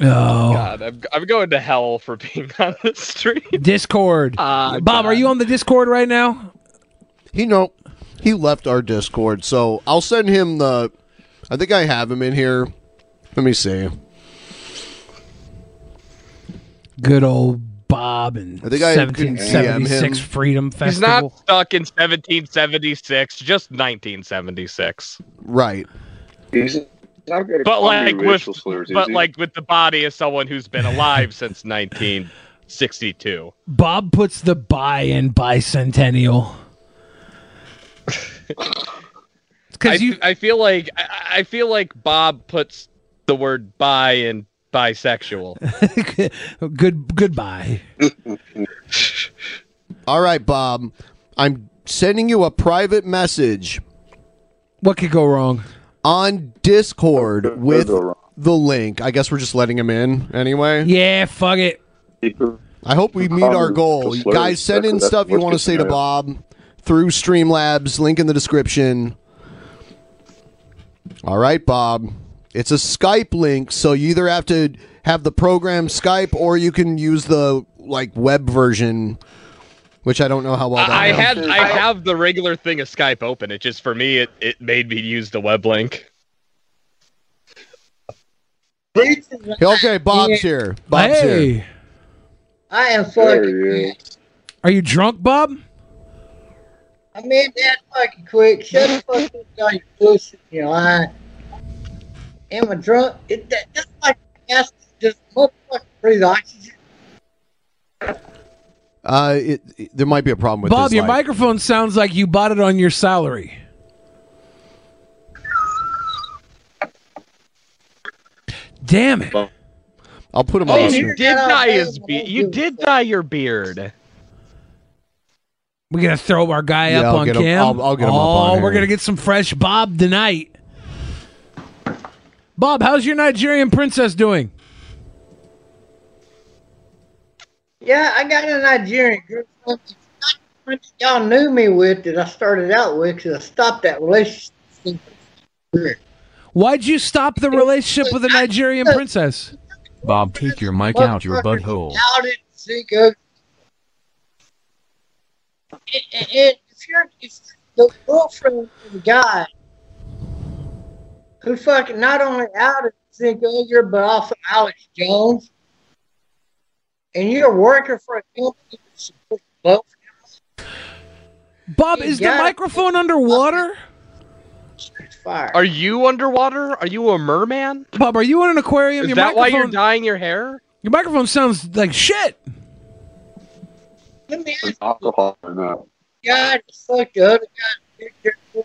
S2: Oh.
S11: God, I'm, I'm going to hell for being on the stream.
S2: Discord.
S11: Uh,
S2: Bob, are you on the Discord right now?
S8: He know he left our Discord, so I'll send him the. I think I have him in here. Let me see.
S2: Good old Bob and
S8: I think I can DM
S2: 1776
S8: him.
S2: Freedom
S11: He's
S2: Festival.
S11: not stuck in 1776, just 1976.
S8: Right.
S11: But like with,
S9: slurs, is
S11: but
S9: he?
S11: like with the body of someone who's been alive since 1962.
S2: Bob puts the buy in bicentennial.
S11: I, I feel like I, I feel like Bob puts the word bi in bisexual.
S2: Good goodbye.
S8: All right, Bob. I'm sending you a private message.
S2: What could go wrong?
S8: On Discord with the link. I guess we're just letting him in anyway.
S2: Yeah, fuck it.
S8: I hope we meet our goal. You guys, send in stuff you want to say to Bob through Streamlabs. Link in the description. All right, Bob. It's a Skype link, so you either have to have the program Skype or you can use the like web version, which I don't know how well. That
S11: I
S8: works.
S11: had I have the regular thing of Skype open. It just for me it, it made me use the web link.
S8: Okay, Bob's here. Bob's
S2: Hey.
S8: here.
S22: I am fucking.
S2: Are you drunk, Bob?
S22: I'm in that fucking quick. Shut the fuck up, y'all, you pussy. You know, I. Am I drunk? It, that, that's like gas. Just motherfucking breathe oxygen.
S8: Uh, it, it- there might be a problem with
S2: Bob,
S8: his
S2: your
S8: light.
S2: microphone sounds like you bought it on your salary. Damn it!
S8: I'll put him
S11: Oh,
S8: on.
S11: you did dye his beard. You did dye your beard.
S2: We're gonna throw our guy
S8: Yeah,
S2: up
S8: I'll
S2: on
S8: get him-
S2: cam.
S8: I'll- I'll get him
S2: oh,
S8: up on
S2: we're
S8: here.
S2: gonna get some fresh Bob tonight. Bob, how's your Nigerian princess doing?
S22: Yeah, I got a Nigerian group. Y'all knew me with that I started out with because I stopped that relationship.
S2: Why'd you stop the relationship with a Nigerian princess?
S23: Bob, take your mic out your butthole.
S22: How did Zeke it, it, it, if you're if the girlfriend of the guy who fucking not only outed Zeke Uger but also Alex Jones, and you're working for a company that supports both of them.
S2: Bob,
S22: you
S2: is the
S22: gotta
S2: microphone underwater?
S22: Fire.
S11: Are you underwater? Are you a merman?
S2: Bob, are you in an aquarium?
S11: Is
S2: your
S11: that why
S2: microphone,
S11: you're dyeing your hair?
S2: your microphone sounds like shit.
S22: Let me
S9: There's alcohol in that.
S22: God, fuck the other guy.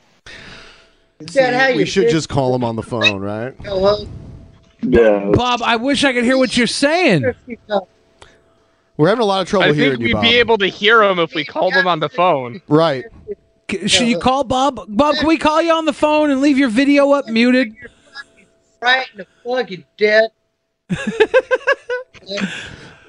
S22: Is that how you
S8: we should
S22: feel?
S8: just call him on the phone, right?
S22: Go home.
S8: Yeah.
S2: Bob, I wish I could hear what you're saying.
S8: We're having a lot of trouble
S11: I
S8: hearing
S11: think
S8: you,
S11: we'd
S8: Bob.
S11: be able to hear him if we called him on the phone.
S8: right.
S2: C- Should you call Bob? Bob, can we call you on the phone and leave your video up muted?
S22: Right in the fucking dead.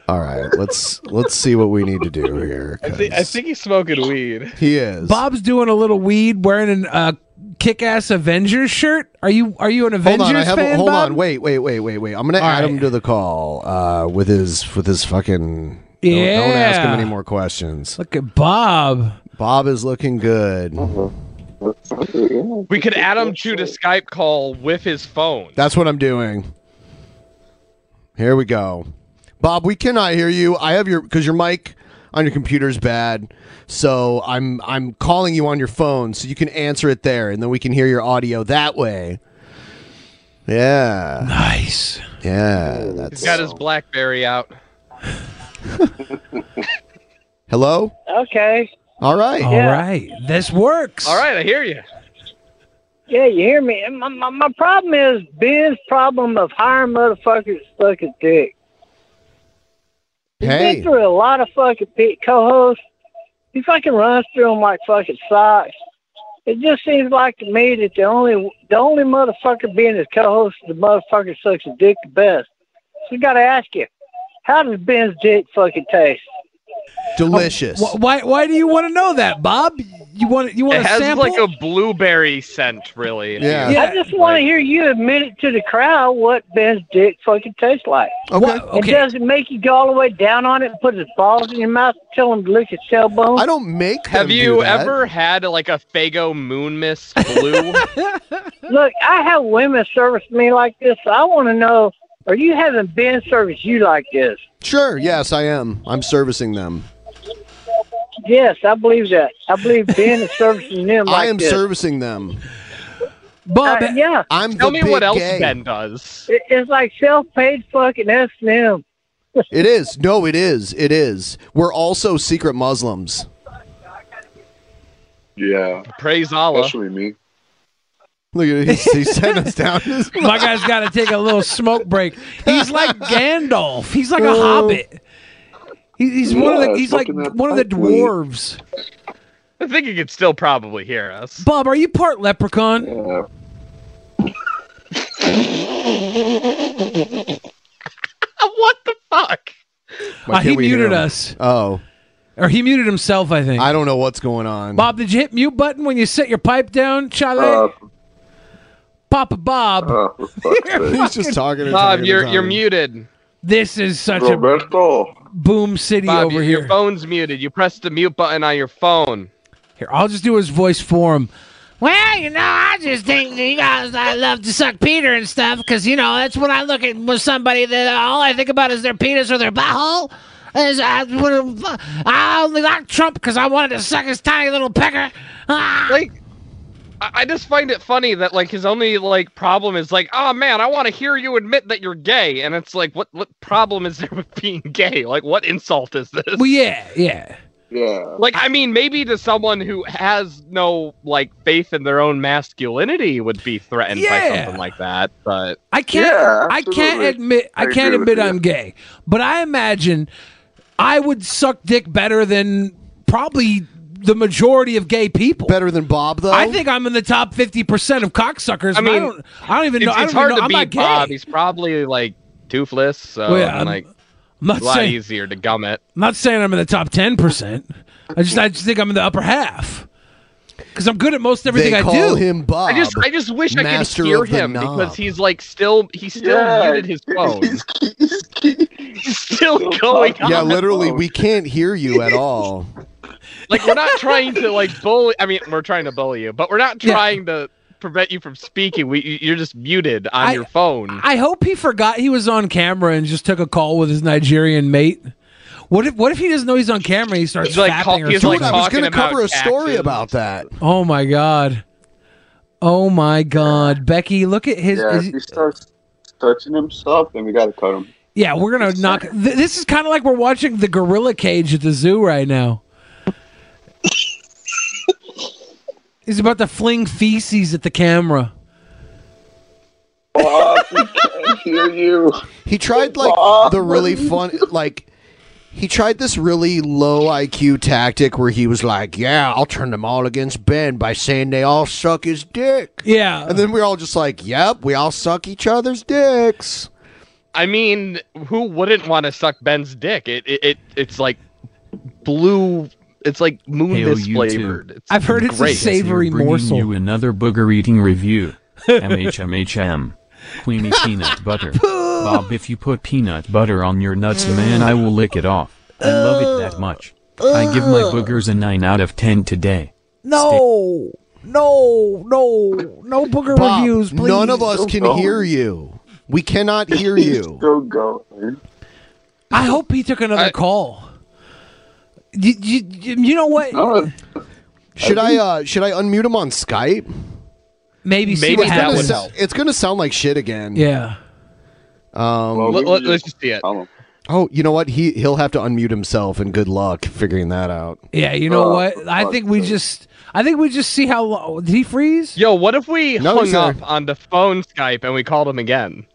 S8: All right. Let's let's see what we need to do here.
S11: I think, I think he's smoking weed.
S8: He is.
S2: Bob's doing a little weed, wearing a uh, kick-ass Avengers shirt. Are you Are you an
S8: Hold
S2: Avengers
S8: on, I have
S2: fan?
S8: a, hold
S2: Bob?
S8: on, wait, wait, wait, wait, wait. I'm gonna add him to the call uh, with his with his fucking. don't- Don't, ask him
S2: Yeah.
S8: any more questions.
S2: Look at Bob.
S8: Bob is looking good.
S11: We could add him to the Skype call with his phone.
S8: That's what I'm doing. Here we go. Bob, we cannot hear you. I have your because your mic on your computer's bad. So I'm I'm calling you on your phone so you can answer it there and then we can hear your audio that way. Yeah.
S2: Nice.
S8: Yeah, that's
S11: He's got his BlackBerry out.
S8: Hello?
S11: Oh,
S18: Okay.
S8: All right.
S18: All Yeah.
S2: This works.
S11: All right, I hear you.
S18: Yeah, you hear me? And My, my, my problem is Ben's problem of hiring motherfuckers to suck his dick. He's
S8: Hey.
S18: been through a lot of fucking pe- co-hosts. He fucking runs through them like fucking socks. It just seems like to me that the only the only motherfucker being his co-host is the motherfucker sucks his dick the best. So we gotta ask you, how does Ben's dick fucking taste?
S8: Delicious.
S2: Wh- Why Why do you want to know that, Bob? You want You want
S11: It
S2: a
S11: has
S2: sample?
S11: like a blueberry scent, really.
S18: I just want to hear you admit it to the crowd what Ben's dick fucking tastes like.
S8: Okay.
S18: And does it make you go all the way down on it and put his balls in your mouth and tell him to lick his tailbone?
S8: I don't make
S11: Have you ever had like a Fago Moon Mist blue?
S18: Look, I have women service me like this. So I want to know, are you having Ben service you like this?
S8: Sure, yes, I am. I'm servicing them.
S18: Yes, I believe that. I believe Ben is servicing them like
S8: I am
S18: this. Uh,
S8: servicing them.
S2: Bob,
S18: yeah.
S8: I'm
S11: Tell me what else Ben does.
S18: It, it's like self-paid fucking S&M.
S8: It is. No, it is. It is. We're also secret Muslims.
S9: Yeah.
S11: Praise Allah.
S9: Especially me.
S8: Look at he, he sent us down. His
S2: My guy's got to take a little smoke break. He's like Gandalf. He's like a
S8: Oh.
S2: hobbit. He- He's one of
S8: Yeah,
S2: the. He's like
S8: smoking that
S2: one of the
S8: pipe weed.
S2: dwarves.
S11: I think you could still probably hear us.
S2: Bob, are you part leprechaun?
S11: what the fuck?
S2: Uh, he muted us.
S8: Oh.
S2: Or he muted himself, I think.
S8: I don't know what's going on.
S2: Bob, did you hit mute button when you set your pipe down, Charlie? Papa Bob.
S9: uh,
S3: Uh,
S8: He's just talking and
S11: Bob,
S8: talking
S11: you're
S8: and
S11: you're
S8: talking.
S11: muted.
S2: This is such
S11: Roberto.
S2: a boom city
S11: Bob,
S2: over
S11: your,
S2: here.
S11: your phone's muted. You press the mute button on your phone.
S2: Here, I'll just do his voice for him.
S4: Well, you know, I just think that you guys, I love to suck Peter and stuff because you know that's when I look at with somebody that all I think about is their penis or their butthole. Is I, would've- I only like Trump because I wanted to suck his tiny little pecker.
S2: Ah!
S11: Like, I, I just find it funny that like his only like problem is like, oh man, I want to hear you admit that you're gay, and it's like, what what problem is there with being gay? Like, what insult is this?
S2: Well, Oh, yeah, yeah.
S11: Yeah. Like, I mean, maybe to someone who has no like faith in their own masculinity would be threatened by
S2: Yeah.
S11: something like that, but
S2: I can't. I can't admit. I, can't admit I'm gay. But I imagine I would suck dick better than probably the majority of gay people.
S8: Better than Bob, though.
S2: I think I'm in the top fifty percent of cocksuckers. I
S11: I
S2: mean, I
S11: mean,
S2: don't, I don't even
S11: it's,
S2: know. I
S11: it's
S2: don't even
S11: hard
S2: know.
S11: to
S2: I'm not
S11: beat
S2: gay.
S11: Bob. He's probably like toothless, so
S2: Well, yeah,
S11: I'm,
S2: I'm-
S11: like
S2: I'm not
S11: a lot
S2: saying-
S11: easier to gum it.
S2: I'm not saying I'm in the top ten percent. I just I just think I'm in the upper half because I'm good at most everything
S8: They
S2: I
S8: call
S2: do.
S8: him Bob,
S11: I just I just wish I could
S8: master
S11: hear
S8: of the
S11: him
S8: knob.
S11: because he's like still he's still
S8: Yeah.
S11: muted his phone. he's still going on.
S8: Yeah, literally, we can't hear you at all.
S11: like we're not trying to like bully I mean we're trying to bully you, but we're not trying to prevent you from speaking. We you- you're just muted on
S2: I-
S11: your phone.
S2: I hope he forgot he was on camera and just took a call with his Nigerian mate. What if what if he doesn't know he's on camera? and He starts
S11: He's like
S2: fapping
S11: call-
S2: or
S11: he's
S2: something.
S11: like Dude, I was talking gonna about cover a story taxes.
S8: about that.
S2: Oh my god. Oh my god, Becky! Look at his.
S9: yeah,
S2: is
S9: if
S2: he-
S9: he starts touching himself, then we gotta cut him.
S2: yeah, we're gonna knock. Th- this is kind of like we're watching the gorilla cage at the zoo right now. He's about to fling feces at the camera.
S9: Bob, we can't hear you.
S8: He tried like the really fun, like he tried this really low IQ tactic where he was like, "Yeah, I'll turn them all against Ben by saying they all suck his dick."
S2: Yeah,
S8: and then we're all just like, "Yep, we all suck each other's dicks."
S11: I mean, who wouldn't want to suck Ben's dick? It it, it it's like blue. It's like
S10: Hail
S11: moonless
S10: oh, you
S11: flavored.
S10: two.
S11: It's
S2: I've heard it's a
S11: great.
S2: savory
S10: Bringing
S2: morsel.
S10: you another booger eating review. MHMHM. Queenie peanut butter. Bob, if you put peanut butter on your nuts, man, I will lick it off. I love it that much. I give my boogers a 9 out of 10 today.
S2: No, no, no, no booger
S8: Bob,
S2: reviews, please.
S8: None of us can hear you. We cannot hear you.
S9: Still going.
S2: I hope he took another call. You, you, you know what?
S8: Should Oh. I uh should I unmute him on Skype?
S2: Maybe see what
S8: it's gonna
S2: happens.
S8: sound- it's gonna sound like shit again.
S2: Yeah.
S8: Um
S11: Let, let, us just see it.
S8: Oh, you know what? He he'll have to unmute himself and good luck figuring that out.
S2: Yeah, you
S8: Oh,
S2: know what? I think we just, I think we just see how long. Did he freeze?
S11: Yo, what if we
S2: No,
S11: hung
S2: sir.
S11: up on the phone Skype and we called him again?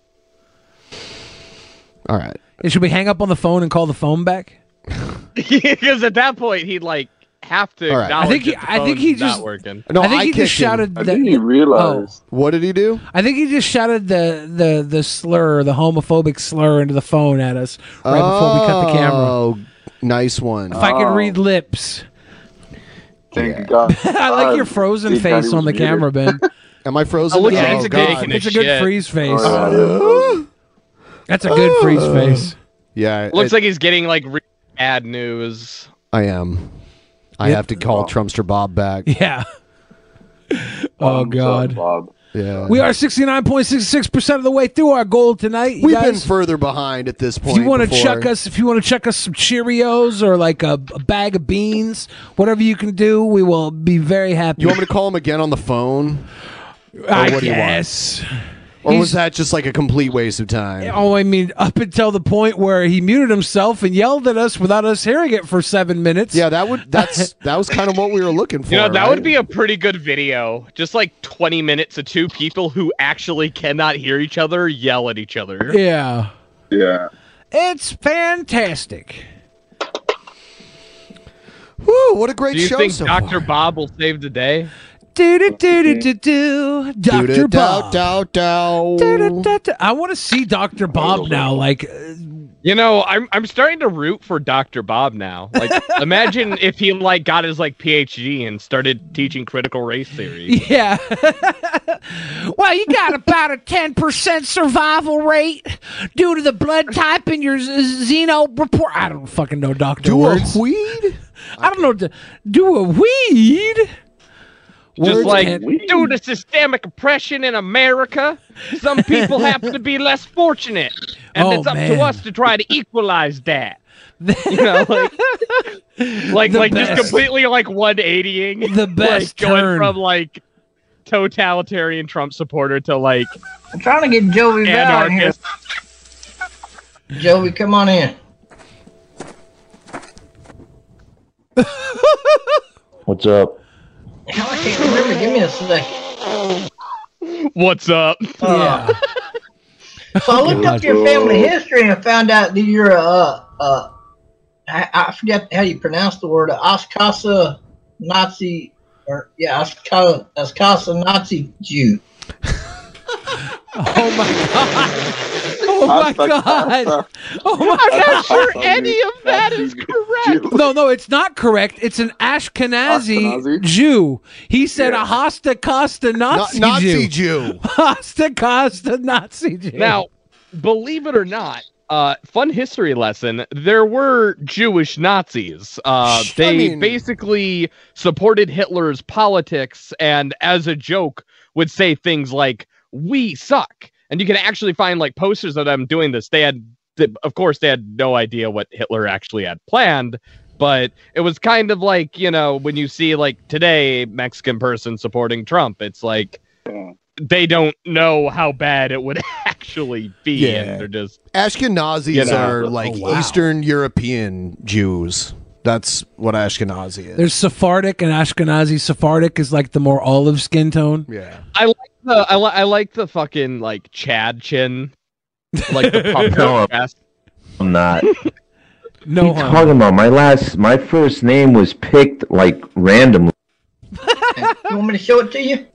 S8: All right.
S2: And should we hang up on the phone and call the phone back?
S11: Because at that point he'd like have to
S8: All right.
S11: acknowledge
S8: I think he-
S11: that the
S8: I think
S11: phone's
S8: he
S11: not
S8: just-
S11: working.
S8: No,
S2: I think he
S8: kicked
S2: just shouted.
S8: Him.
S2: that- oh,
S8: What did he do?
S2: I think he just shouted the the the slur, the homophobic slur, into the phone at us right before we cut the camera.
S8: Oh, nice one.
S2: If I could read lips,
S9: Thank God. Uh,
S2: I like your frozen
S8: Thank God
S2: face
S8: he
S2: on the
S8: was muted.
S2: camera, Ben.
S8: Am I frozen?
S2: I look
S8: Oh,
S2: at his
S8: God.
S2: dick and It's a his good shit. freeze face.
S8: Oh,
S2: That's a good freeze face.
S8: yeah.
S11: Looks
S8: it-
S11: like he's getting like re- bad news.
S8: I am. I
S11: Yep.
S8: have to call
S11: Oh.
S8: Trumpster Bob back. Um,
S2: Yeah. Oh God.
S9: Bob.
S8: Yeah.
S2: We are 69.66% of the way through our goal tonight. You
S8: We've
S2: guys,
S8: been further behind at this
S2: if
S8: point.
S2: you want to
S8: before.
S2: chuck us, if you want to chuck us some Cheerios or like a, a bag of beans, whatever you can do, we will be very happy.
S8: You want me to call him again on the phone? Or
S2: I
S8: what do you want?
S2: guess.
S8: Or
S2: He's-
S8: was that just like a complete waste of time?
S2: Oh, I mean, up until the point where he muted himself and yelled at us without us hearing it for seven minutes. Yeah,
S8: that would that's that was kind of what we were looking for.
S11: You know, that
S8: right?
S11: would be a pretty good video. Just like 20 minutes of two people who actually cannot hear each other yell at each other.
S2: Yeah.
S9: Yeah.
S2: It's fantastic.
S8: Woo! What a great
S11: Do you
S8: show
S11: think
S8: so far.
S11: Dr. Bob will save the day?
S2: Do do do do do Doctor Bob.
S8: Dow, dow.
S2: I want to see Doctor Bob now. Like,
S11: You know, I'm I'm starting to root for Dr. Bob now. Like imagine if he like got his like PhD and started teaching critical race theory.
S2: yeah. well, you got about a ten percent survival rate due to the blood type in your z- xeno report. I don't fucking know Doctor
S8: Do a
S2: words.
S8: weed?
S2: I don't know. d- Do a weed?
S11: Just
S2: Words
S11: like
S2: can't-
S11: due to systemic oppression in America, some people happen to be less fortunate, and
S2: Oh,
S11: it's up
S2: man.
S11: to us to try to equalize that. You know, like like,
S2: The
S11: like
S2: best.
S11: just completely like 180ing
S2: The best
S11: like, going
S2: turn.
S11: from like totalitarian Trump supporter to like
S18: I'm trying to get Joey down here.
S11: anarchist.
S18: Joey, come on in.
S1: What's up?
S18: Hell, I can't remember. Give me a second.
S11: What's up?
S18: Yeah. So I looked up your family history and found out that you're a, uh, uh, I, I forget how you pronounce the word, Oskasa Nazi, or yeah, Oskasa, Oskasa Nazi Jew.
S2: oh my god. Oh my god. Oh my
S11: I'm not sure
S2: God.
S11: any of that is correct.
S2: No, no, it's not correct. It's an Ashkenazi Jew. He said a Hosta Costa Nazi,
S8: Na- Nazi
S2: Jew. Hosta Costa Nazi Jew.
S11: Now, believe it or not, uh, fun history lesson: there were Jewish Nazis. Uh, they
S8: mean-
S11: basically supported Hitler's politics, and as a joke, would say things like "We suck." And you can actually find like posters of them doing this. They had, th- of course, they had no idea what Hitler actually had planned. But it was kind of like, you know, when you see like today Mexican person supporting Trump, it's like they don't know how bad it would actually be.
S8: Yeah.
S11: And they're just
S8: Ashkenazis
S11: You know.
S8: are like
S11: Oh, wow.
S8: Eastern European Jews. That's what Ashkenazi is.
S2: There's Sephardic and Ashkenazi. Sephardic is like the more olive skin tone.
S8: Yeah.
S11: I like the I, li- I like the fucking like Chad chin, like the pumped
S1: No.
S11: up chest.
S1: I'm not.
S2: No
S1: What are you talking about? My last, my first name was picked like randomly.
S18: You want me to show it to you?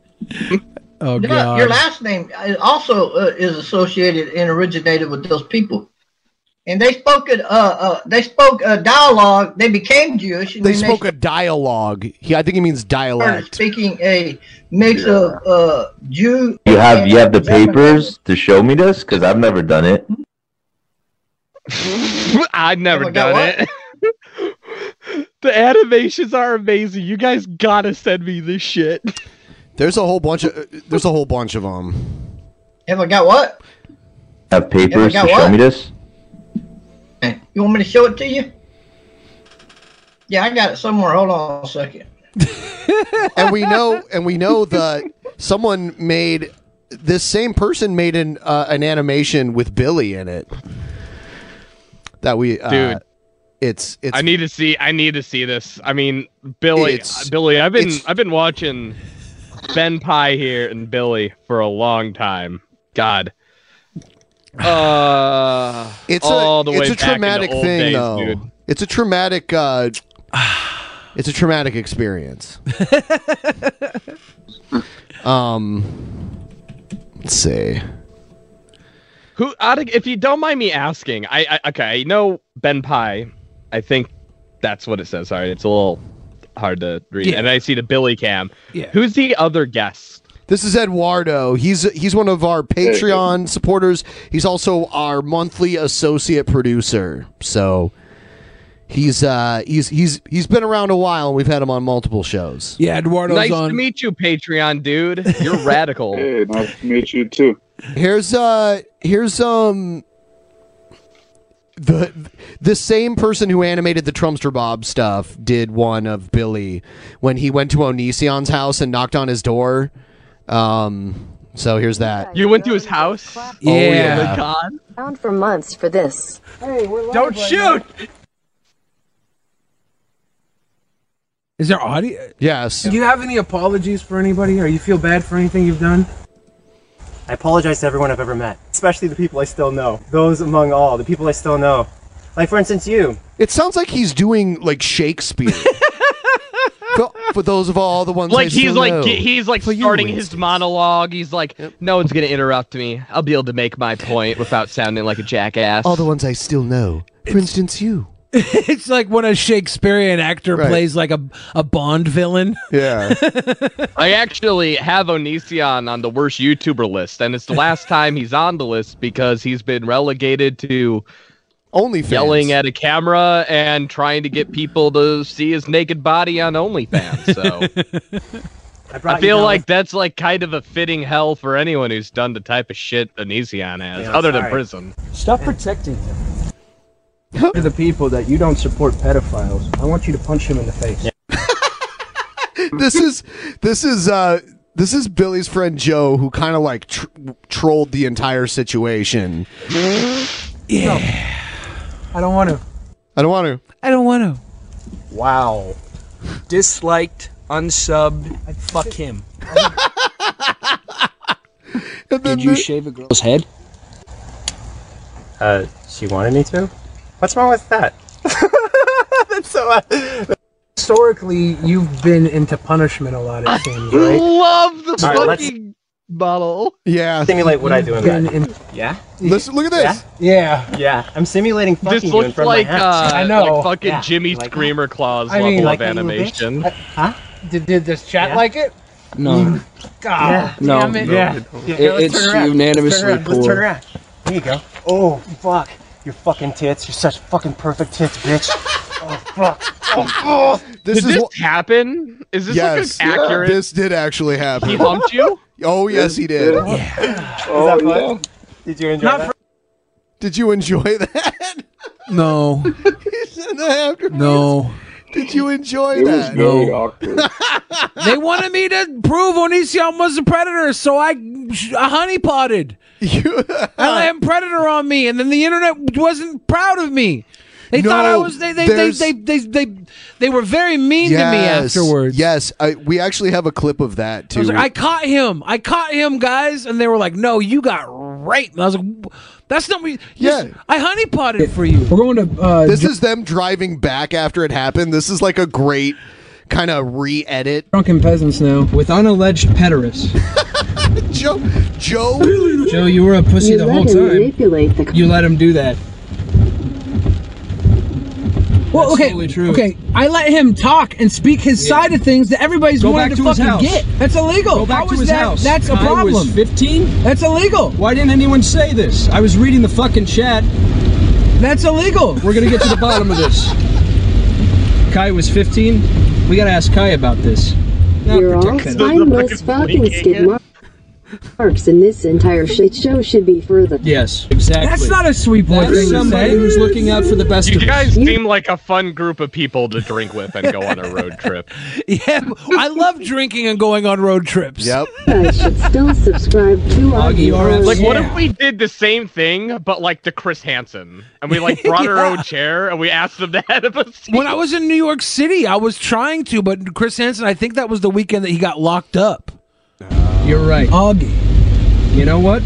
S2: Oh,
S18: No, your last name uh, also uh, is associated and originated with those people. And they spoke a uh, uh, they spoke a dialogue. They became Jewish. And
S8: They
S18: then
S8: spoke a dialogue. He, I think he means
S18: started
S8: dialect.
S18: speaking a mix of uh, Jew.
S1: You have you have the
S18: German.
S1: papers to show me this because I've never done it.
S11: I've
S8: Oh
S11: never
S18: my God,
S11: done it. the animations are amazing. You guys gotta send me this shit.
S8: There's a whole bunch of there's a whole bunch of them.
S18: Have I got what?
S1: Have papers
S18: got
S1: to show
S18: what?
S1: me this.
S18: You want me to show it to you? Yeah, I got it somewhere. Hold on a second.
S8: and we know and we know that someone made this same person made an uh, an animation with Billy in it. That we uh,
S11: Dude.
S8: It's it's
S11: I need to see. I need to see this. I mean, Billy, uh,
S8: It's-
S11: Billy, I've been
S8: it's-
S11: I've been watching Ben Pie here and Billy for a long time. God, uh,
S8: it's
S11: all
S8: a
S11: the way
S8: it's a
S11: back in the
S8: traumatic
S11: old
S8: thing
S11: days,
S8: though.
S11: dude.
S8: It's a traumatic uh, it's a traumatic experience. um let's see.
S11: Who, out of, if you don't mind me asking, I, I okay, I know Ben Pie. I think that's what it says. Sorry, it's a little hard to read.
S8: Yeah.
S11: And I see the Billy Cam.
S2: Yeah.
S11: Who's the other guest?
S8: This is Eduardo. He's he's one of our Patreon supporters. He's also our monthly associate producer. So he's uh he's he's he's been around a while and we've had him on multiple shows.
S2: Yeah, Eduardo's
S11: nice to meet you, Patreon dude. You're radical.
S9: Hey, nice to meet you too.
S8: Here's uh here's um the the same person who animated the Trumpster Bob stuff did one of Billy when he went to Onision's house and knocked on his door. Um so here's that.
S11: You went to his house.
S8: Oh, yeah.
S11: God.
S24: Bound for months for this. Hey, we're live
S11: Don't right shoot!
S2: Is there audio?
S8: Yes.
S25: Do you have any apologies for anybody? Or you feel bad for anything you've done?
S26: I apologize to everyone I've ever met, especially the people I still know. Those among all, the people I still know.
S7: Like for instance, you.
S8: It sounds like he's doing like Shakespeare. for, for those of all the ones I
S11: Like he's
S8: still
S11: like
S8: know.
S11: ge- he's like starting his monologue. He's like, no one's gonna interrupt me. I'll be able to make my point without sounding like a jackass.
S8: all the ones I still know. For instance, you.
S2: it's like when a Shakespearean actor
S11: Right.
S2: plays like a a Bond villain.
S8: Yeah.
S11: I actually have Onision on the worst YouTuber list, and it's the last time he's on the list because he's been relegated to
S8: only
S11: yelling at a camera and trying to get people to see his naked body on OnlyFans. So I,
S7: you
S11: feel
S7: down.
S11: like that's like kind of a fitting hell for anyone who's done the type of shit Onision has,
S7: Yeah,
S11: other than
S7: sorry.
S11: prison.
S7: Stop protecting them. to the people that you don't support pedophiles, I want you to punch him in the face.
S8: this is this is uh this is Billy's friend Joe who kind of like tr- trolled the entire situation.
S25: Yeah. I don't want to.
S8: I don't want to.
S2: I don't want to.
S7: Wow. Disliked, unsubbed, fuck him. Did you shave a girl's head? Uh, she wanted me to? What's wrong with that?
S25: That's so. Historically, you've been into punishment a lot. It seems, right?
S11: Love the
S25: All right, let's-
S11: fucking bottle.
S8: Yeah.
S7: Simulate what I do in
S25: Been
S7: that.
S25: in-
S7: Yeah.
S8: Listen, look at this.
S7: Yeah. Yeah. I'm simulating fucking
S11: This
S7: you in
S11: looks
S7: front
S11: like
S7: of my
S11: uh,
S7: ass.
S11: like fucking
S7: Yeah.
S11: Jimmy Screamer Claws
S7: I
S11: level
S7: mean, like
S11: of
S7: a little bitch.
S11: animation.
S7: Huh?
S25: Did, did this chat like it?
S7: No.
S25: God
S7: Yeah.
S25: damn
S7: No,
S25: it.
S7: no. Yeah.
S25: Yeah,
S7: It-
S25: let's
S7: it's
S25: turn around. Let's
S7: unanimously
S25: turn around. Let's turn
S7: poor.
S25: around.
S7: There you go. Oh, fuck. Your fucking tits. You're such fucking perfect tits, bitch. oh,
S9: uh,
S7: fuck. Oh, oh.
S8: This
S7: Did
S8: is
S7: this
S8: wh-
S11: happen? Is this
S8: yes,
S7: looking accurate?
S8: This did actually happen.
S7: He humped
S11: you?
S8: Oh yes, he did.
S7: Oh, that fun? Did you enjoy
S8: Not
S7: that?
S8: Did you enjoy that?
S2: No. No.
S8: Did you enjoy
S2: It was
S8: that?
S2: very No.
S8: awkward.
S2: they wanted me to prove Onision was a predator, so I, I honey potted. I let him predator on me, and then the internet wasn't proud of me. They thought I
S8: No,
S2: was. They they they,
S8: there's-
S2: they they they they were very mean to me
S8: Yes,
S2: afterwards.
S8: Yes, I, we actually have a clip of that
S2: I, was
S8: too.
S2: like, I caught him. I caught him, guys, and they were like, "No, you got raped." And I was like, "That's not me." Yeah, I honey potted for you.
S8: We're going to. Uh, this is them driving back after it happened. This is like a great kind of re-edit.
S25: Drunken peasants now with unalleged pederasts.
S8: Joe, Joe,
S25: Joe, you were a pussy
S12: You
S25: the
S12: let
S25: whole
S12: him
S25: time.
S12: manipulate the-
S25: You let him do that. Well, okay, okay. I let him talk and speak his side of things that everybody's
S15: Go
S25: wanted
S15: back
S25: to,
S15: to his
S25: fucking
S15: house.
S25: get. That's illegal.
S15: Go back
S25: How
S15: to
S25: is
S15: his
S25: that-
S15: house.
S25: That's a
S15: I
S25: problem.
S15: was 15.
S25: That's illegal.
S15: Why didn't anyone say this? I was reading the fucking chat.
S25: That's illegal.
S15: We're gonna get to the bottom of this. Kai was 15. We gotta ask Kai about this.
S12: You're all spineless fucking skid mar- marks in this entire shit show should be further.
S15: Yes, exactly.
S12: That's not a
S25: sweet
S12: boy
S15: That's
S12: thing to
S15: somebody
S12: say.
S15: who's looking out for the best
S11: You
S15: of us.
S11: guys seem like a fun group of people to drink with and go on a road trip.
S2: Yeah, I love drinking and going on road trips. Yep.
S12: I should still subscribe to our
S11: Like, what if we did the same thing, but like to Chris Hansen, and we like brought our own chair and we asked them to have a seat?
S2: When I was in New York City, I was trying to, but Chris Hansen, I think that was the weekend that he got locked up.
S15: Oh. You're right.
S25: Augie.
S15: You know what?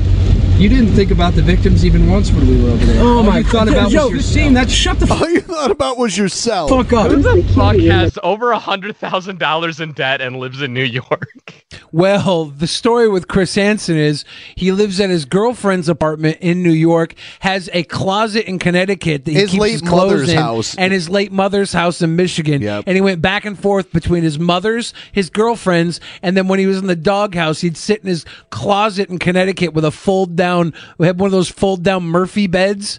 S15: You didn't think about the victims even once when we were over there. Oh All my you thought God. about Yo, was your team. That shut the.
S11: Oh,
S15: All
S8: you thought about was yourself.
S15: Fuck up.
S11: Who the fuck has over a hundred thousand dollars in debt and lives in New York?
S2: Well, the story with Chris Hansen is he lives at his girlfriend's apartment in New York, has a closet in Connecticut that he
S8: His
S2: keeps
S8: late
S2: his clothes
S8: mother's
S2: in,
S8: house.
S2: and his late mother's house in Michigan. And he went back and forth between his mother's, his girlfriend's, and then when he was in the doghouse, he'd sit in his closet in Connecticut with a fold down. We had one of those fold down Murphy beds.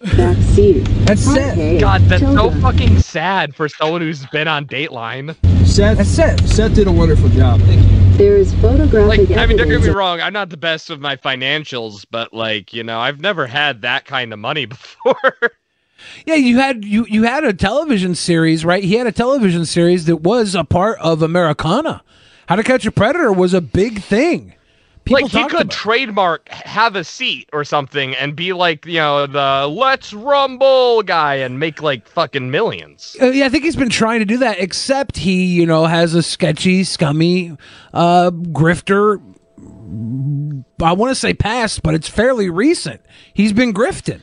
S12: That's you.
S25: That's
S11: God, that's so fucking sad for someone who's been on Dateline.
S15: Seth, Seth did a wonderful job. Thank you.
S12: There is photographic
S11: I mean, don't get
S12: evidence
S11: me
S12: of
S11: wrong. I'm not the best with my financials, but like, you know, I've never had that kind of money before.
S2: Yeah, you had you you had a television series, right? He had a television series that was a part of Americana. How to Catch a Predator was a big thing. People
S11: like, he
S2: talked
S11: could
S2: about.
S11: trademark "Have a Seat" or something and be like, you know, the "Let's Rumble" guy and make like fucking millions.
S2: Uh, yeah, I think he's been trying to do that, except he, you know, has a sketchy, scummy, uh, grifter. I want to say past, but it's fairly recent. He's been grifting.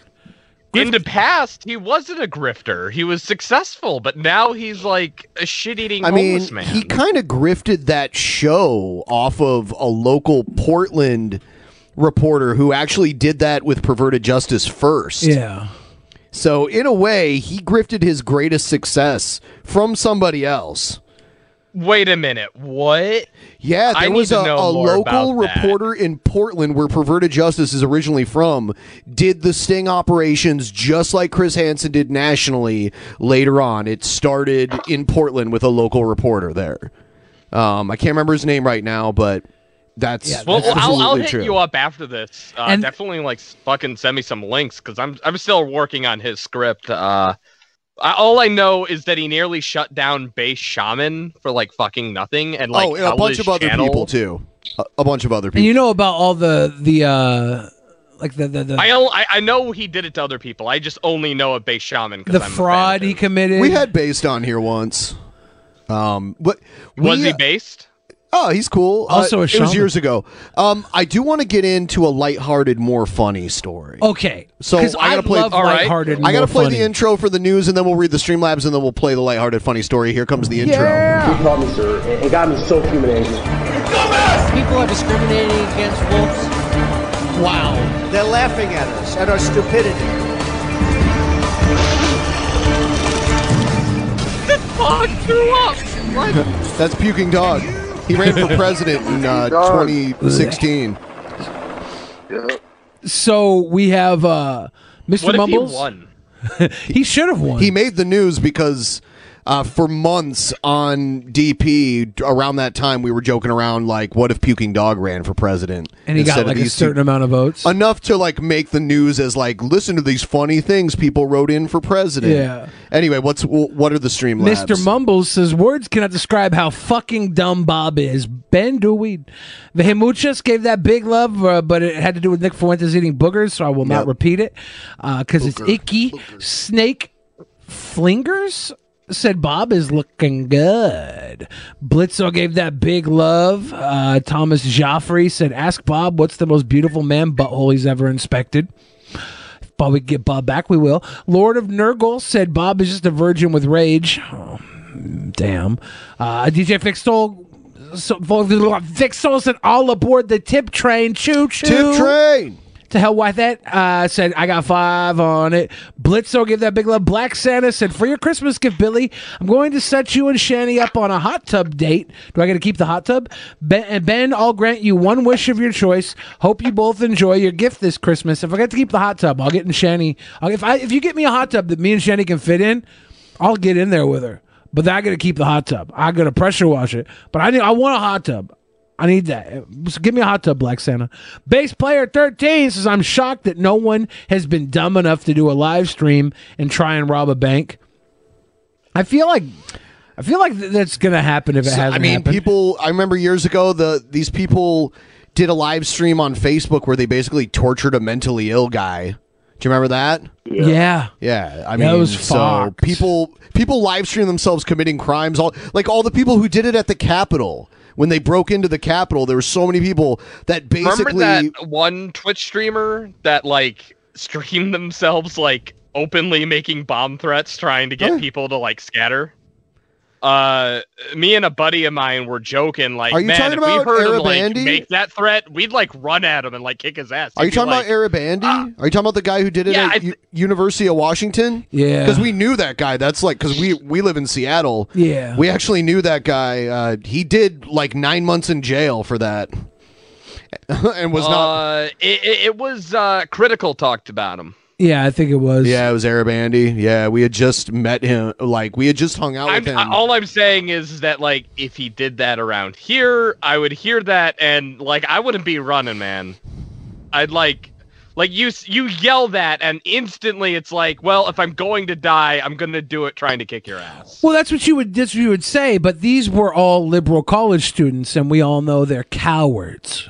S11: in the past, he wasn't a grifter. He was successful, but now he's like a shit-eating
S8: I mean,
S11: homeless man.
S8: he kind of grifted that show off of a local Portland reporter who actually did that with Perverted Justice first.
S2: Yeah.
S8: So, in a way, he grifted his greatest success from somebody else.
S11: Wait a minute, what?
S8: Yeah,
S11: I
S8: there
S11: need
S8: was
S11: to
S8: a,
S11: know
S8: a
S11: more
S8: local
S11: about that.
S8: reporter in Portland where Perverted Justice is originally from, did the sting operations just like Chris Hansen did nationally later on. It started in Portland with a local reporter there. Um, I can't remember his name right now, but that's,
S11: Well,
S8: that's
S11: I'll, I'll
S8: absolutely
S11: hit
S8: true.
S11: you up after this. Uh,
S8: And-
S11: definitely, like, s- fucking send me some links because I'm I'm still working on his script. Uh, I, all I know is that he nearly shut down Base Shaman for like fucking nothing, and like
S8: oh, and a
S11: held
S8: bunch
S11: his
S8: of other
S11: channel.
S8: people too. A, a bunch of other people.
S2: And you know about all the the uh like the the the,
S11: I, al- I I know he did it to other people. I just only know of Base Shaman because
S2: the
S11: I'm.
S2: fraud he committed.
S8: We had based on here once. Um, but
S11: Was
S8: we-
S11: he based?
S8: Oh, he's cool.
S2: Also a
S8: it was
S2: shaman.
S8: years ago. Um, I do want to get into a lighthearted, more funny story.
S2: Okay.
S8: So I
S2: 'Cause
S8: gotta play.
S2: love lighthearted.
S8: I gotta play the
S2: intro.
S8: intro for the news, and then we'll read the streamlabs, and then we'll play the lighthearted funny story. Here comes the intro.
S25: He called me sir. It it got me so humiliated.
S14: People are discriminating against wolves. Wow. They're laughing at us, at our stupidity.
S11: The dog threw up. What?
S8: That's puking dog. He ran for president in uh, 2016.
S2: So we have uh Mr.
S8: What if he
S2: Mumbles.
S8: won?
S2: he should have won.
S8: He made the news because uh, for months on DP around that time we were joking around like, what if puking dog ran for president?
S2: And he got,
S8: instead of
S2: like, a
S8: these two-
S2: certain amount of votes.
S8: enough to like make the news as like, listen to these funny things people wrote in for president.
S2: Yeah.
S8: Anyway, what's wh- what are the streamlabs?
S2: Mr. Mumbles says words cannot describe how fucking dumb Bob is. Ben Dewey, the Himuchas gave that big love, uh, but it had to do with Nick Fuentes eating boogers, so I will not repeat it because it's
S4: Booger.
S2: icky. Snake flingers said Bob is looking good. Blitzo gave that big love. Uh, Thomas Joffrey said, "Ask Bob what's the most beautiful man butthole he's ever inspected." But we get Bob back, we will. Lord of Nurgle said Bob is just a virgin with rage. Oh, damn. Uh, DJ Fixtol. So, Fixtol said, "All aboard the tip train, choo choo."
S8: Tip train.
S2: To hell with that. Uh, said I got five on it. Blitzo gave that big love. Black Santa said, "For your Christmas gift, Billy, I'm going to set you and Shanny up on a hot tub date. Do I get to keep the hot tub? Ben, and ben I'll grant you one wish of your choice. Hope you both enjoy your gift this Christmas. If I get to keep the hot tub, I'll get in Shanny. I'll, if I if you get me a hot tub that me and Shanny can fit in, I'll get in there with her. But then I got to keep the hot tub. I got to pressure wash it. But I need, I want a hot tub. I need that. So give me a hot tub, Black Santa. Bass player 13 says, I'm shocked that no one has been dumb enough to do a live stream and try and rob a bank. I feel like I feel like th- that's going to happen if it
S8: So,
S2: hasn't
S8: I mean,
S2: happened.
S8: people. I remember years ago the these people did a live stream on Facebook where they basically tortured a mentally ill guy. Do you remember that?
S2: Yeah.
S8: Yeah, I
S2: That
S8: mean,
S2: was
S8: so
S2: fucked.
S8: people people live stream themselves committing crimes. All like all the people who did it at the Capitol when they broke into the Capitol. There were so many people that basically
S11: Remember that one Twitch streamer that like streamed themselves like openly making bomb threats, trying to get people to like scatter. Uh, me and a buddy of mine were joking like,
S8: Are you
S11: man,
S8: talking
S11: if we
S8: about
S11: heard him
S8: Arab
S11: like
S8: Andy?
S11: make that threat, we'd like run at him and like kick his ass.
S8: Are you
S11: He'd be
S8: talking
S11: like, "Ah!"
S8: about Arabandi? Are you talking about the guy who did it
S11: Yeah, I
S8: at U- University of Washington?
S2: Yeah.
S8: because we knew that guy. That's like because we we live in Seattle.
S2: Yeah.
S8: we actually knew that guy. Uh, he did like nine months in jail for that, and was not.
S11: Uh, it, it, it was uh, critical talked about him.
S2: Yeah, I think it was.
S8: Yeah, it was Arabandi. Yeah, we had just met him. Like we had just hung out with
S11: I'm,
S8: him.
S11: I- oh. all I'm saying is that like if he did that around here, I would hear that and like I wouldn't be running, man. I'd like like you s- you yell that and instantly it's like, well, if I'm going to die, I'm going to do it trying to kick your ass.
S2: Well, that's what you would that's what you would say, but these were all liberal college students and we all know they're cowards.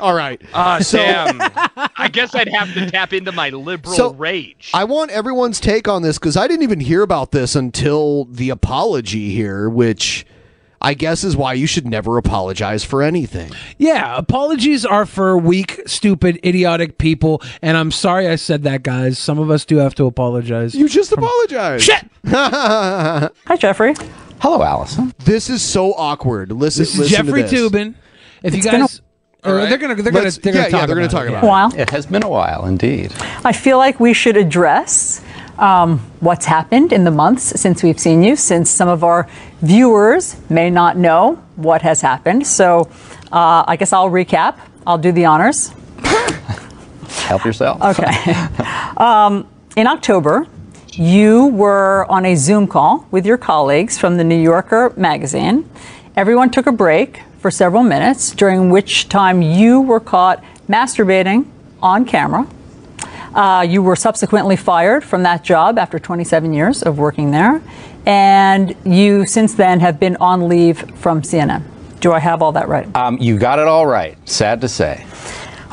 S8: All right.
S11: Ah,
S2: So-
S11: damn. I guess I'd have to tap into my liberal
S8: So-
S11: rage.
S8: I want everyone's take on this because I didn't even hear about this until the apology here, which I guess is why you should never apologize for anything.
S2: Yeah, apologies are for weak, stupid, idiotic people, and I'm sorry I said that, guys. Some of us do have to apologize.
S8: You just apologized.
S2: Shit.
S8: Hi,
S16: Jeffrey.
S8: Hello, Allison. This is so awkward. Listen,
S2: This is
S8: listen to
S2: Jeffrey
S8: this.
S2: Tubin. If
S16: It's
S2: you
S16: been a-
S2: guys, or they're gonna they're gonna
S16: Let's-
S2: they're gonna
S16: yeah,
S2: talk
S16: yeah, they're
S2: about
S16: gonna
S2: it,
S16: talk
S2: yeah.
S16: about it. Wow. It has been a while, indeed. I feel like we should address um, what's happened in the months since we've seen you, since some of our viewers may not know what has happened. So uh, I guess I'll recap. I'll do the honors. Help yourself. Okay. um, in October, you were on a Zoom call with your colleagues from the New Yorker magazine. Everyone took a break for several minutes, during which time you were caught masturbating on camera. Uh, you were subsequently fired from that job after 27 years of working there, and you since then have been on leave from CNN. Do I have all that right? Um, you got it all right, sad to say.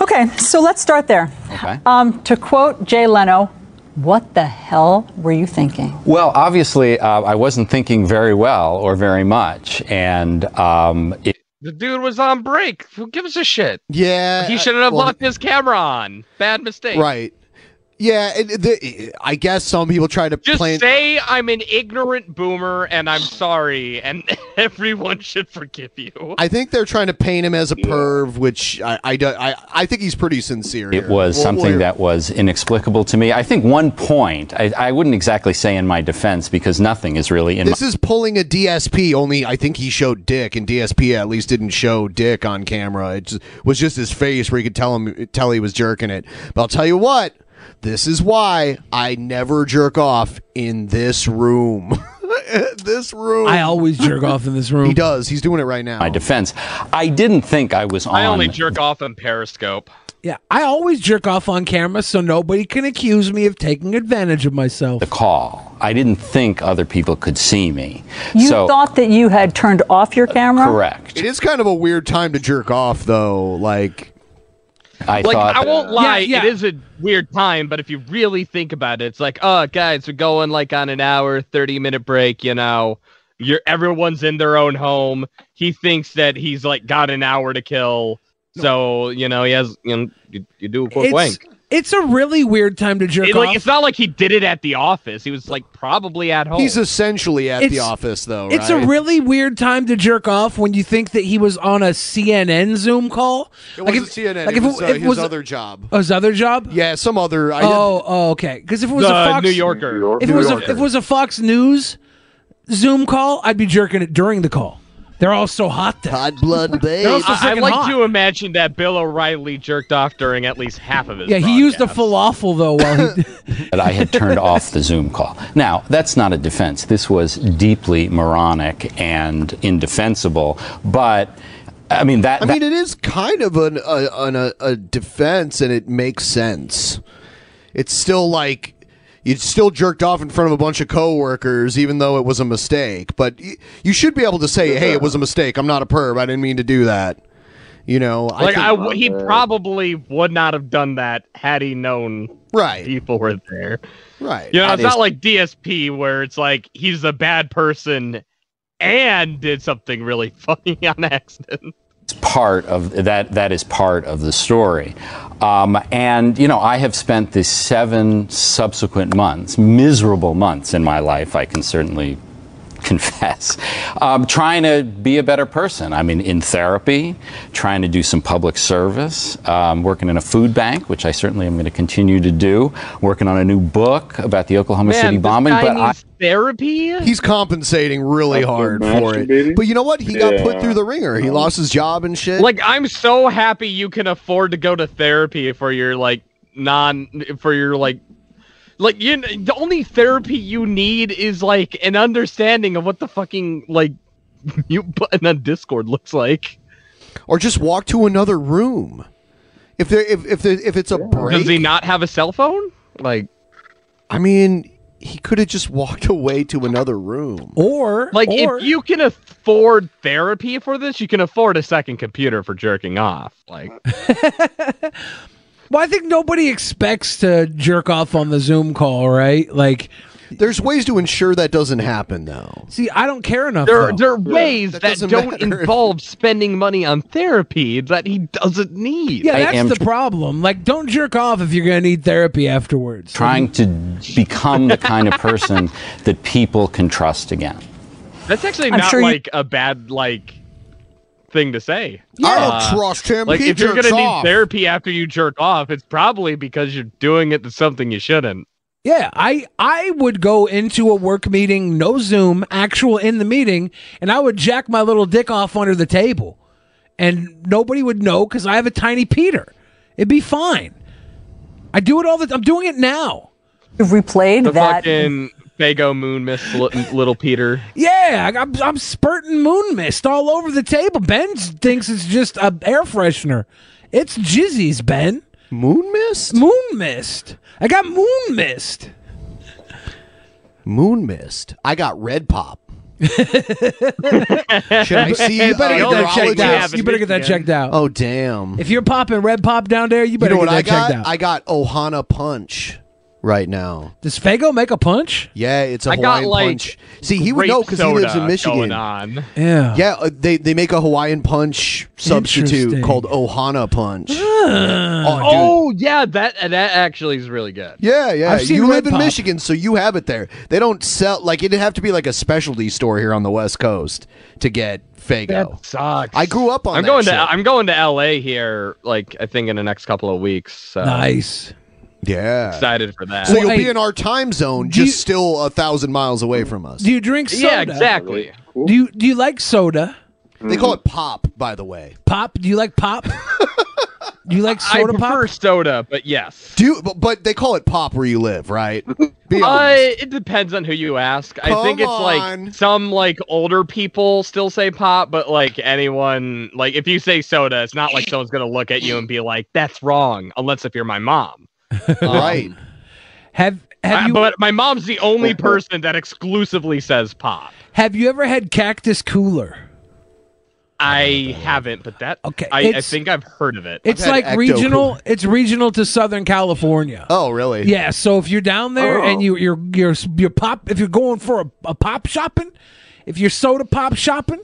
S16: Okay, so let's start there. Okay. Um, to quote Jay Leno, what the hell were you thinking? Well, obviously, uh, I wasn't thinking very well or very much, and um, it,
S11: The dude was on break. Who gives a shit?
S8: Yeah,
S11: He
S8: uh,
S11: shouldn't have
S8: well-
S11: left his camera on. Bad mistake.
S8: Right. Yeah, it, it- the, I guess some people try to
S11: Just
S8: play.
S11: say I'm an ignorant boomer and I'm sorry, and everyone should forgive you.
S8: I think they're trying to paint him as a perv, which I, I, do- I, I think he's pretty sincere.
S16: It
S8: here.
S16: was
S8: Well,
S16: something
S8: we're-
S16: that was inexplicable to me. I think one point, I, I wouldn't exactly say in my defense because nothing is really in
S8: This
S16: my
S8: is pulling a DSP. Only I think he showed dick, and DSP at least didn't show dick on camera. It just, was just his face where you could tell him tell he was jerking it. But I'll tell you what, this is why I never jerk off in this room. this room.
S2: I always jerk off in this room.
S8: He does. He's doing it right now.
S16: my defense. I didn't think I was on.
S11: I only jerk off on Periscope.
S2: Yeah, I always jerk off on camera, so nobody can accuse me of taking advantage of myself.
S16: the call. I didn't think other people could see me. You so thought that you had turned off your camera? Correct.
S8: It is kind of a weird time to jerk off, though. Like,
S16: I
S11: like I won't lie, it is a weird time, but if you really think about it, it's like, oh guys, we're going like on an hour, thirty minute break, you know. You're everyone's in their own home. He thinks that he's like got an hour to kill. So, you know, he has you, know, you, you do a quick
S2: It's,
S11: wank.
S2: it's a really weird time to jerk
S11: It,
S2: off.
S11: like, it's not like he did it at the office. He was like probably at home.
S8: he's essentially at the
S2: It's-
S8: office, though.
S2: It's
S8: right?
S2: a really weird time to jerk off when you think that he was on a CNN Zoom call.
S8: It
S2: Like,
S8: wasn't
S2: if-
S8: CNN.
S2: like,
S8: it
S2: if
S8: was, uh,
S2: if
S8: his other job.
S2: Oh, his other job?
S8: Yeah, some other. I,
S2: oh, oh, okay. Because if it was
S8: The
S2: a Fox,
S8: New Yorker. New York-
S2: if it
S8: New
S2: was a,
S8: Yorker.
S2: if it was a Fox News Zoom call, I'd be jerking it during the call. They're all so hot. Then.
S8: Hot blood, babe.
S2: They're all so
S11: I, I
S2: freaking
S11: like
S2: hot.
S11: to imagine that Bill O'Reilly jerked off during at least half of his.
S2: Yeah, he used a falafel though while he.
S16: that I had turned off the Zoom call. Now, that's not a defense. This was deeply moronic and indefensible, but I mean that,
S8: I
S16: that-
S8: mean, it is kind of an, a, an, uh, a, a defense, and it makes sense. It's still like you still jerked off in front of a bunch of coworkers, even though it was a mistake. But y- you should be able to say, "Hey, it was a mistake. I'm not a perv. I didn't mean to do that." You know,
S11: Like I, w- he
S8: probably.
S11: probably would not have done that had he known
S8: right
S11: people were there.
S8: Right.
S11: You know,
S8: That
S11: it's not
S8: is-
S11: like DSP where it's like he's a bad person and did something really funny on accident.
S16: part of that that is part of the story um, and you know i have spent the seven subsequent months miserable months in my life i can certainly confess um, trying to be a better person i mean in therapy trying to do some public service um, working in a food bank which i certainly am going to continue to do working on a new book about the oklahoma city bombing but I,
S11: therapy.
S8: He's compensating really hard for it. But you know what? He got put
S11: Yeah.
S8: through the ringer. He lost his job and shit.
S11: Like I'm so happy you can afford to go to therapy for your like non for your like like you kn- the only therapy you need is like an understanding of what the fucking like mute button on Discord looks like.
S8: or just walk to another room. If there, if if there, if it's a break,
S11: Does he not have a cell phone? Like
S8: I mean, he could have just walked away to another room.
S2: Or
S11: like if you can afford therapy for this, you can afford a second computer for jerking off. Like
S2: Well, I think nobody expects to jerk off on the Zoom call, right? Like
S8: There's ways to ensure that doesn't happen, though.
S2: See, I don't care enough.
S11: There,
S8: though.
S11: there are
S8: Yeah.
S11: ways
S8: That
S11: that,
S8: doesn't
S11: don't
S8: matter if-
S11: involve spending money on therapy that he doesn't need.
S2: Yeah, that's the problem. Like, don't jerk off if you're going to need therapy afterwards.
S17: trying to become the kind of person that people can trust again.
S11: That's actually
S17: I'm
S11: not
S17: sure you-
S11: like a bad like thing to say. Uh,
S17: I don't trust him.
S11: Like
S17: He
S11: if you're
S17: jerks
S11: gonna
S17: off.
S11: need therapy after you jerk off, it's probably because you're doing it to something you shouldn't.
S2: Yeah, I I would go into a work meeting, no Zoom, actual in the meeting, and I would jack my little dick off under the table, and nobody would know because I have a tiny Peter. It'd be fine. I do it all the. I'm doing it now.
S16: You've replayed
S11: The fucking Fago Moon Miss Li- Little Peter.
S2: Yeah, I- I'm, I'm spurting moon mist all over the table. Ben thinks it's just a air freshener. It's jizzies, Ben.
S8: Moon mist.
S2: Moon mist. I got moon mist.
S8: Moon mist. I got red pop. Should I see?
S2: You better
S8: a
S2: get that checked out.
S8: urologist?
S2: You better get that checked out.
S8: Oh damn!
S2: If you're popping red pop down there, you
S8: You
S2: better
S8: know what
S2: get that
S8: I got?
S2: checked out.
S8: I got Ohana punch right now.
S2: Does Fago make a punch?
S8: Yeah, it's a
S2: I got,
S8: Hawaiian
S2: like,
S8: punch. See, he would know because he lives in Michigan.
S11: on.
S2: Yeah,
S8: yeah. uh, They they make a Hawaiian punch substitute called Ohana punch.
S11: Oh,
S8: dude.
S11: yeah, that that actually is really good.
S8: Yeah, yeah.
S11: I've seen
S8: you
S11: Red
S8: live in
S11: Pop.
S8: Michigan, so you have it there. They don't sell like it'd have to be like a specialty store here on the West Coast to get Fago. That
S11: sucks.
S8: I grew up on.
S11: I'm
S8: that
S11: going
S8: shit.
S11: to I'm going to LA here, like I think in the next couple of weeks. So.
S2: Nice.
S8: Yeah.
S11: Excited for that.
S8: So you'll be in our time zone, just still a thousand miles away from us.
S2: Do you drink soda?
S11: Yeah, exactly.
S2: Do you do you like soda?
S8: They call it pop, by the way.
S2: Pop? Do you like pop? do you like
S11: I
S2: soda pop?
S11: prefer soda, but yes.
S8: Do you, but, but they call it pop where you live, right? Be
S11: Uh,
S8: honest.
S11: it depends on who you ask. I think
S8: Come
S11: it's like some like older people still say pop, but like anyone like if you say soda, it's not like someone's gonna look at you and be like, "That's wrong," unless if you're my mom. Um,
S8: right.
S2: Have have you
S11: but my mom's the only person that exclusively says pop.
S2: Have you ever had cactus cooler?
S11: I haven't, but that okay. I, I
S2: it's-
S11: think I've heard of it.
S2: It's like regional. It's regional to Southern California.
S8: Oh, really?
S2: Yeah. So if you're down there
S11: Oh.
S2: and you you're you're you're pop, if you're going for a, a pop shopping, if you're soda pop shopping,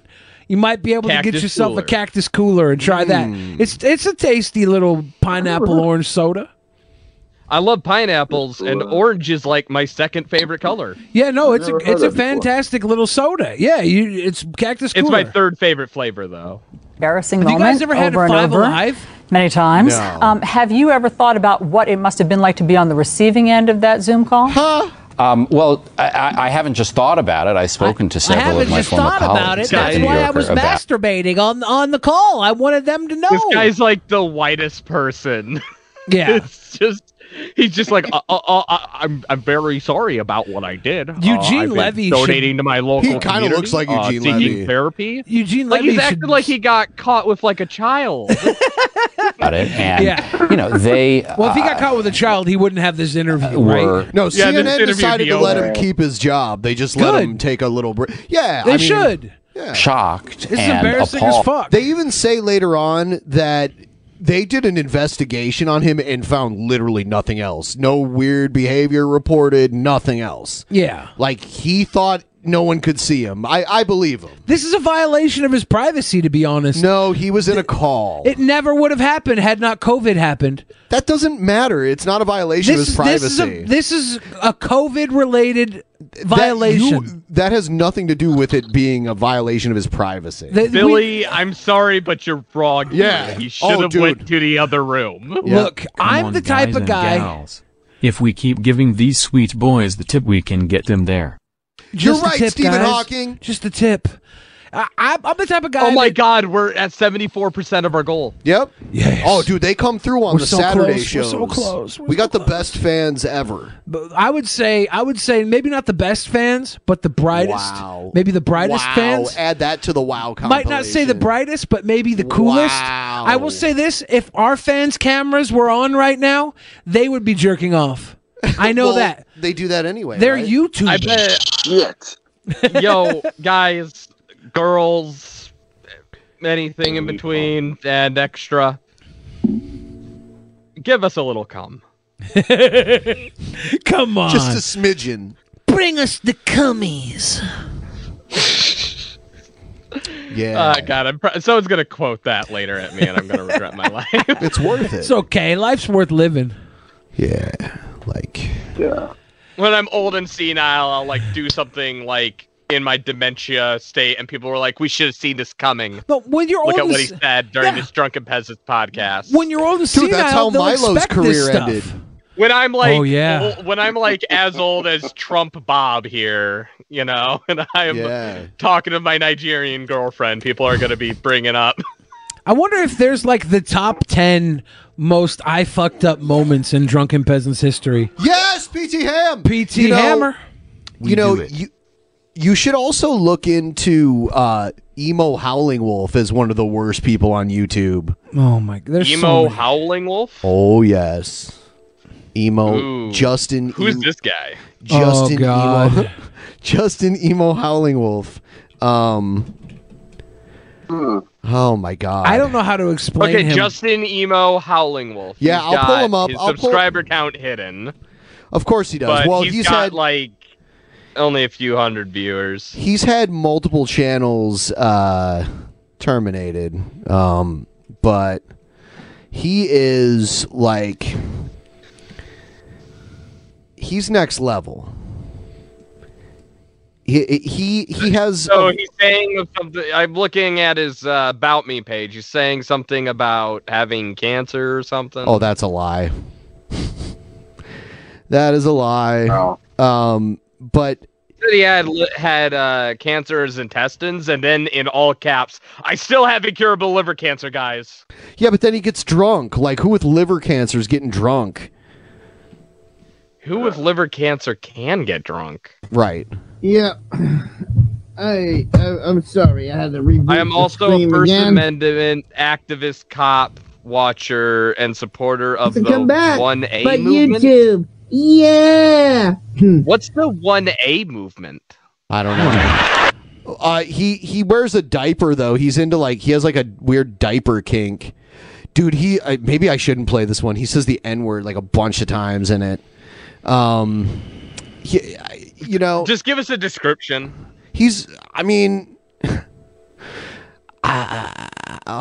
S2: you might be able to get
S11: Cactus
S2: yourself
S11: cooler.
S2: a cactus cooler and try that. It's it's a tasty little pineapple orange soda.
S11: I love pineapples, and orange is like my second favorite color.
S2: Yeah, no, it's a
S11: never heard
S2: it's a
S11: of it before.
S2: fantastic little soda. Yeah, you it's cactus cooler.
S11: It's my third favorite flavor, though.
S16: embarrassing
S2: Have you
S16: moment
S2: guys ever had
S16: over and
S2: Five
S16: over
S2: Alive?
S16: many times.
S2: No.
S16: Um, have you ever thought about what it must have been like to be on the receiving end of that Zoom call?
S17: Um, well, I- I, I haven't just thought about it. I've spoken to
S2: I
S17: several of
S2: haven't
S17: my
S2: just
S17: former
S2: thought
S16: Oh,
S17: colleagues.
S2: about it.
S17: at
S2: That's
S17: the New
S2: why I
S17: Yorker
S2: was
S17: about-
S2: masturbating on on the call. I wanted them to know.
S11: This guy's like the whitest person.
S2: Yeah.
S11: it's just he's just like uh, uh, uh, uh, I'm. I'm very sorry about what I did. Uh,
S2: Eugene
S11: I've been
S2: Levy
S11: donating
S2: should-
S11: to my
S2: He
S11: local.
S2: kinda
S11: community,
S2: looks like
S11: uh,
S2: Eugene
S11: seeking
S2: Levy.
S11: Therapy.
S2: Eugene
S11: like he's
S2: Levy
S11: acting
S2: should-
S11: like he got caught with like a child.
S17: about it, and
S2: Yeah.
S17: you know they.
S2: Well, if he
S17: uh,
S2: got caught with a child, he wouldn't have this interview,
S17: were-
S2: right?
S8: No, CNN decided to let him keep his job. They just let
S2: Good.
S8: him take a little break. Yeah,
S2: They
S8: I mean,
S2: should.
S17: shocked
S2: This is
S17: and
S2: embarrassing as
S17: appalled.
S2: fuck.
S8: They even say later on that they did an investigation on him and found literally nothing else. No weird behavior reported, nothing else.
S2: Yeah.
S8: Like he thought no one could see him. I, I believe him.
S2: This is a violation of his privacy, to be honest.
S8: No, he was in a call.
S2: It never would have happened had not COVID happened.
S8: That doesn't matter. It's not a violation of his privacy.
S2: This is a, this is a COVID related violation.
S8: That, you- that has nothing to do with it being a violation of his privacy.
S11: Billy, I'm sorry, but you're wrong. here.
S8: Yeah.
S11: you
S8: Oh,
S11: should have
S8: dude.
S11: went to the other room.
S2: Look, I'm
S10: on,
S2: the type
S10: guys
S2: of
S10: and
S2: guy.
S10: gals. If we keep giving these sweet boys the tip, we can get them there.
S8: You're
S2: Just the
S8: right,
S2: tip,
S8: Stephen
S2: guys.
S8: Hawking.
S2: Just the tip. I, I, I'm the type of guy.
S11: Oh my
S2: that-
S11: God, we're at 74 percent of our goal.
S8: Yep. Yes. Oh, dude, they come through on
S2: We're
S8: the
S2: so
S8: Saturday
S2: close. We're
S8: shows.
S2: so close. We're
S8: we got the best fans ever.
S2: But I would say I would say maybe not the best fans, but the brightest.
S8: Wow.
S2: Maybe the brightest
S8: wow.
S2: fans.
S8: Add that to the wow
S2: Might not say the
S8: compilation.
S2: brightest, but maybe the coolest.
S8: Wow.
S2: I will say this: if our fans' cameras were on right now, they would be jerking off. I know
S8: Well,
S2: that.
S8: They do that anyway.
S2: They're
S8: right?
S2: YouTube.
S11: I bet. Yo, guys, girls, anything in between and extra. Give us a little cum.
S2: Come on.
S8: Just a smidgen.
S27: Bring us the cummies.
S8: Yeah.
S11: Uh, God, I'm pr- someone's gonna quote that later at me, and I'm gonna regret my life.
S8: it's worth
S2: It's okay. Life's worth living.
S8: Yeah. Like.
S11: Yeah. When I'm old and senile, I'll like do something like in my dementia state, and people were like, "We should have seen this coming."
S2: But when you're
S11: look
S2: old
S11: at
S2: and
S11: what he
S2: s-
S11: said during this drunken peasants podcast.
S2: When you're old and
S8: Dude, that's how
S2: senile, they'll
S8: Milo's
S2: expect this
S8: career
S2: stuff.
S8: ended.
S11: When I'm like,
S2: Oh, yeah.
S11: well, when I'm like as old as Trump Bob here, you know, and I'm
S8: Yeah.
S11: talking to my Nigerian girlfriend, people are gonna be bringing up.
S2: I wonder if there's like the top ten most I fucked up moments in drunken peasants history.
S8: Yes, PT Ham.
S2: PT
S8: You know-
S2: Hammer.
S8: you know, you you should also look into uh, emo howling wolf as one of the worst people on YouTube.
S2: Oh my, there's
S11: Emo
S2: so many.
S11: howling wolf.
S8: Oh yes, emo
S11: Ooh.
S8: Justin.
S11: Who's
S8: Em-
S11: this guy?
S8: Justin
S2: Oh, God.
S8: emo. Justin emo howling wolf. Um. Oh my god.
S2: I don't know how to explain
S11: okay,
S2: him.
S11: Justin Emo Howling Wolf.
S8: Yeah,
S11: He's
S8: I'll pull
S11: got
S8: him up.
S11: His
S8: I'll pull-
S11: subscriber count hidden.
S8: Of course he does.
S11: But
S8: well,
S11: he's
S8: he's
S11: got
S8: had
S11: like only a few hundred viewers.
S8: he's had multiple channels uh, terminated, um, but he is like he's next level. He he he has
S11: So
S8: a-
S11: he's saying of something. I'm looking at his uh, about me page. He's saying something about having cancer or something.
S8: oh that's a lie. that is a lie. Um, but
S11: He said he had li- had uh, cancer in his intestines, and then in all caps, I still have incurable liver cancer, guys.
S8: yeah, but then he gets drunk. Like who with liver cancer is getting drunk?
S11: Who with liver cancer can get drunk?
S8: Right.
S9: Yeah. I, I I'm sorry. I had to reboot.
S11: I am
S9: the
S11: also a
S9: stream
S11: First
S9: again.
S11: Amendment activist, cop, watcher, and supporter of
S9: So
S11: the
S9: come back.
S11: One A
S9: but
S11: movement.
S9: YouTube. Yeah.
S11: What's the One A movement?
S8: I don't know. Uh, he he wears a diaper though. He's into like he has like a weird diaper kink, dude. He I, maybe I shouldn't play this one. He says the n word like a bunch of times in it. Um, he, I- you know,
S11: Just give us a description.
S8: he's. I mean, uh,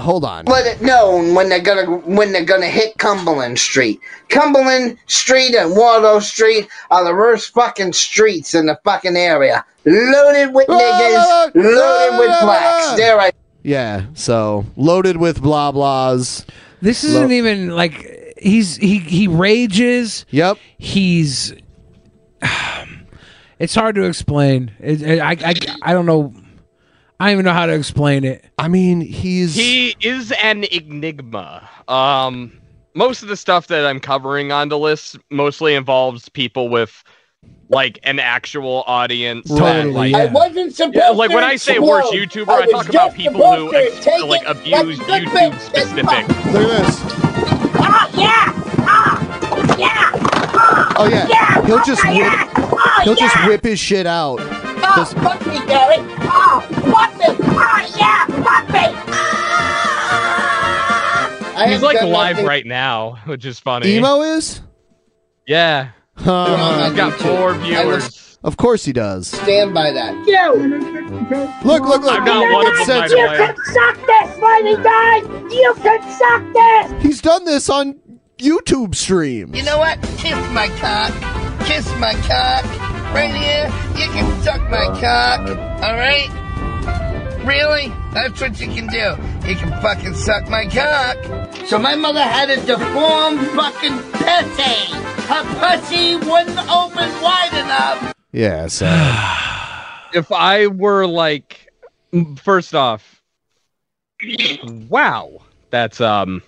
S8: hold on.
S18: Let it known when they're gonna when they're gonna hit Cumberland Street. Cumberland Street and Waldo Street are the worst fucking streets in the fucking area. Loaded with niggas, loaded with blacks. There I
S8: Ah! Yeah, so loaded with blah blahs.
S2: This isn't even like he's he he rages.
S8: Yep.
S2: He's. It's hard to explain. It, it- I, I I don't know. I don't even know how to explain it.
S8: I mean, he's
S11: He is an enigma. Um, most of the stuff that I'm covering on the list mostly involves people with like an actual audience. that,
S9: Totally,
S11: like,
S9: yeah. I wasn't supposed
S11: Yeah, like
S9: to
S11: when I say worst
S9: explode.
S11: YouTuber,
S9: I
S11: I,
S9: was
S11: talk about
S9: just
S11: people
S9: supposed
S11: who
S9: to
S11: ex-
S9: take it
S11: like
S9: like
S11: abuse
S9: good Ah,
S11: YouTube
S9: faith. That's
S11: specific.
S8: Look at this.
S9: Ah,
S8: Oh yeah. He'll just whip, he'll just whip his shit out.
S9: Oh, fuck me, Gary. Oh, fuck me. Oh, yeah, fuck me.
S11: He's
S9: haven't
S11: like
S9: done
S11: live
S9: nothing.
S11: right now, which is funny.
S8: Emo is?
S11: Yeah.
S8: Huh.
S11: He's got four viewers.
S8: Of course he does.
S9: Stand by that. You.
S8: Look, look, look.
S9: I'm not one of them, by the
S8: Censor.
S9: way. You Suck this, Smiley guy. You can suck this.
S8: He's done this on YouTube stream.
S9: You know what? Kiss my cock. Kiss my cock. Right here. You can suck my cock. All right? Really? That's what you can do. You can fucking suck my cock. So my mother had a deformed fucking pussy. Her pussy wouldn't open wide enough.
S8: Yeah, so
S11: If I were like, first off, wow, that's um,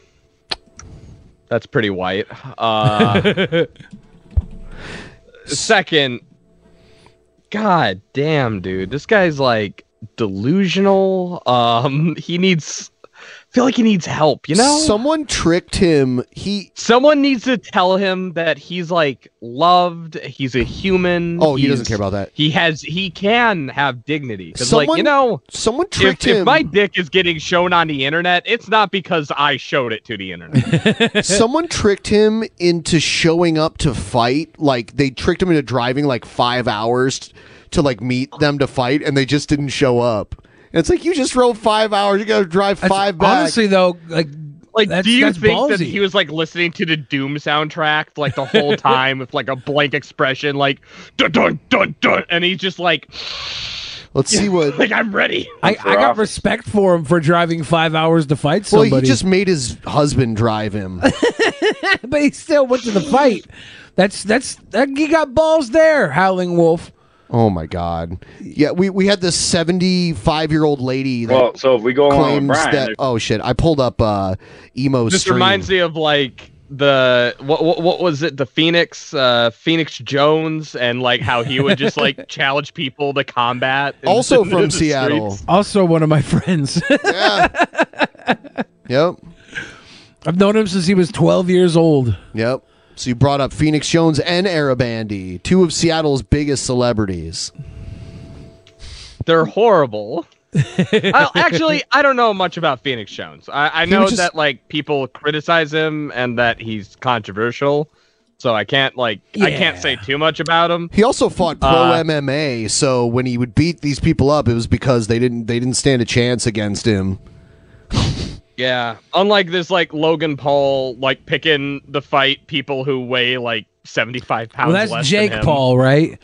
S11: that's pretty white. Uh, second, god damn, dude, this guy's like delusional. Um, he needs feel like he needs help, you know?
S8: Someone tricked him. He
S11: Someone needs to tell him that he's like loved, he's a human.
S8: Oh, he
S11: he's-
S8: doesn't care about that.
S11: He has he can have dignity. 'Cause, like,
S8: Someone-
S11: you know,
S8: someone
S11: if,
S8: tricked
S11: if
S8: him.
S11: my dick is getting shown on the internet, it's not because I showed it to the internet.
S8: someone tricked him into showing up to fight. Like they tricked him into driving like five hours to like meet them to fight, and they just didn't show up. And it's like you just drove five hours. You got to drive five back.
S2: Honestly, though, like,
S11: Like,
S2: that's,
S11: do you
S2: that's
S11: think
S2: ballsy.
S11: that he was like listening to the Doom soundtrack like the whole time with like a blank expression, like dun dun dun dun, and he's just like,
S8: Let's see what.
S11: like I'm ready.
S2: I, I got respect for him for driving five hours to fight
S8: well,
S2: somebody.
S8: he just made his husband drive him.
S2: but he still went to the fight. That's that's that, he got balls there, Howling Wolf.
S8: Oh my God! Yeah, we, we had this seventy-five-year-old lady. That
S3: Well, so if we go along with
S8: claims
S3: Brian,
S8: that
S3: there's-
S8: oh shit, I pulled up uh, emo.
S11: Just
S8: stream.
S11: reminds me of like the what what, what was it? The Phoenix uh, Phoenix Jones and like how he would just like challenge people to combat. in- in the streets.
S2: Also one of my friends.
S8: Yep.
S2: I've known him since he was 12 years old.
S8: Yep. So you brought up Phoenix Jones and Arabandy, two of Seattle's biggest celebrities.
S11: They're horrible. I, actually, I don't know much about Phoenix Jones. I, I
S8: He was
S11: know
S8: just-
S11: that like people criticize him and that he's controversial, so I can't like I can't say too much about him.
S8: He also fought pro
S11: Uh,
S8: MMA, so when he would beat these people up, it was because they didn't they didn't stand a chance against him.
S11: Yeah, unlike this like Logan Paul like picking the fight people who weigh like seventy five pounds.
S2: Well, that's
S11: less
S2: Jake
S11: than him.
S2: Paul, right?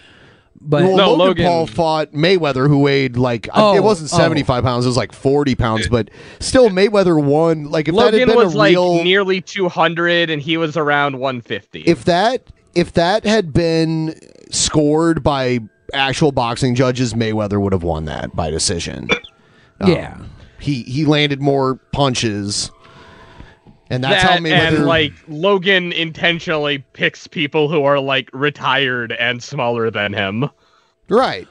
S2: But
S8: Well, Logan, Paul fought Mayweather, who weighed like I-
S2: Oh,
S8: it wasn't
S2: oh.
S8: seventy five pounds; it was like forty pounds. But still, Mayweather won. Like if that
S11: Logan
S8: had been
S11: was
S8: a real,
S11: like nearly two hundred, and he was around one fifty.
S8: if that if that had been scored by actual boxing judges, Mayweather would have won that by decision. Um,
S11: Yeah.
S8: he he landed more punches, and that's how
S11: that,
S8: Mayweather
S11: and like Logan intentionally picks people who are like retired and smaller than him.
S8: Right.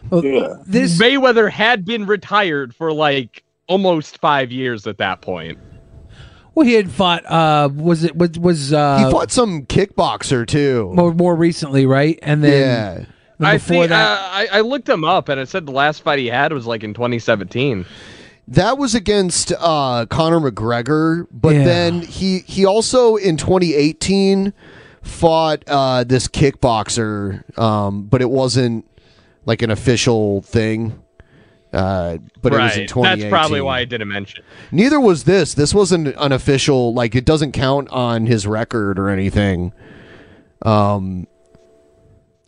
S2: This
S11: Mayweather had been retired for like almost five years at that point.
S2: Well, he had fought. Uh, was it was was uh,
S8: he fought some kickboxer too.
S2: more more recently, right? And then then
S11: I
S2: before
S11: think
S2: that,
S11: uh, I, I looked him up and it said the last fight he had was like in 2017.
S8: That was against uh, Conor McGregor, but
S11: Yeah.
S8: then he he also in 2018 fought uh, this kickboxer, um, but it wasn't like an official thing. Uh, but it was in 2018.
S11: That's probably why I didn't mention.
S8: Neither was this. This wasn't an official. Like it doesn't count on his record or anything. Um,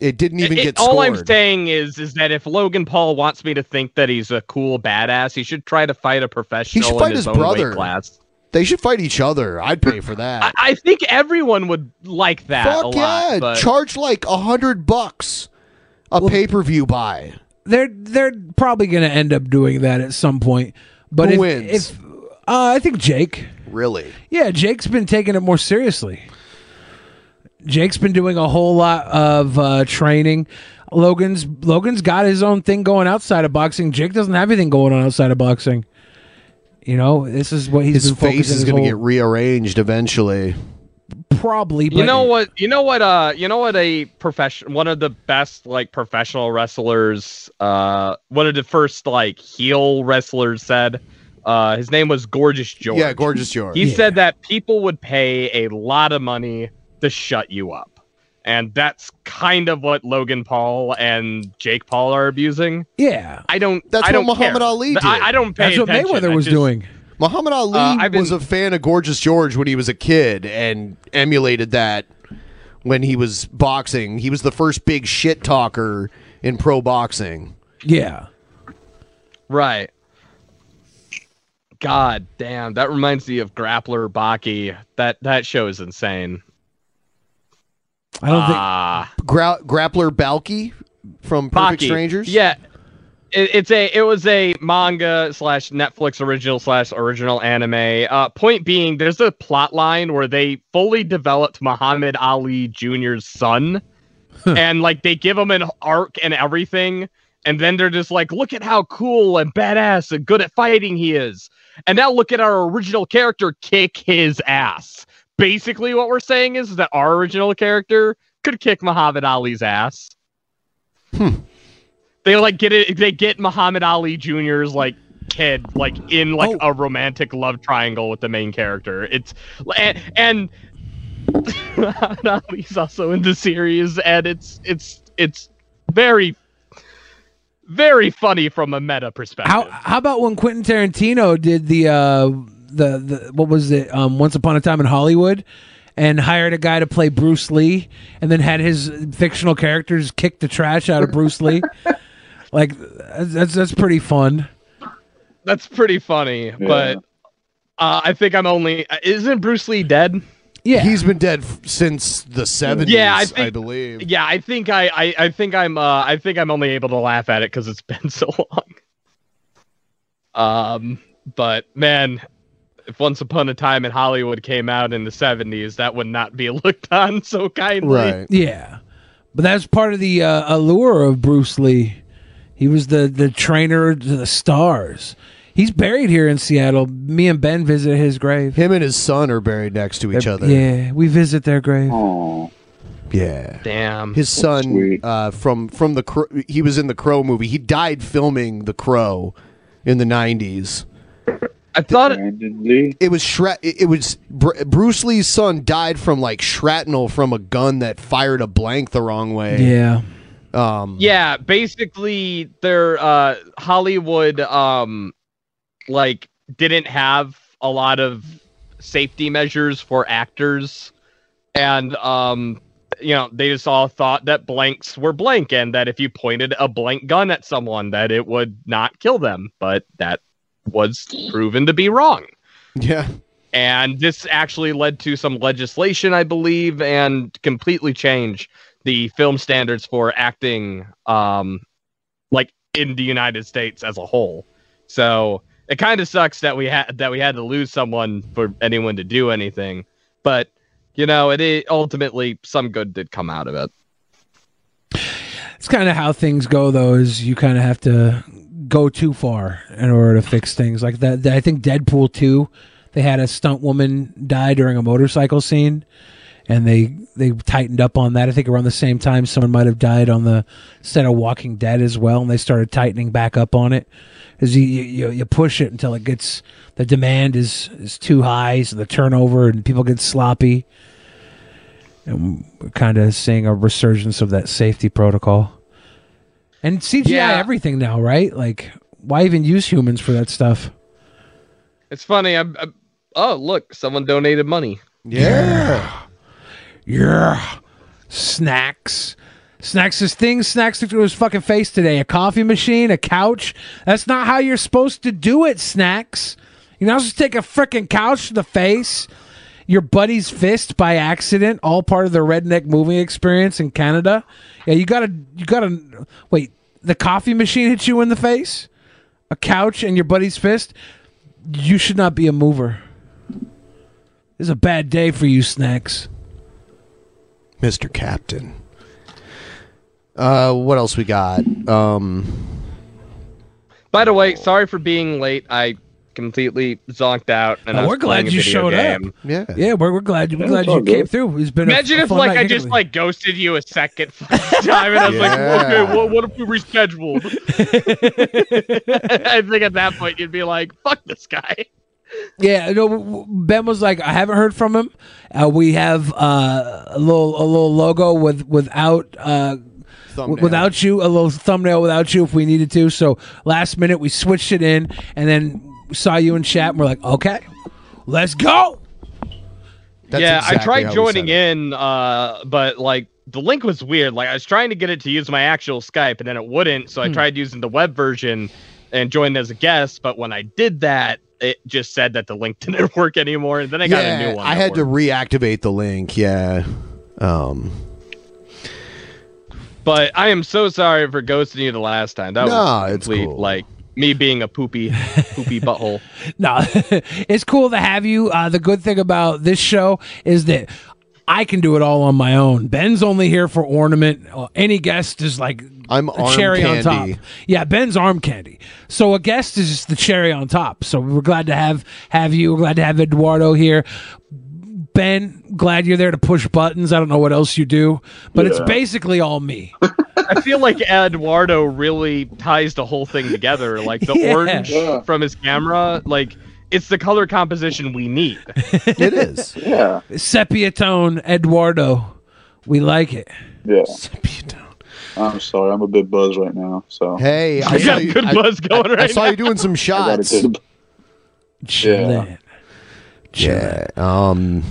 S8: it didn't even
S11: It-
S8: get scored.
S11: all I'm saying is, is that if Logan Paul wants me to think that he's a cool badass, he should try to fight a professional.
S8: he should
S11: in
S8: fight
S11: his,
S8: his
S11: own weight
S8: brother.
S11: class.
S8: They should fight each other. I'd pay for that.
S11: I think everyone would like that a
S8: Fuck
S11: lot.
S8: yeah!
S11: but-
S8: Charge like a hundred bucks a pay per view buy.
S2: they're they're probably going to end up doing that at some point. But
S8: Who
S2: if,
S8: wins?
S2: if uh, I think Jake,
S8: Really?
S2: yeah, Jake's been taking it more seriously. Jake's been doing a whole lot of uh, training. Logan's Logan's got his own thing going outside of boxing. Jake doesn't have anything going on outside of boxing. You know, this is what he's
S8: His
S2: been focusing
S8: face is
S2: his
S8: going to
S2: whole-
S8: get rearranged eventually.
S2: probably. But
S11: You know what? You know what? Uh, you know what? A profession, one of the best like professional wrestlers, uh, one of the first like heel wrestlers said. Uh, his name was Gorgeous George.
S8: Yeah, Gorgeous George.
S11: He
S8: Yeah.
S11: said that people would pay a lot of money to shut you up, and that's kind of what Logan Paul and Jake Paul are abusing.
S2: Yeah,
S11: I don't.
S8: That's
S11: I
S8: what
S11: don't
S8: Muhammad
S11: care.
S8: Ali did.
S11: I, I don't pay. attention. I just-
S8: Muhammad Ali
S11: Uh, I've been-
S8: was a fan of Gorgeous George when he was a kid and emulated that when he was boxing. He was the first big shit talker in pro boxing.
S2: Yeah.
S11: Right. God damn, that reminds me of Grappler Baki. That that show is insane.
S8: I don't think-
S11: Ah.
S8: Gra- grappler Balky from Perfect
S11: Baki.
S8: Strangers.
S11: Yeah. It, it's a it was a manga slash Netflix original slash original anime. Uh, point being, there's a plot line where they fully developed Muhammad Ali Jr.'s son, and like they give him an arc and everything, and then they're just like, look at how cool and badass and good at fighting he is. And now look at our original character kick his ass. Basically, what we're saying is that our original character could kick Muhammad Ali's ass. They like get it. They get Muhammad Ali Jr.'s like kid like in like
S2: Oh.
S11: a romantic love triangle with the main character. It's and, and Muhammad Ali's also in the series, and it's it's it's very very funny from a meta perspective.
S2: How Oh, how about when Quentin Tarantino did the uh the, the what was it um Once Upon a Time in Hollywood and hired a guy to play Bruce Lee and then had his fictional characters kick the trash out of Bruce Lee. Like that's that's- that's pretty fun.
S11: That's pretty funny, but uh, I think I'm only isn't Bruce Lee dead?
S2: Yeah,
S8: he's been dead f- since the seventies.
S11: Yeah, I,
S8: I,
S11: think,
S8: believe.
S11: Yeah, I think I, I, I think I'm uh, I think I'm only able to laugh at it because it's been so long. Um, but man, if Once Upon a Time in Hollywood came out in the '70s, that would not be looked on so kindly.
S2: Yeah, but that's part of the uh, allure of Bruce Lee. He was the the trainer to the stars. He's buried here in Seattle. Me and Ben visit his grave.
S8: Him and his son are buried next to each other.
S2: Yeah, we visit their grave.
S8: Yeah.
S11: Damn.
S8: His son uh, from from the Cro- he was in the Crow movie. He died filming the Crow in the nineties.
S11: I thought
S8: it, was shra- it it was Br- Bruce Lee's son died from like shrapnel from a gun that fired a blank the wrong way.
S2: Yeah.
S8: Um
S11: Yeah, basically their uh Hollywood um like didn't have a lot of safety measures for actors and um you know they just all thought that blanks were blank and that if you pointed a blank gun at someone that it would not kill them but that was proven to be wrong
S8: yeah
S11: and this actually led to some legislation, I believe, and completely change the film standards for acting, um, like in the United States as a whole. So it kind of sucks that we had that we had to lose someone for anyone to do anything, but you know, it, it ultimately some good did come out of it.
S2: It's kind of how things go, though. Is you kind of have to go too far in order to fix things like that. that- I think Deadpool two, they had a stunt woman die during a motorcycle scene, and they they tightened up on that. I think around the same time, someone might have died on the set of Walking Dead as well, and they started tightening back up on it. Is you, you you push it until it gets the demand is is too high, so the turnover and people get sloppy. And we're kind of seeing a resurgence of that safety protocol. And CGI everything now, right? Like, why even use humans for that stuff?
S11: It's funny. I'm, I'm oh look, someone donated money.
S8: Yeah.
S2: Yeah. Snacks. Snacks is things. Snacks took to his fucking face today. A coffee machine, a couch. That's not how you're supposed to do it, Snacks. You're not supposed to take a freaking couch to the face. Your buddy's fist by accident, all part of the redneck movie experience in Canada. Yeah, you gotta, you gotta, wait, the coffee machine hit you in the face? A couch and your buddy's fist? You should not be a mover. This is a bad day for you, Snacks.
S8: Mr. Captain. Uh what else we got? Um
S11: By the way, sorry for being late. I completely zonked out. And I
S2: Oh,
S11: was
S2: we're glad
S11: playing a
S2: you
S11: video
S2: showed
S11: game.
S2: up. Yeah, yeah, we're, we're glad we're
S11: Yeah,
S2: glad
S11: it's all
S2: you came
S11: good.
S2: through. It's been a-
S11: Imagine
S2: a
S11: if
S2: fun
S11: like
S2: night
S11: I just
S2: giggling.
S11: like ghosted you a second fucking time, and I was
S2: Yeah.
S11: like, okay, what, what if we rescheduled? I think at that point you'd be like, fuck this guy.
S2: Yeah, no. w- w- Ben was like, I haven't heard from him. Uh, we have uh, a little a little logo with without uh, w- without you, a little thumbnail without you if we needed to. So last minute we switched it in, and then saw you in chat, and we're like, okay, let's go. That's
S11: yeah, I
S2: exactly how
S11: tried
S2: we
S11: joining in, uh, but like the link was weird. Like I was trying to get it to use my actual Skype, and then it wouldn't. So I
S2: Hmm.
S11: tried using the web version and joined as a guest. But when I did that, it just said that the link didn't work anymore. And then I got a
S8: yeah,
S11: new one.
S8: I
S11: that
S8: had to reactivate the link, yeah. Um
S11: But I am so sorry for ghosting you the last time. That
S8: Nah,
S11: was
S8: it's
S11: complete, like me being a poopy, poopy butthole.
S2: No, it's cool to have you. Uh, the good thing about this show is that I can do it all on my own. Ben's only here for ornament. Uh, any guest is like
S8: I'm
S2: a
S8: arm
S2: cherry on
S8: candy.
S2: top. Yeah, Ben's arm candy. So a guest is just the cherry on top. So we're glad to have have you. We're glad to have Eduardo here. Ben, glad you're there to push buttons. I don't know what else you do, but it's
S11: Yeah.
S2: basically all me.
S11: I feel like Eduardo really ties the whole thing together. Like the
S2: Yeah.
S11: orange
S2: Yeah.
S11: from his camera, like it's the color composition we need.
S2: It is.
S11: Yeah.
S2: Sepia tone, Eduardo. We like it.
S9: Yeah. I'm sorry, I'm a bit buzzed right now. So
S8: Hey, I saw you, I- I- I saw you doing some shots.
S9: Yeah.
S8: Yeah. Um.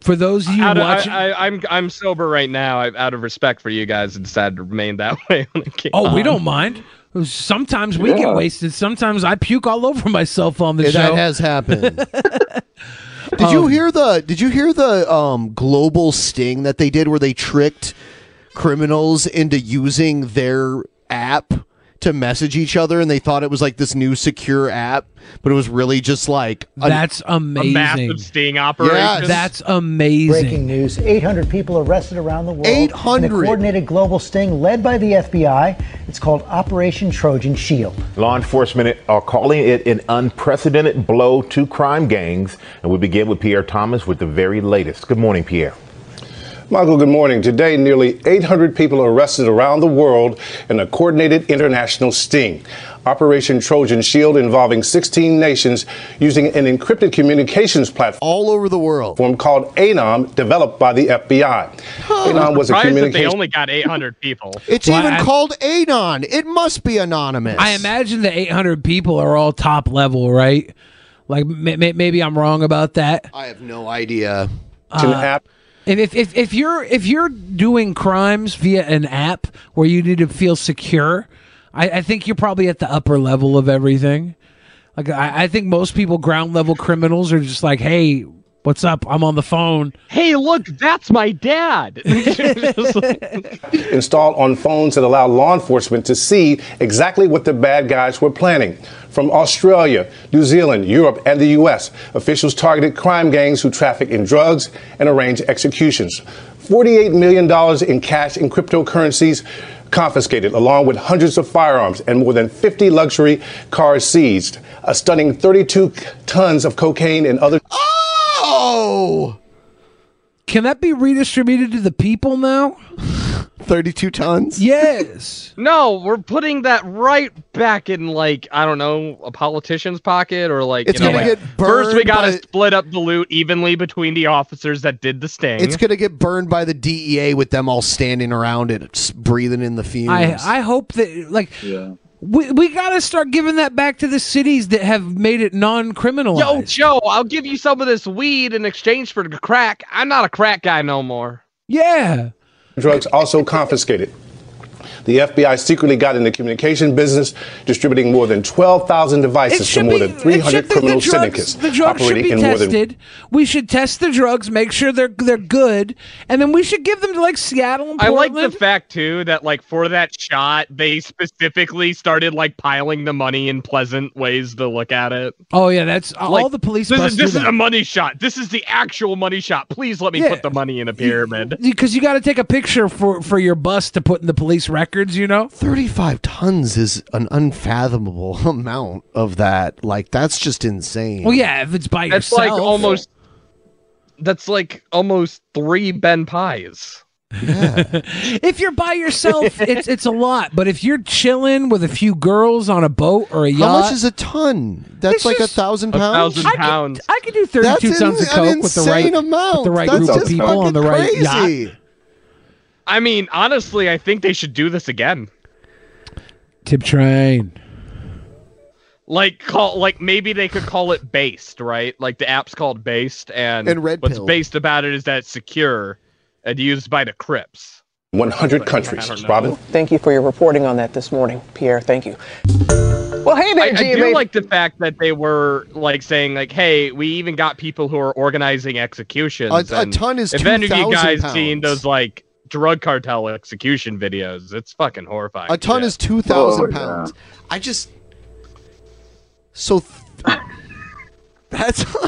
S2: For those of you
S11: Out of,
S2: watching,
S11: I, I, I'm I'm sober right now. I, out of respect for you guys, I decided to remain that way. When I came
S2: oh, we
S11: on. Um,
S2: don't mind. Sometimes we
S11: Yeah.
S2: get wasted. Sometimes I puke all over myself on the
S8: Yeah,
S2: show.
S8: that has happened. Did you
S2: um,
S8: hear the? Did you hear the um, global sting that they did, where they tricked criminals into using their app to message each other, and they thought it was like this new secure app, but it was really just like an-
S2: That's amazing.
S11: sting
S8: operation.
S2: That's amazing.
S3: Breaking news 800 people arrested around the world.
S8: 800.
S3: In a coordinated global sting led by the FBI. It's called Operation Trojan Shield.
S20: Law enforcement are calling it an unprecedented blow to crime gangs. And we begin with Pierre Thomas with the very latest. Good morning, Pierre.
S21: Michael, good morning. Today, nearly 800 people are arrested around the world in a coordinated international sting. Operation Trojan Shield involving 16 nations using an encrypted communications platform
S8: all over the world
S21: called ANOM, developed by the FBI. ANOM was a
S11: Surprised that they
S21: communication.
S11: only got 800 people.
S8: It's even called Anon. It must be anonymous.
S2: I imagine the 800 people are all top level, right? Like may- may- maybe I'm wrong about that.
S8: I have no idea.
S2: Uh, If, if, if, if you're if you're doing crimes via an app where you need to feel secure, I, I think you're probably at the upper level of everything. Like I, I think most people ground level criminals are just like, hey, what's up? I'm on the phone.
S11: Hey, look, that's my dad.
S21: installed on phones that allow law enforcement to see exactly what the bad guys were planning. From Australia, New Zealand, Europe, and the U.S., officials targeted crime gangs who traffic in drugs and arrange executions. $48 million in cash and cryptocurrencies confiscated, along with hundreds of firearms and more than 50 luxury cars seized. A stunning 32 tons of cocaine and other.
S8: Oh!
S2: Can that be redistributed to the people now?
S8: 32 tons?
S2: Yes.
S11: no, we're putting that right back in like I don't know a politician's pocket or like
S8: It's
S11: you know,
S8: gonna
S11: like,
S8: get
S11: first we
S8: burned
S11: gotta
S8: by-
S11: split up the loot evenly between the officers that did the sting.
S8: It's gonna get burned by the DEA with them all standing around it, s- breathing in the fumes.
S2: I I hope that like
S8: yeah.
S2: we we gotta start giving that back to the cities that have made it non-criminalized.
S11: Yo, Joe, I'll give you some of this weed in exchange for the crack. I'm not a crack guy no more.
S2: Yeah.
S21: Drugs also confiscated. The FBI secretly got in the communication business, distributing more than 12,000
S2: It
S21: devices to
S2: should
S21: more
S2: be-
S21: than
S2: it
S21: 300
S2: should- the-
S21: criminal
S2: the drugs,
S21: syndicates
S2: the drugs should
S21: operating
S2: be
S21: in more than
S2: tested. We should test the drugs, make sure they're they're good, and then we should give them to like Seattle and
S11: I like
S2: Portland.
S11: the fact too that like for that shot they specifically started like piling the money in pleasant ways to look at it.
S2: oh yeah, that's all
S11: Like,
S2: the police.
S11: This
S2: busts
S11: is
S2: do
S11: this is
S2: that.
S11: a money shot. This is the actual money shot. Please let me
S2: Yeah.
S11: put the money in a pyramid.
S2: because you got to take a picture for for your bus to put in the police records. You know,
S8: 35 tons is an unfathomable amount of that. Like, that's just insane.
S2: Well, yeah, if it's by
S11: that's
S2: yourself.
S11: like almost. That's like almost three Ben pies.
S2: If you're by yourself, it's it's a lot. But if you're chilling with a few girls on a boat or a
S8: How
S2: yacht,
S8: much is a ton? That's
S2: It's
S8: like
S2: just-
S8: a thousand
S2: A
S8: pounds?
S2: thousand I could- pounds. I could do
S8: That's
S2: 32 tons
S8: an-
S2: of coke
S8: an
S2: with the
S8: insane
S2: right,
S8: amount.
S2: with the right
S8: That's
S2: group of
S8: just
S2: people on
S8: fucking
S2: the right
S8: crazy.
S2: yacht.
S11: I mean, honestly, I think they should do this again.
S2: Tip train.
S11: Like call like maybe they could call it based, right? Like the app's called based, and,
S21: And red
S11: what's
S21: pill.
S11: based about it is that it's secure and used by the Crips.
S21: 100
S11: I
S21: countries.
S11: don't know.
S21: Robin?
S3: Thank you for your reporting on that this morning, Pierre. Thank you. Well, hey
S11: I,
S3: there,
S11: I do
S3: GMA.
S11: like the fact that they were like saying like, "Hey, we even got people who are organizing executions."
S8: A- a
S11: and
S8: ton is
S11: If any of you
S8: 2,000
S11: guys
S8: pounds.
S11: seen those like drug cartel execution videos, it's fucking horrifying.
S8: A ton
S11: shit.
S8: is
S9: Oh,
S8: 2,000 pounds. I just. So. Th- that's.
S9: That's a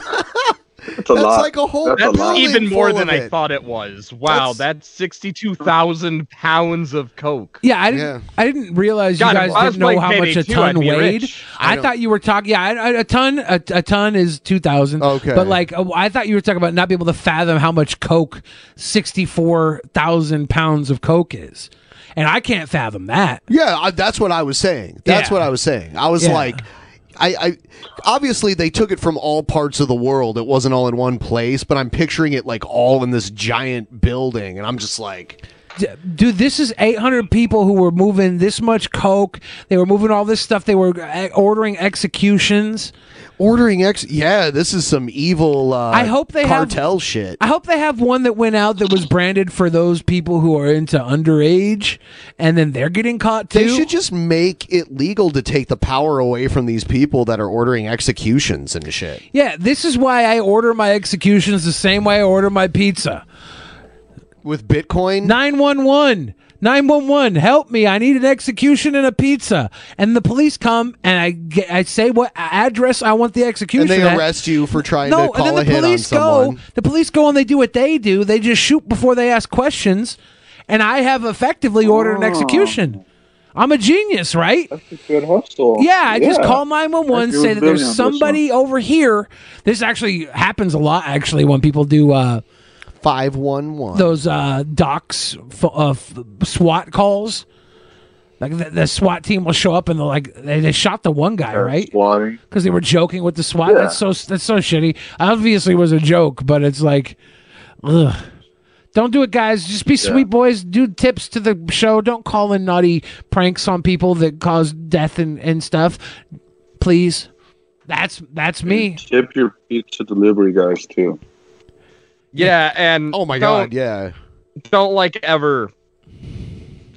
S9: lot. That's a lot.
S11: even more than I thought it was. Wow, that's, sixty-two thousand pounds of coke.
S2: Yeah, I didn't. I didn't realize
S11: God,
S2: you
S11: if
S2: guys
S11: I was
S2: didn't know
S11: playing
S2: how much
S11: Payday
S2: a
S11: 2, I'd
S2: ton
S11: be
S2: weighed.
S11: rich.
S2: I,
S11: I know.
S2: thought you were talking. Yeah, I- I- a ton. A, a ton is two thousand. Okay, but like oh, I thought you were talking about not being able to fathom how much coke sixty-four thousand pounds of coke is, and I can't fathom that.
S8: Yeah, I, that's what I was saying. That's
S2: Yeah.
S8: what I was saying. I was
S2: Yeah.
S8: like, I, I obviously they took it from all parts of the world. It wasn't all in one place, but I'm picturing it like all in this giant building, and I'm just like,
S2: D- Dude, this is 800 people who were moving this much coke. They were moving all this stuff. They were uh, ordering executions.
S8: Ordering ex. Yeah, this is some evil. Uh,
S2: I hope they have-
S8: cartel shit.
S2: I hope they have one that went out that was branded for those people who are into underage, and then they're getting caught too.
S8: They should just make it legal to take the power away from these people that are ordering executions and shit.
S2: yeah, this is why I order my executions the same way I order my pizza.
S8: With Bitcoin?
S2: 911. 911, help me. I need an execution and a pizza. And the police come and I get, I say what address I want the
S8: And
S2: execution
S8: they
S2: at.
S8: arrest you for trying
S2: no,
S8: to call a
S2: and then the
S8: hit on
S2: police
S8: someone.
S2: go. The police go and they do what they do. They just shoot before they ask questions, and I have effectively ordered an
S9: Oh.
S2: execution. I'm a genius, right?
S9: Good hustle.
S2: Yeah, I just
S9: Yeah.
S2: call 911,
S9: Like you
S2: say
S9: were building
S2: that
S9: on
S2: there's
S9: this one.
S2: somebody over here. This actually happens a lot, actually, when people do uh,
S8: 511.
S2: Those uh, docs, f- uh, f- SWAT calls. Like the, the SWAT team will show up and they're like, they, they shot the one guy, right?
S9: Swatting.
S2: Because they were joking with the SWAT.
S9: Yeah.
S2: That's so that's so shitty. Obviously, it was a joke, but it's like, ugh. Don't do it, guys. Just be sweet boys. Do tips to the show. Don't call in naughty pranks on people that cause death and, and stuff. Please. That's that's me.
S9: Tip your pizza delivery guys too.
S11: Yeah, and
S8: oh my
S9: God,
S8: yeah.
S11: Don't like ever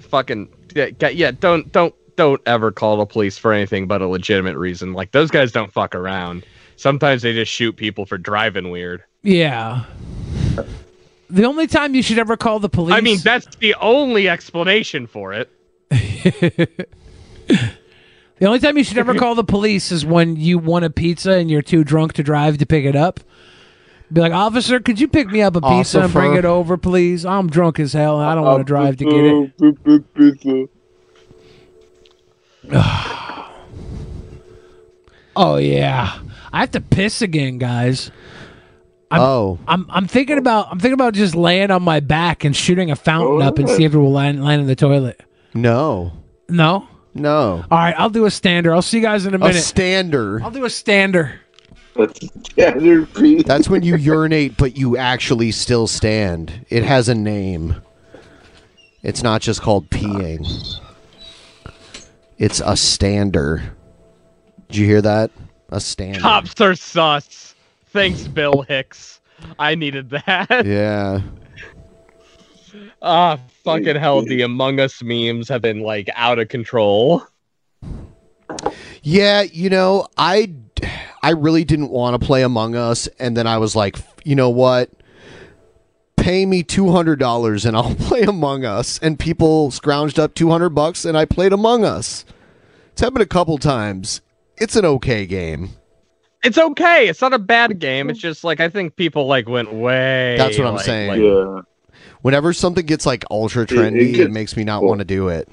S11: fucking yeah, ca- yeah, don't don't don't ever call the police for anything but a legitimate reason. Like those guys don't fuck around. Sometimes they just shoot people for driving weird.
S2: Yeah. The only time you should ever call the police.
S11: I mean, that's the only explanation for it.
S2: The only time you should ever call the police is when you want a pizza and you're too drunk to drive to pick it up. Be like, officer, could you pick me up a pizza and bring
S9: Officer.
S2: it over, please? I'm drunk as hell and I don't want to drive to get it.
S9: it.
S2: Oh yeah, I have to piss again, guys. I'm,
S8: oh,
S2: I'm I'm thinking about I'm thinking about just laying on my back and shooting a fountain up and see if it will land land in the toilet.
S8: No.
S2: No.
S8: No.
S2: All right, I'll do a stander. I'll see you guys in a
S8: A
S2: minute.
S8: stander.
S2: I'll do a stander.
S8: That's when you urinate, but you actually still stand. It has a name. It's not just called peeing. It's a stander. Did you hear that? A stander.
S11: Cops are sus. Thanks, Bill Hicks. I needed that.
S8: Yeah.
S11: Ah, fucking hell. The Among Us memes have been like out of control.
S8: Yeah, you know, I I really didn't want to play Among Us and then I was like, you know what? Pay me $200 and I'll play Among Us and people scrounged up 200 bucks and I played Among Us. It's happened a couple times. It's an okay game.
S11: It's okay. It's not a bad game. It's just like I think people like went way.
S8: That's what I'm
S11: like-
S8: saying.
S11: like-
S8: Whenever something gets like ultra
S11: It- it
S8: trendy, it,
S11: gets-
S8: makes me not
S11: well-
S8: want to do it.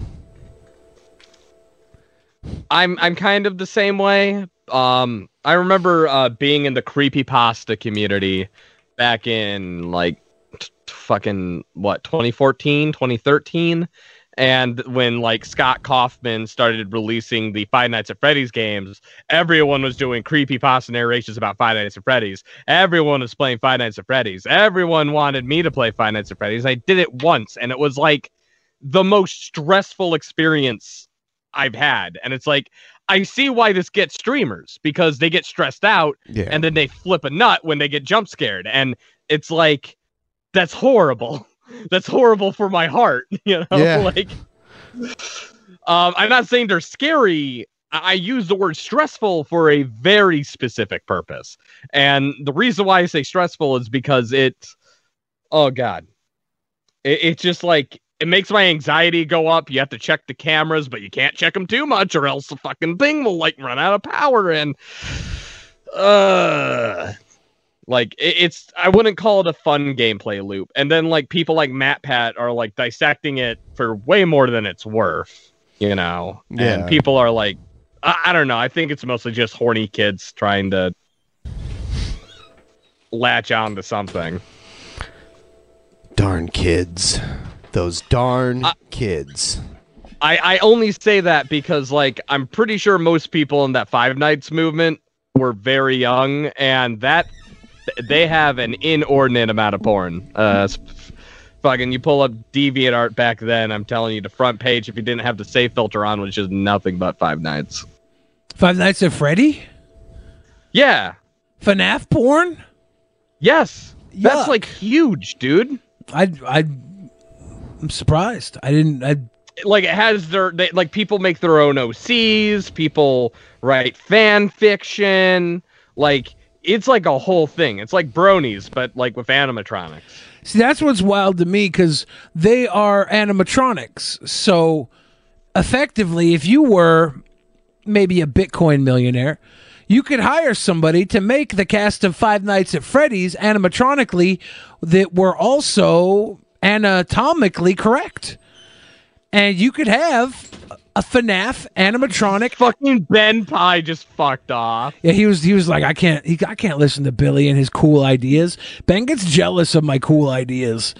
S11: I'm I'm kind of the same way. Um, I remember uh, being in the creepypasta community back in like t- fucking what 2014, 2013, and when like Scott Kaufman started releasing the Five Nights at Freddy's games, everyone was doing creepypasta narrations about Five Nights at Freddy's. Everyone was playing Five Nights at Freddy's. Everyone wanted me to play Five Nights at Freddy's. I did it once, and it was like the most stressful experience I've had. And it's like, I see why this gets streamers because they get stressed out
S8: Yeah.
S11: and then they flip a nut when they get jump scared. And it's like, that's horrible. That's horrible for my heart. You know,
S8: Yeah.
S11: like, um, I'm not saying they're scary. I I use the word stressful for a very specific purpose. And the reason why I say stressful is because it, oh God, it, it's just like it makes my anxiety go up. You have to check the cameras, but you can't check them too much, or else the fucking thing will like run out of power. And uh, Like it, it's I wouldn't call it a fun gameplay loop. And then like people like Matt Pat are like dissecting it for way more than it's worth, you know.
S8: Yeah.
S11: And people are like I, I don't know. I think it's mostly just horny kids trying to latch on to something.
S8: Darn kids. Those darn kids.
S11: I, I only say that because like I'm pretty sure most people in that Five Nights movement were very young, and that they have an inordinate amount of porn. Uh, s- fucking, you pull up DeviantArt back then. I'm telling you, the front page, if you didn't have the save filter on, was just nothing but Five Nights.
S2: Five Nights at Freddy?
S11: Yeah.
S2: FNAF porn?
S11: Yes. That's like huge, dude.
S2: I I I'm surprised. I didn't I
S11: like it has their they, like people make their own OCs, people write fan fiction, like it's like a whole thing. It's like bronies, but like with animatronics.
S2: See, that's what's wild to me because they are animatronics. So, effectively, if you were maybe a Bitcoin millionaire, you could hire somebody to make the cast of Five Nights at Freddy's animatronically that were also anatomically correct. And you could have a FNAF animatronic.
S11: Fucking Ben Pie just fucked off.
S2: Yeah, he was he was like, I can't he, I can't listen to Billy and his cool ideas. Ben gets jealous of my cool ideas.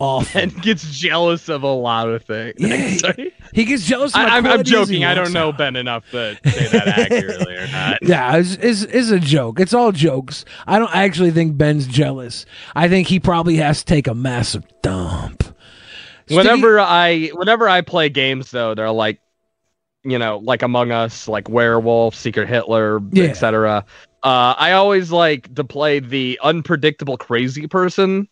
S2: Off.
S11: And gets jealous of a lot of things. Yeah,
S2: he gets jealous. Of my
S11: I, am
S2: cool
S11: I'm
S2: ideas he
S11: joking. I don't
S2: wants.
S11: know Ben enough to say that accurately or not.
S2: Yeah, it's, it's, it's a joke. It's all jokes. I don't actually think Ben's jealous. I think he probably has to take a massive dump.
S11: Whenever I whenever I play games though, they're like you know, like Among Us, like Werewolf, Secret Hitler,
S2: Yeah.
S11: etc. Uh I always like to play the unpredictable crazy person.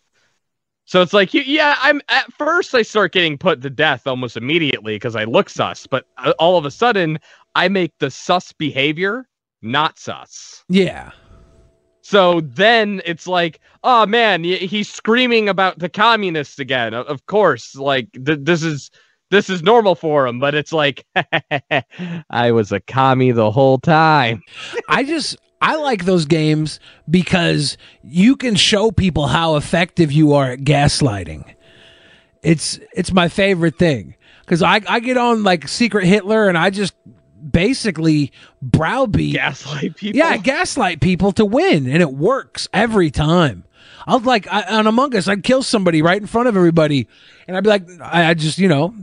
S11: So it's like you, yeah, I'm at first I start getting put to death almost immediately cuz I look sus, but uh, all of a sudden I make the sus behavior not sus.
S2: Yeah.
S11: So then it's like, oh man, y- he's screaming about the communists again. O- Of course, like th- this is this is normal for him, but it's like I was a commie the whole time.
S2: I just I like those games because you can show people how effective you are at gaslighting. It's it's my favorite thing because I I get on like Secret Hitler and I just basically browbeat
S11: gaslight people.
S2: Yeah, I gaslight people to win, and it works every time. I'll like I, on Among Us, I'd kill somebody right in front of everybody, and I'd be like, I, I just you know.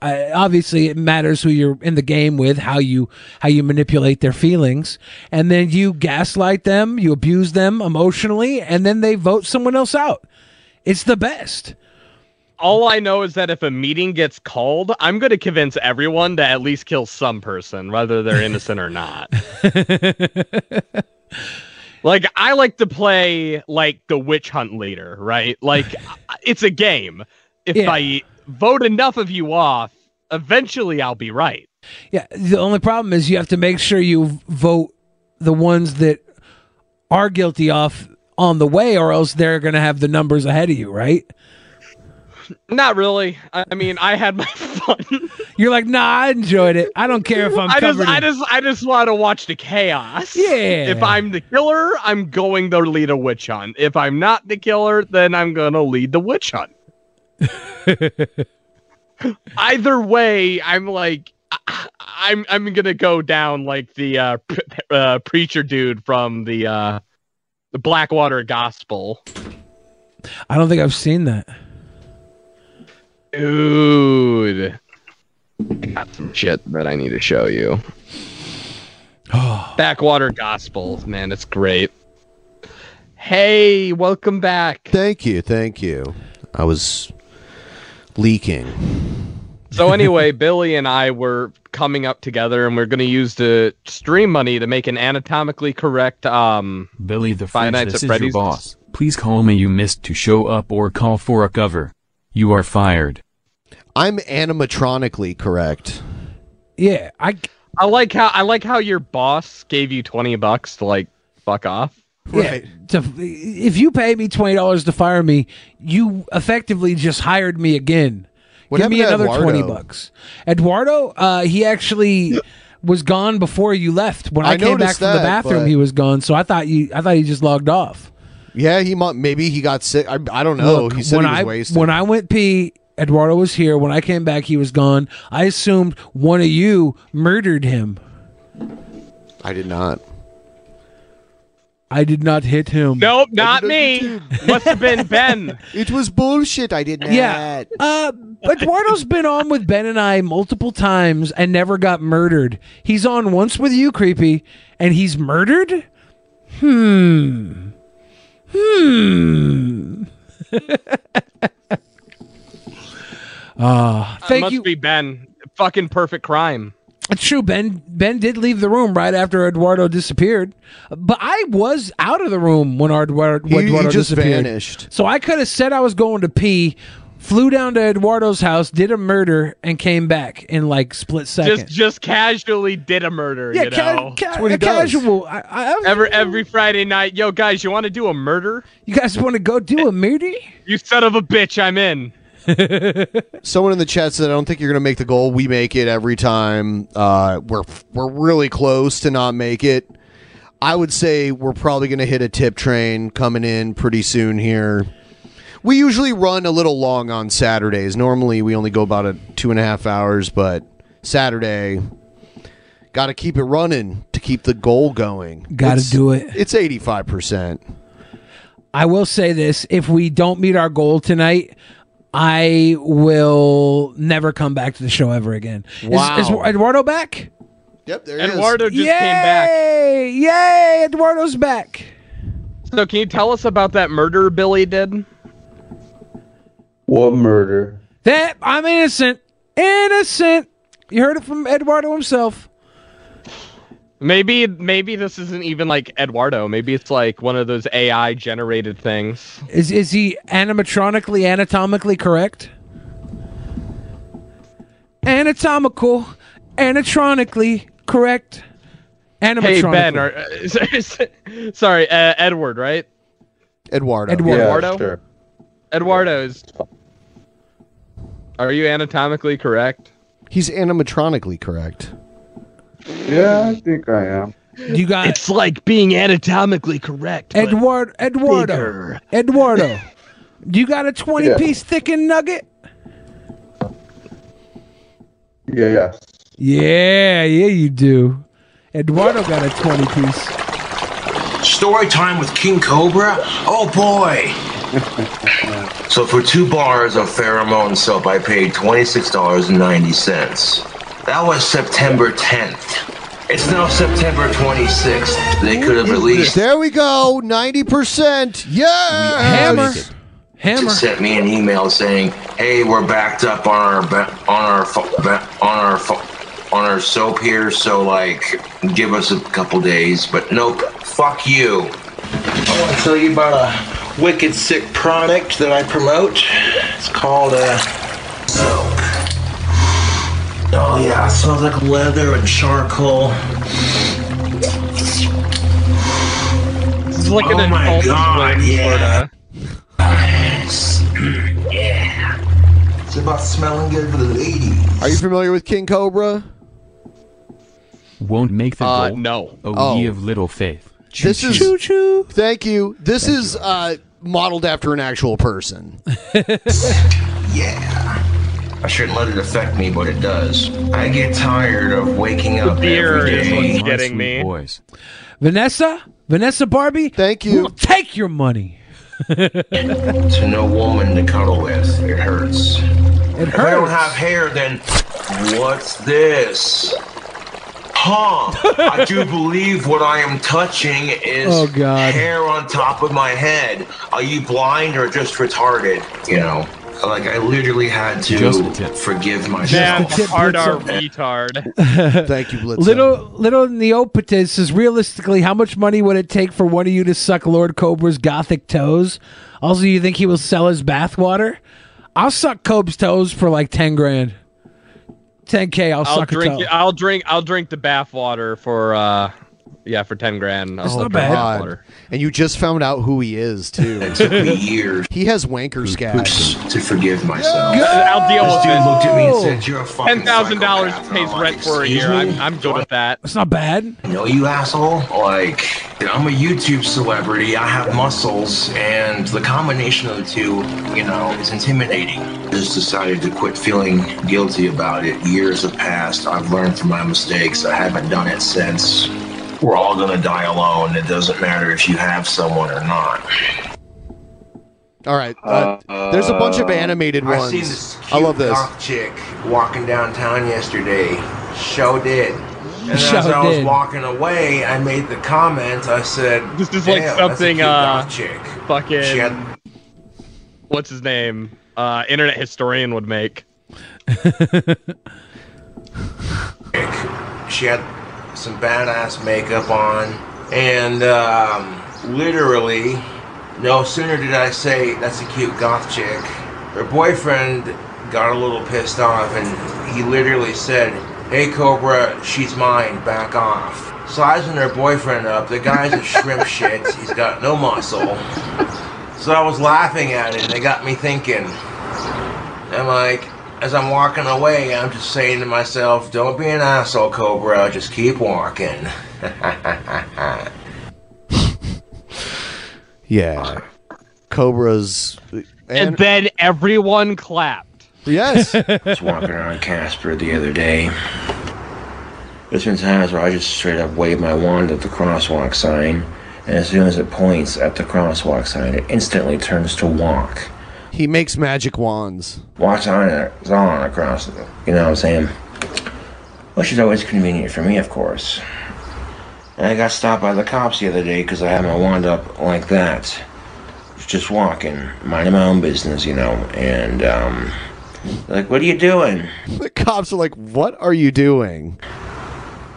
S2: I, obviously, it matters who you're in the game with, how you how you manipulate their feelings, and then you gaslight them, you abuse them emotionally, and then they vote someone else out. It's the best.
S11: All I know is that if a meeting gets called, I'm going to convince everyone to at least kill some person, whether they're innocent or not. like I like to play like the witch hunt leader, right? Like it's a game. If
S2: Yeah.
S11: I vote enough of you off, eventually I'll be right.
S2: Yeah, the only problem is you have to make sure you vote the ones that are guilty off on the way, or else they're going to have the numbers ahead of you, right?
S11: Not really. I I mean, I had my fun.
S2: You're like, nah, I enjoyed it. I don't care if I'm
S11: I just,
S2: covered.
S11: I
S2: in-"
S11: just, I just want to watch the chaos.
S2: Yeah.
S11: If I'm the killer, I'm going to lead a witch hunt. If I'm not the killer, then I'm gonna lead the witch hunt. Either way, I'm like, I- I'm, I'm gonna go down like the uh, pre- uh, preacher dude from the uh, the Blackwater Gospel.
S2: I don't think I've seen that.
S11: Dude. Got some shit that I need to show you. Backwater Gospel, man, it's great. Hey, welcome back.
S8: Thank you, thank you. I was leaking.
S11: So anyway, Billy and I were coming up together and we're going to use the stream money to make an anatomically correct um
S10: Billy the French,
S11: Five Nights
S10: this
S11: at
S10: is your
S11: Freddy's.
S10: boss. Please call me you missed to show up or call for a cover. You are fired.
S8: I'm animatronically correct.
S2: Yeah, I
S11: I like how I like how your boss gave you 20 bucks to like fuck off.
S2: Right. if you pay me twenty dollars to fire me, you effectively just hired me again.
S8: What
S2: Give me
S8: happened to
S2: another twenty
S8: Eduardo?
S2: bucks. Eduardo, uh, he actually was gone before you left. When I,
S8: I
S2: came back
S8: noticed
S2: from the
S8: that,
S2: bathroom,
S8: but-
S2: he was gone. So I thought you, I thought he just logged off.
S8: Yeah, he mu- maybe he got sick. I, I don't know.
S2: Look,
S8: he said
S2: when
S8: he was
S2: I
S8: wasted.
S2: when I went pee, Eduardo was here. When I came back, he was gone. I assumed one of you murdered him.
S8: I did not.
S2: I did not hit him.
S11: Nope, not me. Must have been Ben.
S8: It was bullshit. I did
S2: Yeah. Uh, Eduardo's been on with Ben and I multiple times and never got murdered. He's on once with you, creepy, and he's murdered. Hmm. Hmm. Ah,
S11: Thank must be Ben. Fucking perfect crime.
S2: It's true. Ben Ben did leave the room right after Eduardo disappeared, but I was out of the room when Eduardo,
S8: He- he
S2: Eduardo
S8: just
S2: disappeared.
S8: vanished.
S2: So I could have said I was going to pee, flew down to Eduardo's house, did a murder, and came back in like split second.
S11: Just just casually did a murder,
S2: Yeah,
S11: you
S2: ca-
S11: know.
S2: ca- That's what he a does. casual. I, I,
S11: every every Friday night, yo guys, you want to do a murder?
S2: you guys want to go do a murder?
S11: You son of a bitch, I'm in.
S8: Someone in the chat said, "I don't think you're going to make the goal. We make it every time. Uh, we're we're really close to not make it. I would say we're probably going to hit a tip train coming in pretty soon here. We usually run a little long on Saturdays. Normally, we only go about a two and a half hours, but Saturday, got to keep it running to keep the goal going.
S2: Gotta
S8: It's-
S2: do it.
S8: It's eighty five percent.
S2: I will say this: if we don't meet our goal tonight, I will never come back to the show ever again. Is- Is,
S8: Wow.
S2: Eduardo back?
S8: Yep, there
S11: Eduardo just
S2: Yay!
S11: came back.
S2: Yay! Eduardo's back.
S11: So can you tell us about that murder Billy did?
S1: What murder?
S2: That I'm innocent. Innocent. You heard it from Eduardo himself.
S11: Maybe maybe this isn't even like Eduardo. Maybe it's like one of those AI generated things.
S2: Is is he animatronically anatomically correct? Anatomical, anatronically correct.
S11: Hey
S2: Animatronically.
S11: Ben, are, uh, sorry, uh, Edward, right?
S8: Eduardo.
S11: Eduardo. Eduardo? Eduardo's. Are you anatomically correct?
S8: He's animatronically correct.
S1: Yeah, I think I am.
S2: You got
S11: It's like being anatomically correct.
S2: Eduard Eduardo.
S11: bigger.
S2: Eduardo. Do you got a 20
S1: Yeah.
S2: piece thickened nugget?
S1: Yeah, yes.
S2: Yeah, yeah, you do. Eduardo got a 20 piece.
S5: Story time with King Cobra? Oh boy! so for two bars of pheromone soap, I paid $26.90. That was September 10th. It's now September 26th. They could have released
S8: There we go, ninety percent. Yeah, hammer,
S2: Hammer.
S1: sent me an email saying, "Hey, we're backed up on our ba- on our fo- ba- on our fo- on our soap here, so like, give us a couple days." But nope, fuck you. I want to tell you about a wicked sick product that I promote. It's called uh, soap. Oh yeah, it smells like leather and charcoal.
S11: It's like
S5: oh
S11: an
S5: my
S11: adult
S5: god,
S11: swim,
S5: yeah.
S11: sorta.
S5: Yeah. It's about smelling good for the ladies.
S8: Are you familiar with King Cobra?
S10: Won't make the
S8: Uh,
S10: goal.
S11: No.
S10: O
S8: Oh.
S10: ye of little faith.
S8: This is
S10: Choo-choo.
S2: choo.
S8: Thank you. This is Uh, modeled after an actual person.
S5: I shouldn't let it affect me, but it does. I get tired of waking up every day.
S11: me.
S10: Boys.
S2: Vanessa? Vanessa Barbie?
S8: Thank
S2: you. We'll take your money.
S5: to no woman to cuddle with. It hurts.
S2: It
S5: if I don't have hair, then what's this? Huh? I do believe what I am touching is
S2: Oh, God.
S5: hair on top of my head. Are you blind or just retarded? You know, like I literally had
S10: Just
S5: to forgive myself.
S11: That hard R retard.
S8: Thank you, Blitz.
S2: Little little Neopatis says realistically, how much money would it take for one of you to suck Lord Cobra's gothic toes? Also, you think he will sell his bathwater? I'll suck Cobra's toes for like ten grand. Ten K, I'll
S11: I'll
S2: suck a
S11: drink.
S2: toe.
S11: I'll drink. I'll drink the bath water for. uh yeah, for ten grand. That's
S8: And you just found out who he is too.
S11: It took me years.
S8: He has wanker scabs.
S1: To forgive myself.
S11: I'll deal
S1: This
S11: with
S1: dude
S11: it.
S1: looked at me and said, "You're a
S11: Ten
S1: fucking
S11: thousand dollars pays rent for a
S1: "Excuse
S11: year.
S1: me?"
S11: I'm, I'm good at that.
S2: It's not bad.
S1: No, you asshole. Like, I'm a YouTube celebrity. I have muscles, and the combination of the two, you know, is intimidating. Just decided to quit feeling guilty about it. Years have passed. I've learned from my mistakes. I haven't done it since. We're all gonna die alone. It doesn't matter if you have someone or not.
S8: All right. Uh, there's a bunch of animated
S1: I
S8: ones.
S1: seen this cute
S8: I love this.
S1: goth chick walking downtown yesterday. Show did. And
S8: Show
S1: as I was
S8: did.
S1: walking away, I made the comment. I said,
S11: This is like
S1: "Damn, that's a
S11: something
S1: cute
S11: uh,
S1: goth chick."
S11: fucking
S1: She had-
S11: what's his name? Uh, internet historian would make.
S1: She had some badass makeup on, and um, literally, no sooner did I say that's a cute goth chick, her boyfriend got a little pissed off, and he literally said, "Hey Cobra, she's mine. Back off." Sizing her boyfriend up, the guy's a shrimp shit. He's got no muscle. So I was laughing at it, and it got me thinking. And like, as I'm walking away, I'm just saying to myself, don't be an asshole, Cobra. Just keep walking.
S8: Yeah. Cobras.
S11: And, then everyone clapped.
S8: Yes.
S1: I was walking around Casper the other day. There's been times where I just straight up wave my wand at the crosswalk sign, and as soon as it points at the crosswalk sign, it instantly turns to walk.
S8: He makes magic wands.
S1: Walks on it, it's on across the, you know what I'm saying? Which is always convenient for me, of course. And I got stopped by the cops the other day because I had my wand up like that. Just walking, minding my own business, you know, and, um, like, what are you doing?
S8: The cops are like, "What are you doing?"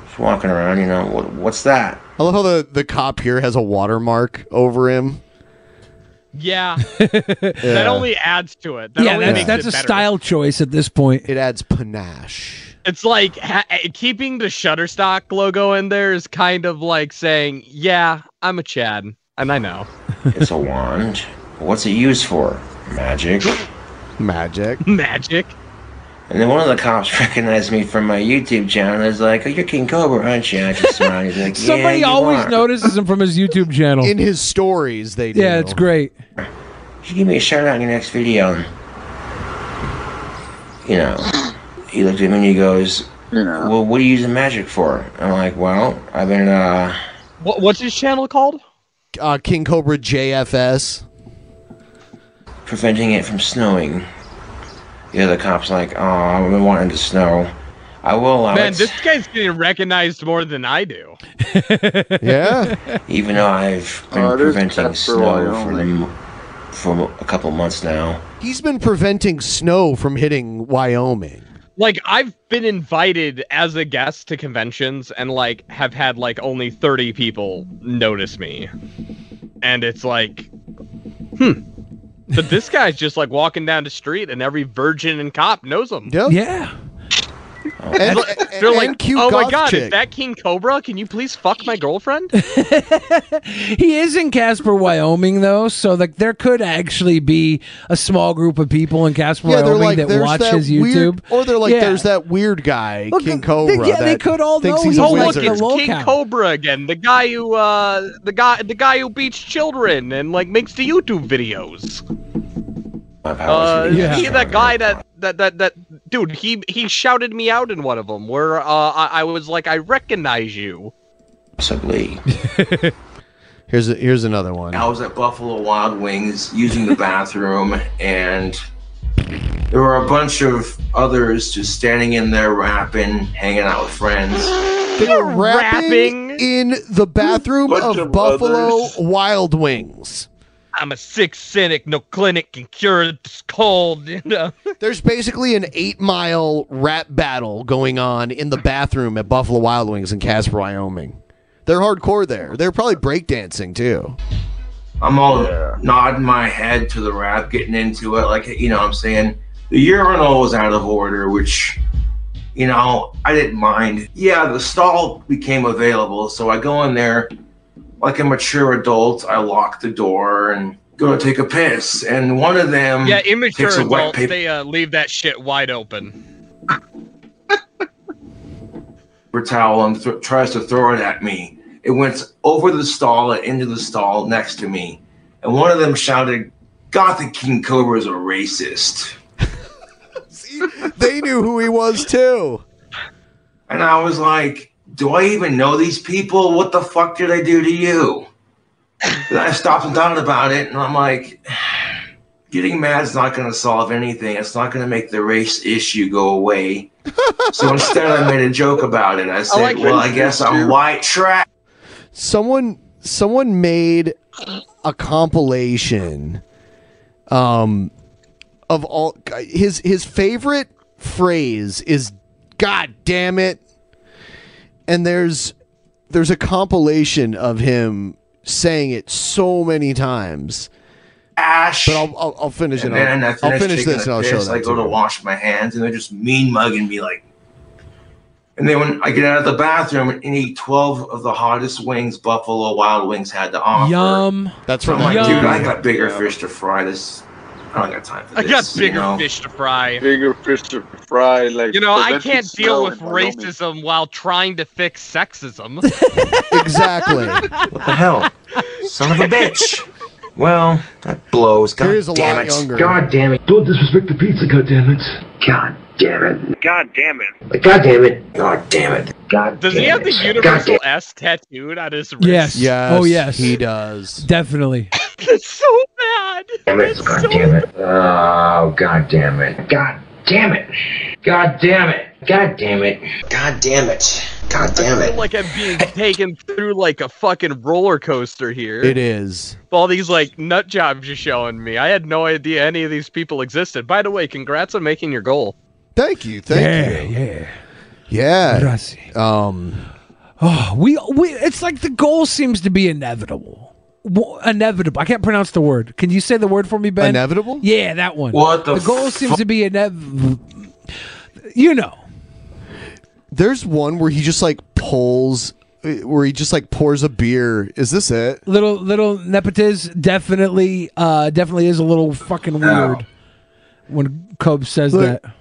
S1: Just walking around, you know, what, what's that?
S8: I love how the, the cop here has a watermark over him.
S11: Yeah. That only adds to it. That
S2: yeah,
S11: only
S2: that's,
S11: makes
S2: that's
S11: it
S2: a
S11: better.
S2: style choice at this point.
S8: It adds panache.
S11: It's like ha- eh, keeping the Shutterstock logo in there is kind of like saying, "Yeah, I'm a Chad, and I know."
S1: It's a wand. What's it used for? Magic.
S8: Magic.
S11: Magic.
S1: And then one of the cops recognized me from my YouTube channel and was like, oh, you're King Cobra, aren't you? I just smiled. He's like,
S2: Somebody
S1: yeah, you
S2: always
S1: are.
S2: notices him from his YouTube channel.
S1: In
S8: his stories, they
S2: Yeah,
S1: do.
S2: it's great.
S1: You give me a shout out in your next video. And, you know, he looked at me and he goes, well, what are you using magic for? I'm like, well, I've been, uh,
S11: What, what's his channel called?
S8: Uh, King Cobra JFS.
S1: preventing it from snowing. The other cop's like, oh, I've been wanting to snow. I will allow
S11: Man,
S1: it.
S11: this guy's getting recognized more than I do.
S8: yeah.
S1: Even though I've been
S11: Oh, it is
S1: preventing
S11: Casper,
S1: snow
S11: Wyoming.
S1: for, them, for a couple months now.
S8: He's been preventing snow from hitting Wyoming.
S11: Like I've been invited as a guest to conventions and like have had like only 30 people notice me. And it's like hmm. But this guy's just like walking down the street and every virgin and cop knows him.
S2: Yeah.
S11: They're like- They're like,
S2: cute
S11: oh my
S2: goth
S11: god, is
S2: chick."
S11: that King Cobra? Can you please fuck my girlfriend?
S2: He is in Casper, Wyoming, though, so like there could actually be a small group of people in Casper,
S8: Yeah, they're
S2: Wyoming
S8: like,
S2: that
S8: there's
S2: watch
S8: that
S2: his YouTube.
S8: weird, or they're like,
S2: Yeah.
S8: there's that weird guy,
S2: Look,
S8: King
S2: they-
S8: Cobra.
S2: yeah, they
S8: that
S2: could all
S8: thinks
S2: know
S8: he's a
S2: he's like
S8: wizard.
S2: the
S11: It's King Cobra again, the guy who uh the guy the guy who beats children and like makes the YouTube videos.
S1: My powers
S11: Uh,
S1: of the
S11: yeah.
S1: edge.
S11: that guy that, that that that dude. He he shouted me out in one of them where uh, I, I was like, I recognize you.
S1: Possibly.
S8: Here's a, here's another one.
S1: I was at Buffalo Wild Wings using the bathroom, and there were a bunch of others just standing in there rapping, hanging out with friends.
S8: They were rapping, in the bathroom of, Buffalo Wild Wings.
S11: I'm a sick cynic. No clinic can cure this cold. You know.
S8: There's basically an eight mile rap battle going on in the bathroom at Buffalo Wild Wings in Casper, Wyoming. They're hardcore there. They're probably breakdancing too.
S1: I'm all nodding my head to the rap, getting into it, like you know what I'm saying. The urinal was out of order, which you know, I didn't mind. Yeah, the stall became available, so I go in there like a mature adult. I lock the door and go to take a piss, and one of them
S11: yeah, immature
S1: takes a wet
S11: adults,
S1: paper
S11: they uh, leave that shit wide open.
S1: towel and th- tries to throw it at me. It went over the stall and into the stall next to me, and one of them shouted, "Gothic King Cobra is a racist."
S8: they knew who he was too.
S1: And I was like, do I even know these people? What the fuck did I do to you? And I stopped and thought about it, and I'm like, getting mad is not going to solve anything. It's not going to make the race issue go away. so instead, I made a joke about it. I said,
S8: like
S1: well, I
S8: racism,
S1: guess
S8: too.
S1: I'm white trash.
S8: Someone someone made a compilation um of all his his favorite phrase is god damn it. And there's there's a compilation of him saying it so many times.
S1: Ash.
S8: But I'll, I'll, I'll finish
S1: And
S8: it.
S1: then I
S8: I'll, I'll
S1: finish,
S8: finish this and I'll show that.
S1: I go
S8: to
S1: to
S8: you.
S1: wash my hands, and they're just mean mugging me like. And then when I get out of the bathroom and eat 12 of the hottest wings Buffalo Wild Wings had to offer.
S2: Yum.
S8: That's
S1: I'm like, dude, I got bigger fish to fry. This, I don't got time for
S11: I
S1: this.
S11: got
S1: you
S11: bigger
S1: know?
S11: fish to fry.
S9: Bigger fish to fry. Like
S11: You know, I
S9: prevention
S11: can't deal
S9: smell
S11: with
S9: in Wyoming.
S11: racism while trying to fix sexism.
S8: exactly.
S1: What the hell? Son of a bitch. Well, that blows. God damn it. God damn it.
S6: Don't disrespect the pizza, goddammit. God damn it.
S1: God damn
S6: it. God damn it. God damn it. God
S11: Does he have the universal S tattooed on his wrist?
S2: Yes. Oh yes.
S8: He does.
S2: Definitely.
S11: That's so bad.
S6: damn it. God damn it. Oh, god damn it. God damn it. God damn it. God damn it. God damn it. God damn
S11: I
S6: it.
S11: feel like I'm being taken through like a fucking roller coaster here.
S8: It is.
S11: All these like nut jobs you're showing me. I had no idea any of these people existed. By the way, congrats on making your goal.
S8: Thank you. Thank
S2: Yeah,
S8: you.
S2: Yeah.
S8: Yeah. Um
S2: Oh, we we it's like the goal seems to be inevitable. Wo- Inevitable. I can't pronounce the word. Can you say the word for me, Ben?
S8: Inevitable?
S2: Yeah, that one.
S8: What the
S2: The goal
S8: fu-
S2: seems to be inevitable. You know.
S8: There's one where he just like pulls where he just like pours a beer. Is this it?
S2: Little little nepotiz definitely uh definitely is a little fucking weird when Cobb says
S8: Look.
S2: that.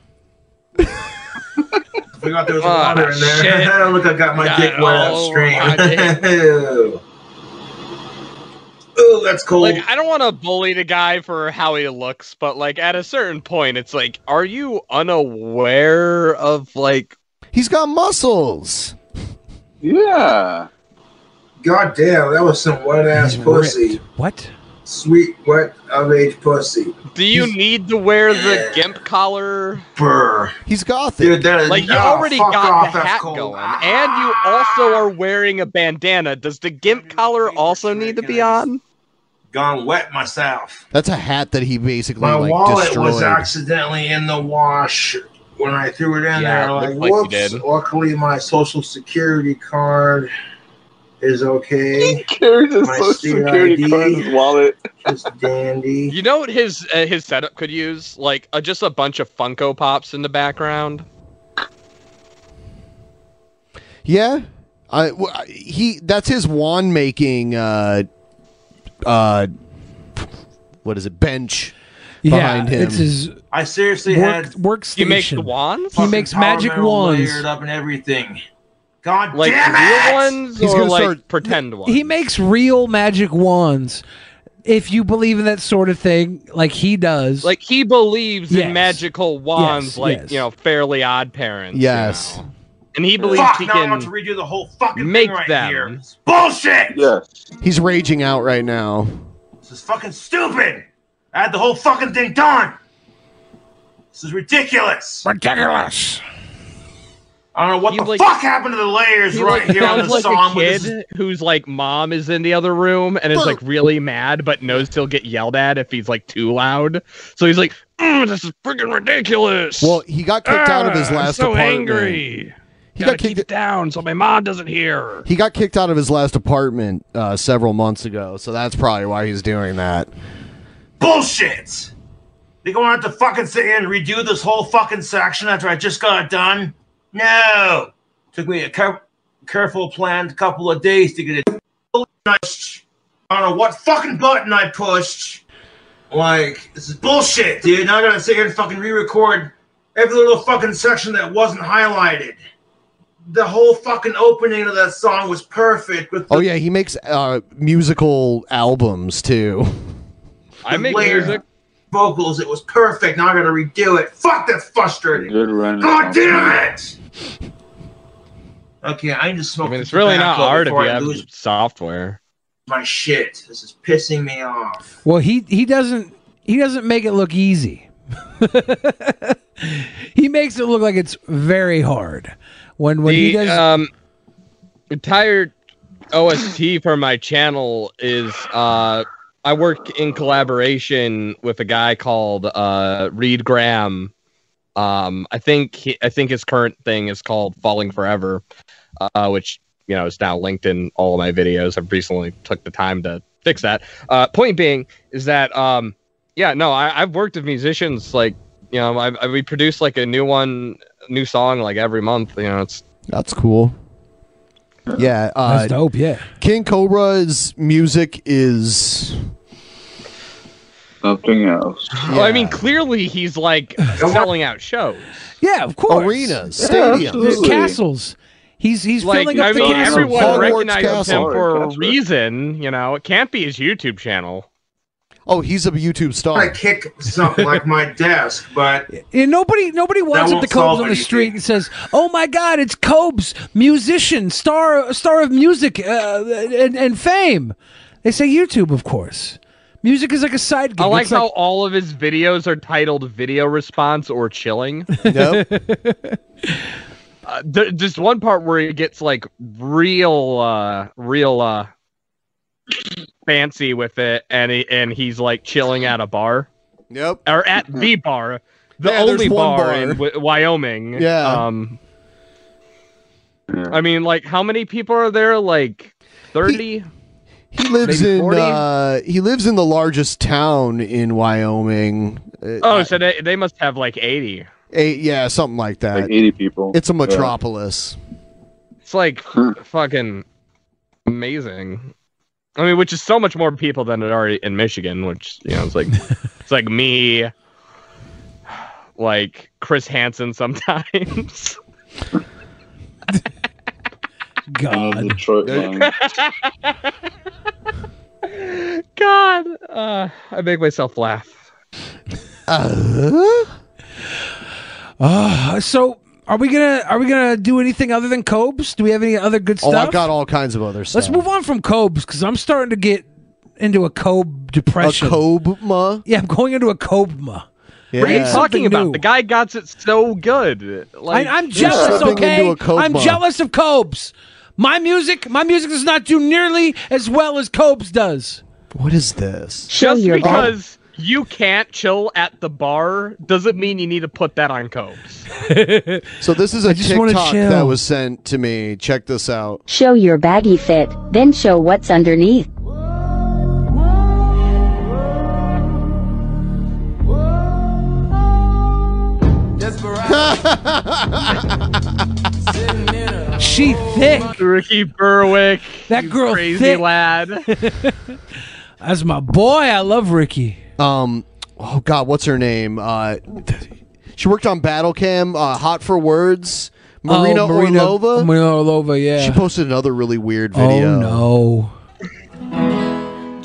S1: I forgot there was
S2: Oh,
S1: water in there.
S2: shit.
S1: Look, I got my
S2: Got
S1: dick
S2: it
S1: wet
S2: all
S1: upstream.
S2: on my dick.
S1: Ew.
S6: Oh,
S1: Ew, that's cold.
S11: Like I don't want to bully the guy for how he looks, but like at a certain point, it's like, are you unaware of like?
S8: He's got muscles.
S9: Yeah.
S5: God damn, that was some wet ass pussy.
S2: What?
S5: Sweet wet of age pussy.
S11: Do you need to wear the gimp collar?
S1: Brr.
S8: He's gothic.
S1: Dude, that is
S11: Like you
S1: oh,
S11: already
S1: fuck
S11: got
S1: off,
S11: the
S1: that's
S11: hat
S1: cold.
S11: going, and you also are wearing a bandana. Does the gimp collar also need to be on?
S1: Gone wet myself.
S8: That's a hat that he basically
S1: My
S8: like
S1: wallet
S8: destroyed.
S1: was accidentally in the wash when I threw it in
S8: Yeah,
S1: there.
S8: it
S1: Like,
S8: looked like you
S1: whoops.
S8: did.
S1: Luckily, my social security card is okay. He
S9: carries his
S1: my
S9: Social Security card in his wallet.
S1: Just dandy.
S11: You know what his uh, his setup could use? Like uh, just a bunch of Funko Pops in the background.
S8: Yeah, I w- I- he that's his wand making. Uh, uh, what is it? Bench behind him.
S1: I seriously
S8: work-
S1: had
S2: workstation.
S11: He makes the wands.
S1: fucking power metal layered up and everything. God
S11: Like
S1: damn it!
S11: real ones
S2: He's
S11: or
S2: gonna
S11: like
S2: start-
S11: pretend ones.
S2: He makes real magic wands. If you believe in that sort of thing, like he does.
S11: like he believes
S2: Yes.
S11: in magical wands,
S2: Yes,
S11: like
S2: yes.
S11: you know, Fairly Odd Parents. you
S8: Yes.
S11: know. and he believes
S1: Fuck,
S11: he
S1: now I want to
S11: can
S1: redo the whole fucking
S11: make
S1: thing right
S11: them.
S1: here. It's bullshit!
S9: Yeah.
S8: He's raging out right now.
S1: This is fucking stupid! I had the whole fucking thing done! This is ridiculous!
S2: Ridiculous!
S1: I don't know what
S11: You,
S1: the
S11: like-
S1: fuck happened to the layers
S11: He,
S1: right
S11: like,
S1: here on the
S11: sounds like
S1: song.
S11: a kid
S1: with this-
S11: whose like mom is in the other room and is like really mad, but knows he'll get yelled at if he's like too loud. So he's like, "Mm, "This is freaking ridiculous."
S8: Well, he got kicked out of his
S11: Ah, I'm
S8: last
S11: so
S8: apartment.
S11: angry.
S8: He
S11: Gotta
S8: got
S11: keep it down so my mom doesn't hear.
S8: He got kicked out of his last apartment uh, several months ago, so that's probably why he's doing that.
S1: Bullshit! They're going to have to fucking sit here and redo this whole fucking section after I just got it done? No. Took me a care- careful planned couple of days to get it. I don't know what fucking button I pushed. Like, this is bullshit, dude. Now I gotta sit here and fucking re record every little fucking section that wasn't highlighted. The whole fucking opening of that song was perfect with
S8: Oh yeah, he makes uh, musical albums too.
S1: I make music. Vocals, it was perfect. Now I gotta redo it. Fuck, that's frustrating.
S9: Good run.
S1: God damn it! Okay, I need to smoke.
S11: I mean, it's really not
S1: tobacco
S11: hard if
S1: before
S11: you
S1: I
S11: have
S1: lose
S11: software.
S1: my shit. This is pissing me off.
S2: Well, he he doesn't he doesn't make it look easy. he makes it look like it's very hard. When when he
S11: the
S2: does
S11: um, entire OST for my channel is uh, I work in collaboration with a guy called uh, Reed Graham. Um, I think he, I think his current thing is called Falling Forever, uh, which you know is now linked in all of my videos. I've recently took the time to fix that. Uh, point being is that um, yeah, no, I, I've worked with musicians like you know I, I, we produce like a new one, new song like every month. You know, it's
S8: That's cool. Yeah, uh,
S11: That's dope, yeah.
S8: King Cobra's music is
S9: Something else.
S11: Well, I mean, clearly he's like selling out shows.
S2: Yeah, of course.
S8: Arenas,
S11: Yeah,
S8: stadiums.
S11: absolutely.
S2: castles. He's he's
S11: like,
S2: filling up
S11: I
S2: the
S11: mean,
S2: castles.
S11: everyone recognizes him for a reason. You know, it can't be his YouTube channel.
S8: Oh, he's a YouTube star.
S1: I kick something like my desk, but
S2: Yeah, nobody nobody walks up
S1: won't
S2: to
S1: solve
S2: Cobes on the
S1: anything.
S2: street and says, "Oh my God, it's Cobes, musician, star star of music uh, and, and fame." They say YouTube, of course. Music is like a side gig.
S11: I like
S2: It's
S11: how all of his videos are titled "Video Response" or "Chilling."
S8: Nope.
S11: uh, there, there's one part where it gets like real, uh, real uh, fancy with it, and he, and he's like chilling at a bar.
S8: Yep.
S11: Or at the bar, the
S8: Yeah, there's
S11: only
S8: one
S11: bar,
S8: bar.
S11: in w- Wyoming.
S8: Yeah.
S11: Um, I mean, like, how many people are there? Like thirty.
S8: He lives
S11: Maybe
S8: in
S11: 40?
S8: uh, he lives in the largest town in Wyoming. Uh,
S11: oh, so they they must have like eighty.
S8: eight, yeah, something like that.
S11: Like 80 people.
S8: It's a
S11: Yeah.
S8: metropolis.
S11: It's like fucking amazing. I mean, which is so much more people than it already in Michigan, which you know, it's like it's like me, like Chris Hansen sometimes.
S2: God.
S9: Detroit line.
S11: God, uh, I make myself laugh.
S8: Uh-huh.
S11: Ah,
S2: Uh, so are we gonna are we gonna do anything other than Cobes? Do we have any other good
S8: Oh,
S2: stuff?
S8: I've got all kinds of other stuff.
S2: Let's move on from Cobes because I'm starting to get into a Cobe depression. A
S8: Cobma?
S2: Yeah, I'm going into a
S11: What
S2: Cobma.
S11: are you
S2: Read
S11: talking
S2: something
S11: about?
S2: new.
S11: The guy got it so good. Like,
S2: I, am jealous, okay? I'm jealous of Cobes. My music, my music does not do nearly as well as Cobes does.
S8: What is this?
S11: Just because you can't chill at the bar doesn't mean you need to put that on Cobes.
S8: So this is a
S11: I just wanna
S8: TikTok
S11: chill.
S8: that was sent to me. Check this out.
S7: Show your baggy fit, then show what's underneath.
S2: she thick.
S11: Ricky Berwick.
S2: That girl
S11: crazy
S2: thick.
S11: lad.
S2: That's my boy. I love Ricky.
S8: Um, oh God, what's her name? Uh, she worked on Battle Cam, uh, Hot for Words. Marina,
S2: Oh, Marina-
S8: Orlova.
S2: Marina Orlova, yeah.
S8: She posted another really weird
S2: Oh,
S8: video.
S2: no.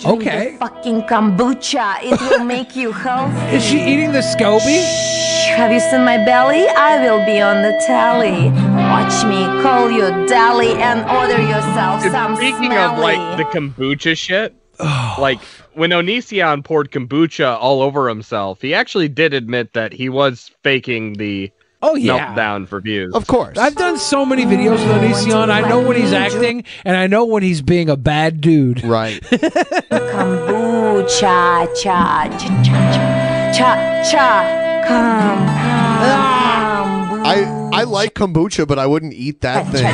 S18: Okay. fucking kombucha. It will make you healthy.
S2: Is she eating the SCOBY?
S18: Have you seen my belly? I will be on the tally. Watch me call your deli and order yourself some
S11: Speaking of
S18: smelly.
S11: like the kombucha shit,
S8: Oh.
S11: like when Onision poured kombucha all over himself, he actually did admit that he was faking the
S2: Oh, yeah.
S11: meltdown for views.
S8: course.
S2: I've done so many videos with Onision. I know when he's acting, and I know when he's being a bad dude.
S8: Right.
S18: kombucha, cha, cha, cha, cha, cha, cha, come,
S8: Ah!
S18: come.
S8: I I like kombucha, but I wouldn't eat that thing.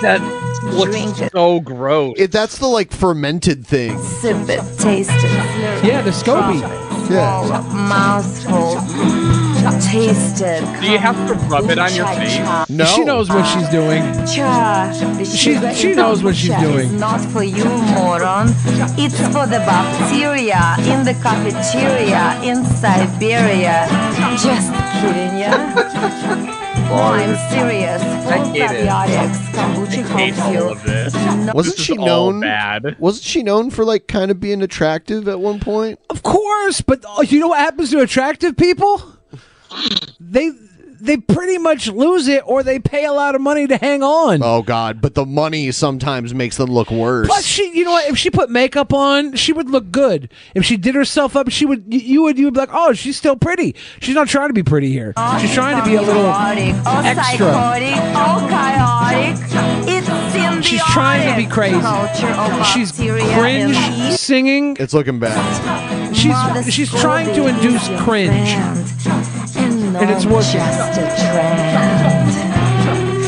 S11: That looks so gross.
S8: It, that's the like fermented thing.
S18: Sip it, taste it.
S2: Yeah, the SCOBY.
S8: Yeah.
S18: Mouthful. Taste Tasted.
S11: Do you have to rub it on your face?
S2: No. She knows what she's doing.
S18: Cha, the
S2: She-
S18: sugar
S2: she
S18: in
S2: knows what she's
S18: kombucha is
S2: doing.
S18: not for you, moron. It's for the bacteria in the cafeteria in Siberia. Just kidding, yeah? No, I'm serious. Full
S11: I hate it.
S18: probiotics. Kombucha
S11: hate
S18: helps
S11: all
S18: you.
S11: of this.
S8: Wasn't
S11: This is
S8: she
S11: all
S8: known?
S11: Bad.
S8: Wasn't she known for like kind of being attractive at one point?
S2: Of course, but oh, you know what happens to attractive people? They they pretty much lose it, or they pay a lot of money to hang on.
S8: Oh God! But the money sometimes makes them look worse.
S2: Plus, she, you know what? If she put makeup on, she would look good. If she did herself up, she would. You you would. You would be like, oh, she's still pretty. She's not trying to be pretty here. She's trying to be a little
S18: Oh,
S2: extra.
S18: psychotic. Oh, chaotic. It's symbiotic.
S2: She's trying to be crazy.
S18: Culture of
S2: She's
S18: bacteria
S2: cringe
S18: and yeast.
S2: singing.
S8: It's looking bad.
S18: Mother
S2: She's she's trying to
S18: scolding
S2: induce
S18: your
S2: cringe,
S18: And,
S2: and it's
S18: not
S2: working.
S18: Just a trend.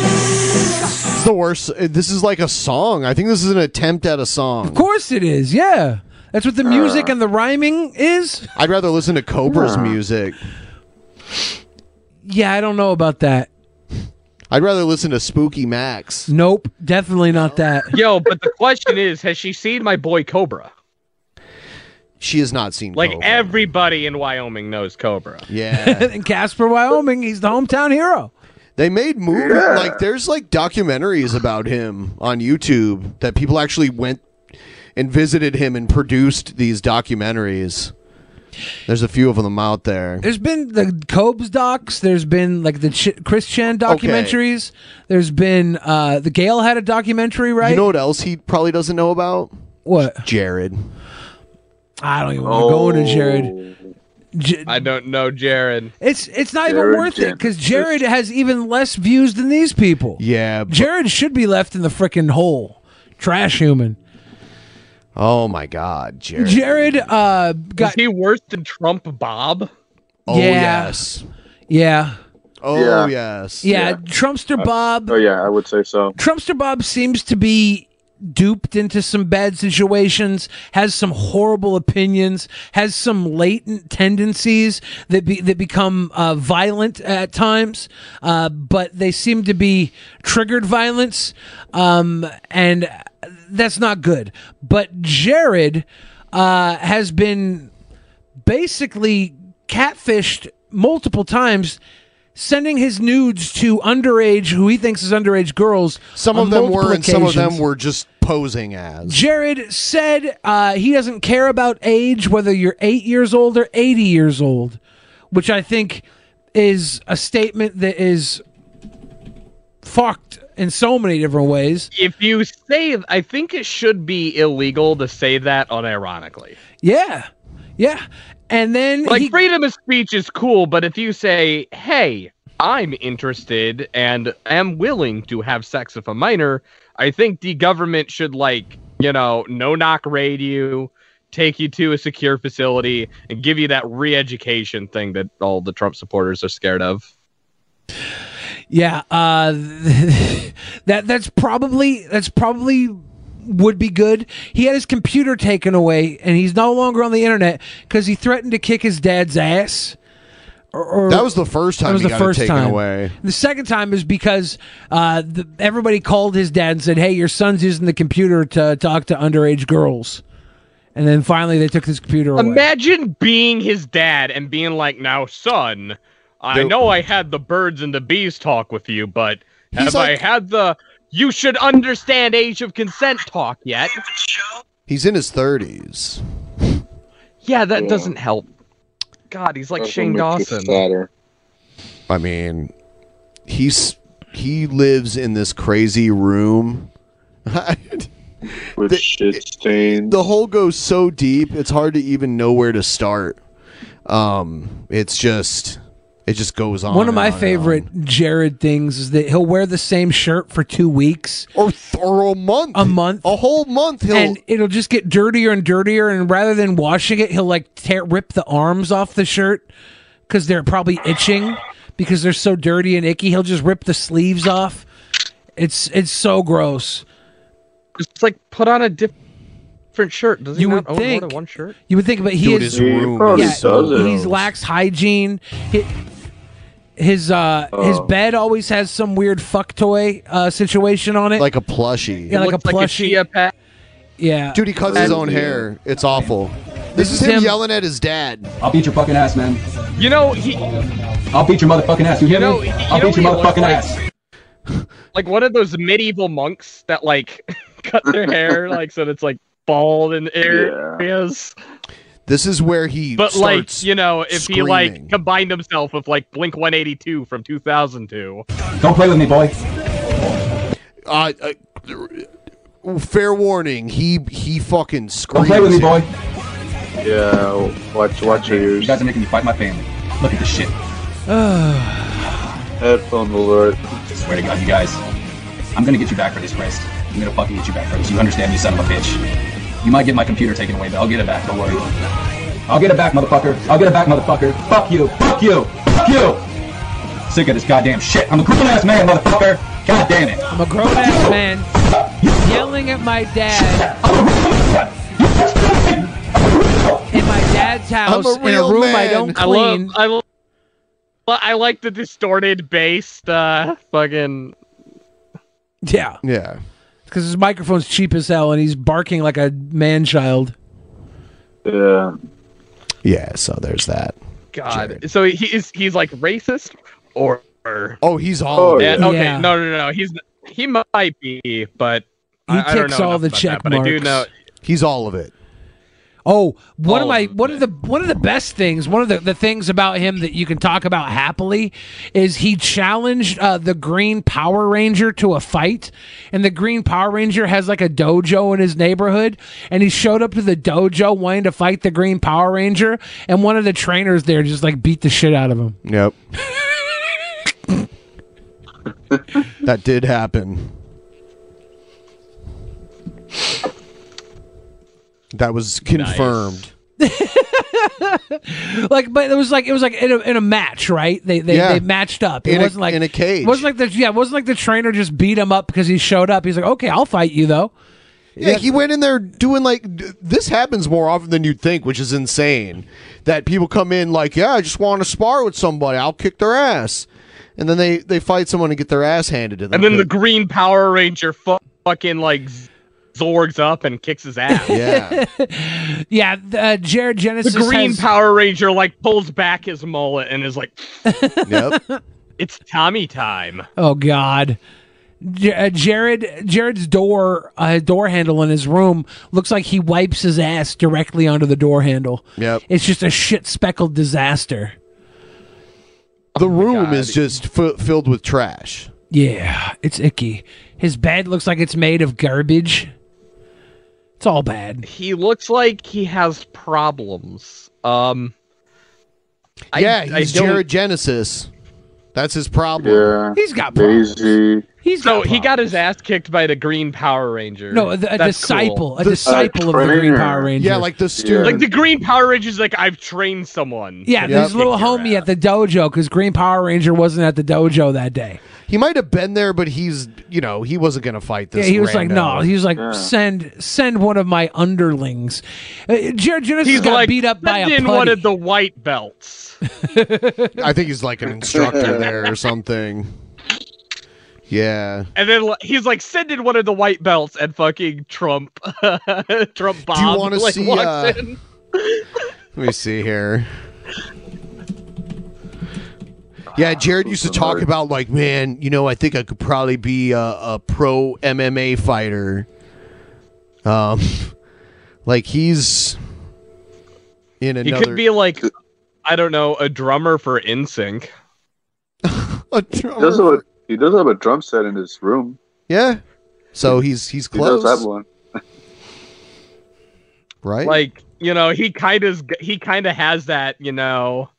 S8: It's the worst. uh, This is like a song. I think this is an attempt at a song. Of
S2: course it is. Yeah, that's what the music and the rhyming is.
S8: I'd rather listen to Cobra's music.
S2: Yeah, I don't know about that.
S8: I'd rather listen to Spooky Max.
S2: Nope, definitely not that.
S11: Yo, but the question is, has she seen my boy Cobra?
S8: She has not seen
S11: Like
S8: Cobra.
S11: everybody in Wyoming knows Cobra.
S8: Yeah.
S2: in Casper, Wyoming, he's the hometown hero.
S8: They made movies like there's like documentaries about him on YouTube that people actually went and visited him and produced these documentaries. There's a few of them out there.
S2: There's been the Cobes docs. There's been like the Ch- Chris Chan documentaries. There's been uh the Gale had a documentary, right?
S8: You know what else he probably doesn't know about?
S2: What?
S8: Jared.
S2: I don't even want to go into
S8: Oh.
S2: Jared.
S11: I don't know Jared.
S2: It's it's not
S11: Jared
S2: even worth it because
S11: Jenner.
S2: Jared has even less views than these people.
S8: Yeah,
S2: Jared should be left in the freaking hole. Trash human.
S8: Oh my God, Jared.
S2: Jared uh got
S11: Is he worse than Trump Bob?
S8: Oh
S2: Yeah.
S8: yes.
S2: yeah.
S8: Oh
S2: Yeah.
S8: yes.
S2: Yeah, Trumpster Bob.
S12: Oh yeah, I would say so.
S2: Trumpster Bob seems to be duped into some bad situations, has some horrible opinions, has some latent tendencies that be, that become uh, violent at times, uh, but they seem to be triggered violence, um, and that's not good. But Jared uh, has been basically catfished multiple times sending his nudes to underage who he thinks is underage girls
S8: Some
S2: on
S8: of them
S2: multiple
S8: were and some of them
S2: occasions.
S8: were just posing as.
S2: jared said uh, he doesn't care about age whether you're eight years old or 80 years old which i think is a statement that is fucked in so many different ways
S11: If you say, I think it should be illegal to say that unironically.
S2: yeah yeah and then
S11: Like
S2: he-
S11: freedom of speech is cool, but if you say, "Hey, I'm interested and am willing to have sex with a minor," I think the government should like, you know, no knock raid you, take you to a secure facility, and give you that re-education thing that all the Trump supporters are scared of.
S2: Yeah, uh, that that's probably that's probably would be good. He had his computer taken away, and he's no longer on the internet because he threatened to kick his dad's ass. Or, or-
S8: That was the first time
S2: That was
S8: he
S2: the
S8: got it
S2: first
S8: taken
S2: time.
S8: away.
S2: The second time is because uh, the, everybody called his dad and said, "Hey, your son's using the computer to talk to underage girls," and then finally they took his computer away.
S11: Imagine being his dad and being like, "Now, son, I know I had the birds and the bees talk with you, but have I had the you should understand age of consent talk yet?"
S8: He's in his 30s.
S11: Yeah, that doesn't help. God, he's like Shane Dawson.
S8: I mean, he's he lives in this crazy room.
S12: With shit stains.
S8: The hole goes so deep; it's hard to even know where to start. Um, it's just it just goes on.
S2: One of
S8: and
S2: my
S8: on and
S2: favorite Jared things is that he'll wear the same shirt for two weeks
S8: or or a month,
S2: a month,
S8: a whole month, he'll-
S2: and it'll just get dirtier and dirtier. And rather than washing it, he'll like tear, rip the arms off the shirt because they're probably itching because they're so dirty and icky. He'll just rip the sleeves off. It's it's so gross.
S11: It's like put on a different. Different shirt. Does he
S2: You
S11: not own
S2: would
S11: Oh, more
S2: think-
S11: than one shirt?
S2: You would think, but he
S8: Dude,
S2: is
S8: his room He probably
S2: yeah,
S8: does it.
S2: he's lacks hygiene. He- His uh, his bed always has some weird fuck toy uh, situation on it,
S8: like a plushie.
S2: yeah, like a plushie. yeah,
S8: Dude, he cuts his own hair. It's awful. This is him, yelling at his dad. I'll beat your fucking ass, man.
S11: You know, he.
S8: I'll beat your motherfucking ass. You hear me?
S11: I'll beat your motherfucking ass. Like one of those medieval monks that like cut their hair like so it's like bald in areas.
S8: This is where he
S11: But
S8: starts
S11: like you know, if he
S8: screaming.
S11: like combined himself with like Blink 182 from 2002.
S8: Don't play with me, boy. Uh, uh, fair warning. He he fucking screams.
S12: play with me, boy.
S8: Yeah, watch watch your ears. You guys are making me fight my family. Look at this shit.
S12: Headphone alert. Swear to God, you guys. I'm gonna get you back for this, Christ. I'm gonna fucking get you back for this. You understand me, son of a bitch. You might get my computer taken away, but I'll get it back. Don't worry. I'll get it back, motherfucker. I'll get it back, motherfucker. Fuck you. Fuck you. Fuck you. Sick of this goddamn shit. I'm a grown ass man, motherfucker. God damn it.
S2: I'm a grown ass man yelling at my dad in my dad's house in a room I don't
S11: I love-
S2: clean.
S11: I love- I like the distorted bass, uh, fucking
S2: yeah,
S8: yeah,
S2: because his microphone's cheap as hell, and he's barking like a man child.
S12: Yeah.
S8: Yeah. So there's that.
S11: God. So he is he's like racist or
S8: Oh, he's all of
S11: Yeah,
S8: it.
S11: okay.
S8: Yeah.
S11: No, no, no. He's he might be, but
S2: He
S11: I, I don't
S2: ticks
S11: know
S2: all
S11: enough
S2: the
S11: about that,
S2: check
S11: But I do
S2: marks.
S11: know.
S8: He's all of it.
S2: Oh, one of my one of the one of the best things, one of the, the things about him that you can talk about happily is he challenged uh, the Green Power Ranger to a fight, and the Green Power Ranger has like a dojo in his neighborhood, and he showed up to the dojo wanting to fight the Green Power Ranger, and one of the trainers there just like beat the shit out of him.
S8: Yep. that did happen. That was confirmed.
S2: like, but it was like it was like in a, in a match, right? They they,
S8: Yeah.
S2: they matched up. It
S8: In a-
S2: wasn't like
S8: in a cage.
S2: It wasn't like the yeah, it wasn't like the trainer just beat him up because he showed up. He's like, okay, I'll fight you though.
S8: Yeah, he went in there doing like d- this happens more often than you'd think, which is insane. That people come in like, yeah, I just want to spar with somebody. I'll kick their ass, and then they they fight someone and get their ass handed to them.
S11: And then the Green Power Ranger fu- fucking like z- zorgs up and kicks his ass.
S8: Yeah.
S2: Yeah, th- uh, Jared
S11: the
S2: Genesis.
S11: Green
S2: has-
S11: Power Ranger like pulls back his mullet and is like,
S8: Yep.
S11: "It's Tommy time."
S2: Oh God. J- uh, Jared Jared's door uh, door handle in his room looks like he wipes his ass directly onto the door handle.
S8: Yep.
S2: It's just a shit speckled disaster.
S8: the
S2: Oh
S8: room is just f- filled with trash.
S2: Yeah, it's icky. His bed looks like it's made of garbage. It's all bad.
S11: He looks like he has problems. Um. I-
S8: yeah,
S11: I
S8: he's
S11: don't-
S8: Jared Genesis. That's his problem.
S11: Yeah. He's got problems.
S12: Daisy.
S2: He's
S11: so he got his ass kicked by the Green Power Ranger.
S2: No, the- a
S11: That's
S2: disciple-
S11: cool.
S2: a The- disciple of the Green Power Ranger. Yeah, like the student.
S11: Like the Green Power Ranger's like I've trained someone.
S2: Yeah,
S11: to
S2: there's
S11: kick
S2: little
S11: your
S2: homie at the dojo because Green Power Ranger wasn't at the dojo that day.
S8: He might have been there, but he's you know he wasn't gonna fight this.
S2: yeah, he was like,
S8: rando.
S2: no. He was like, send send one of my underlings. Uh, Jared Genesis
S11: He's
S2: got
S11: like,
S2: beat up by
S11: "Send
S2: a
S11: in one
S2: putty.
S11: of the white belts.
S8: I think he's like an instructor there or something. Yeah.
S11: And then like, he's like, send in one of the white belts and fucking Trump. Trump Bob.
S8: wanna
S11: like,
S8: see,
S11: walks
S8: uh,
S11: in.
S8: Let me see here. Yeah, Jared used to talk about like, man, you know, I think I could probably be a, a pro MMA fighter. Um, like he's in
S11: He
S8: another.
S11: could be like, I don't know, a drummer for NSYNC.
S12: He does, have a, he does have a drum set in his room.
S8: yeah. So he's he's close,
S12: He does have one.
S8: right?
S11: Like, you know, he kind of he kind of has that. You know,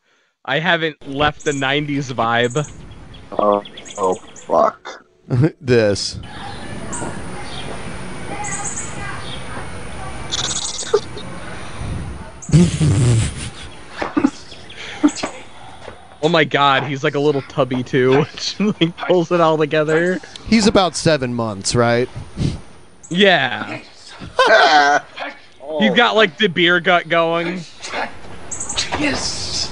S11: I haven't left the '90s vibe.
S12: Oh, oh fuck.
S8: this.
S11: Oh my god, he's like a little tubby too. like pulls it all together.
S8: He's about seven months, right?
S11: Yeah. He's got like the beer gut going.
S13: Yes.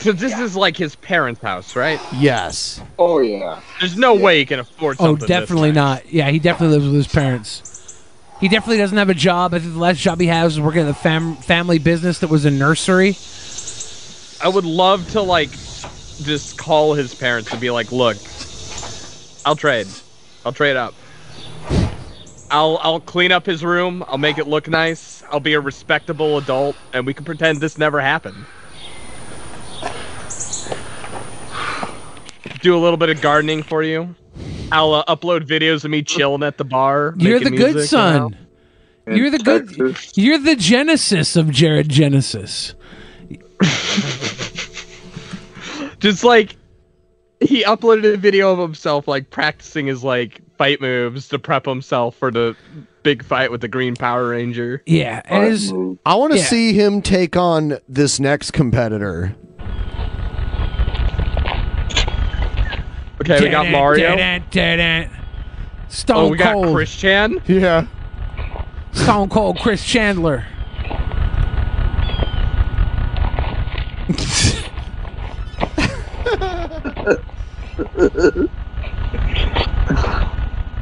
S11: So this is like his parents' house, right?
S8: Yes.
S11: Oh yeah. There's no way he can afford.
S2: Oh,
S11: something this
S2: definitely not. Yeah, he definitely lives with his parents. He definitely doesn't have a job. I think the last job he has is working at the fam- family business that was a nursery.
S11: I would love to like just call his parents and be like, "Look, I'll trade. I'll trade up. I'll I'll clean up his room. I'll make it look nice. I'll be a respectable adult, and we can pretend this never happened." Do a little bit of gardening for you. I'll uh, upload videos of me chilling at the bar.
S2: You're the
S11: making
S2: good
S11: music,
S2: son.
S11: you know?
S2: You're the good. You're the genesis of Jared Genesis.
S11: just like he uploaded a video of himself like practicing his like fight moves to prep himself for the big fight with the green power ranger
S8: I want to see him take on this next competitor.
S11: okay we got mario
S2: Stone
S11: oh we got
S2: Cold.
S11: chris chan
S8: Yeah.
S2: Stone Cold Chris Chandler.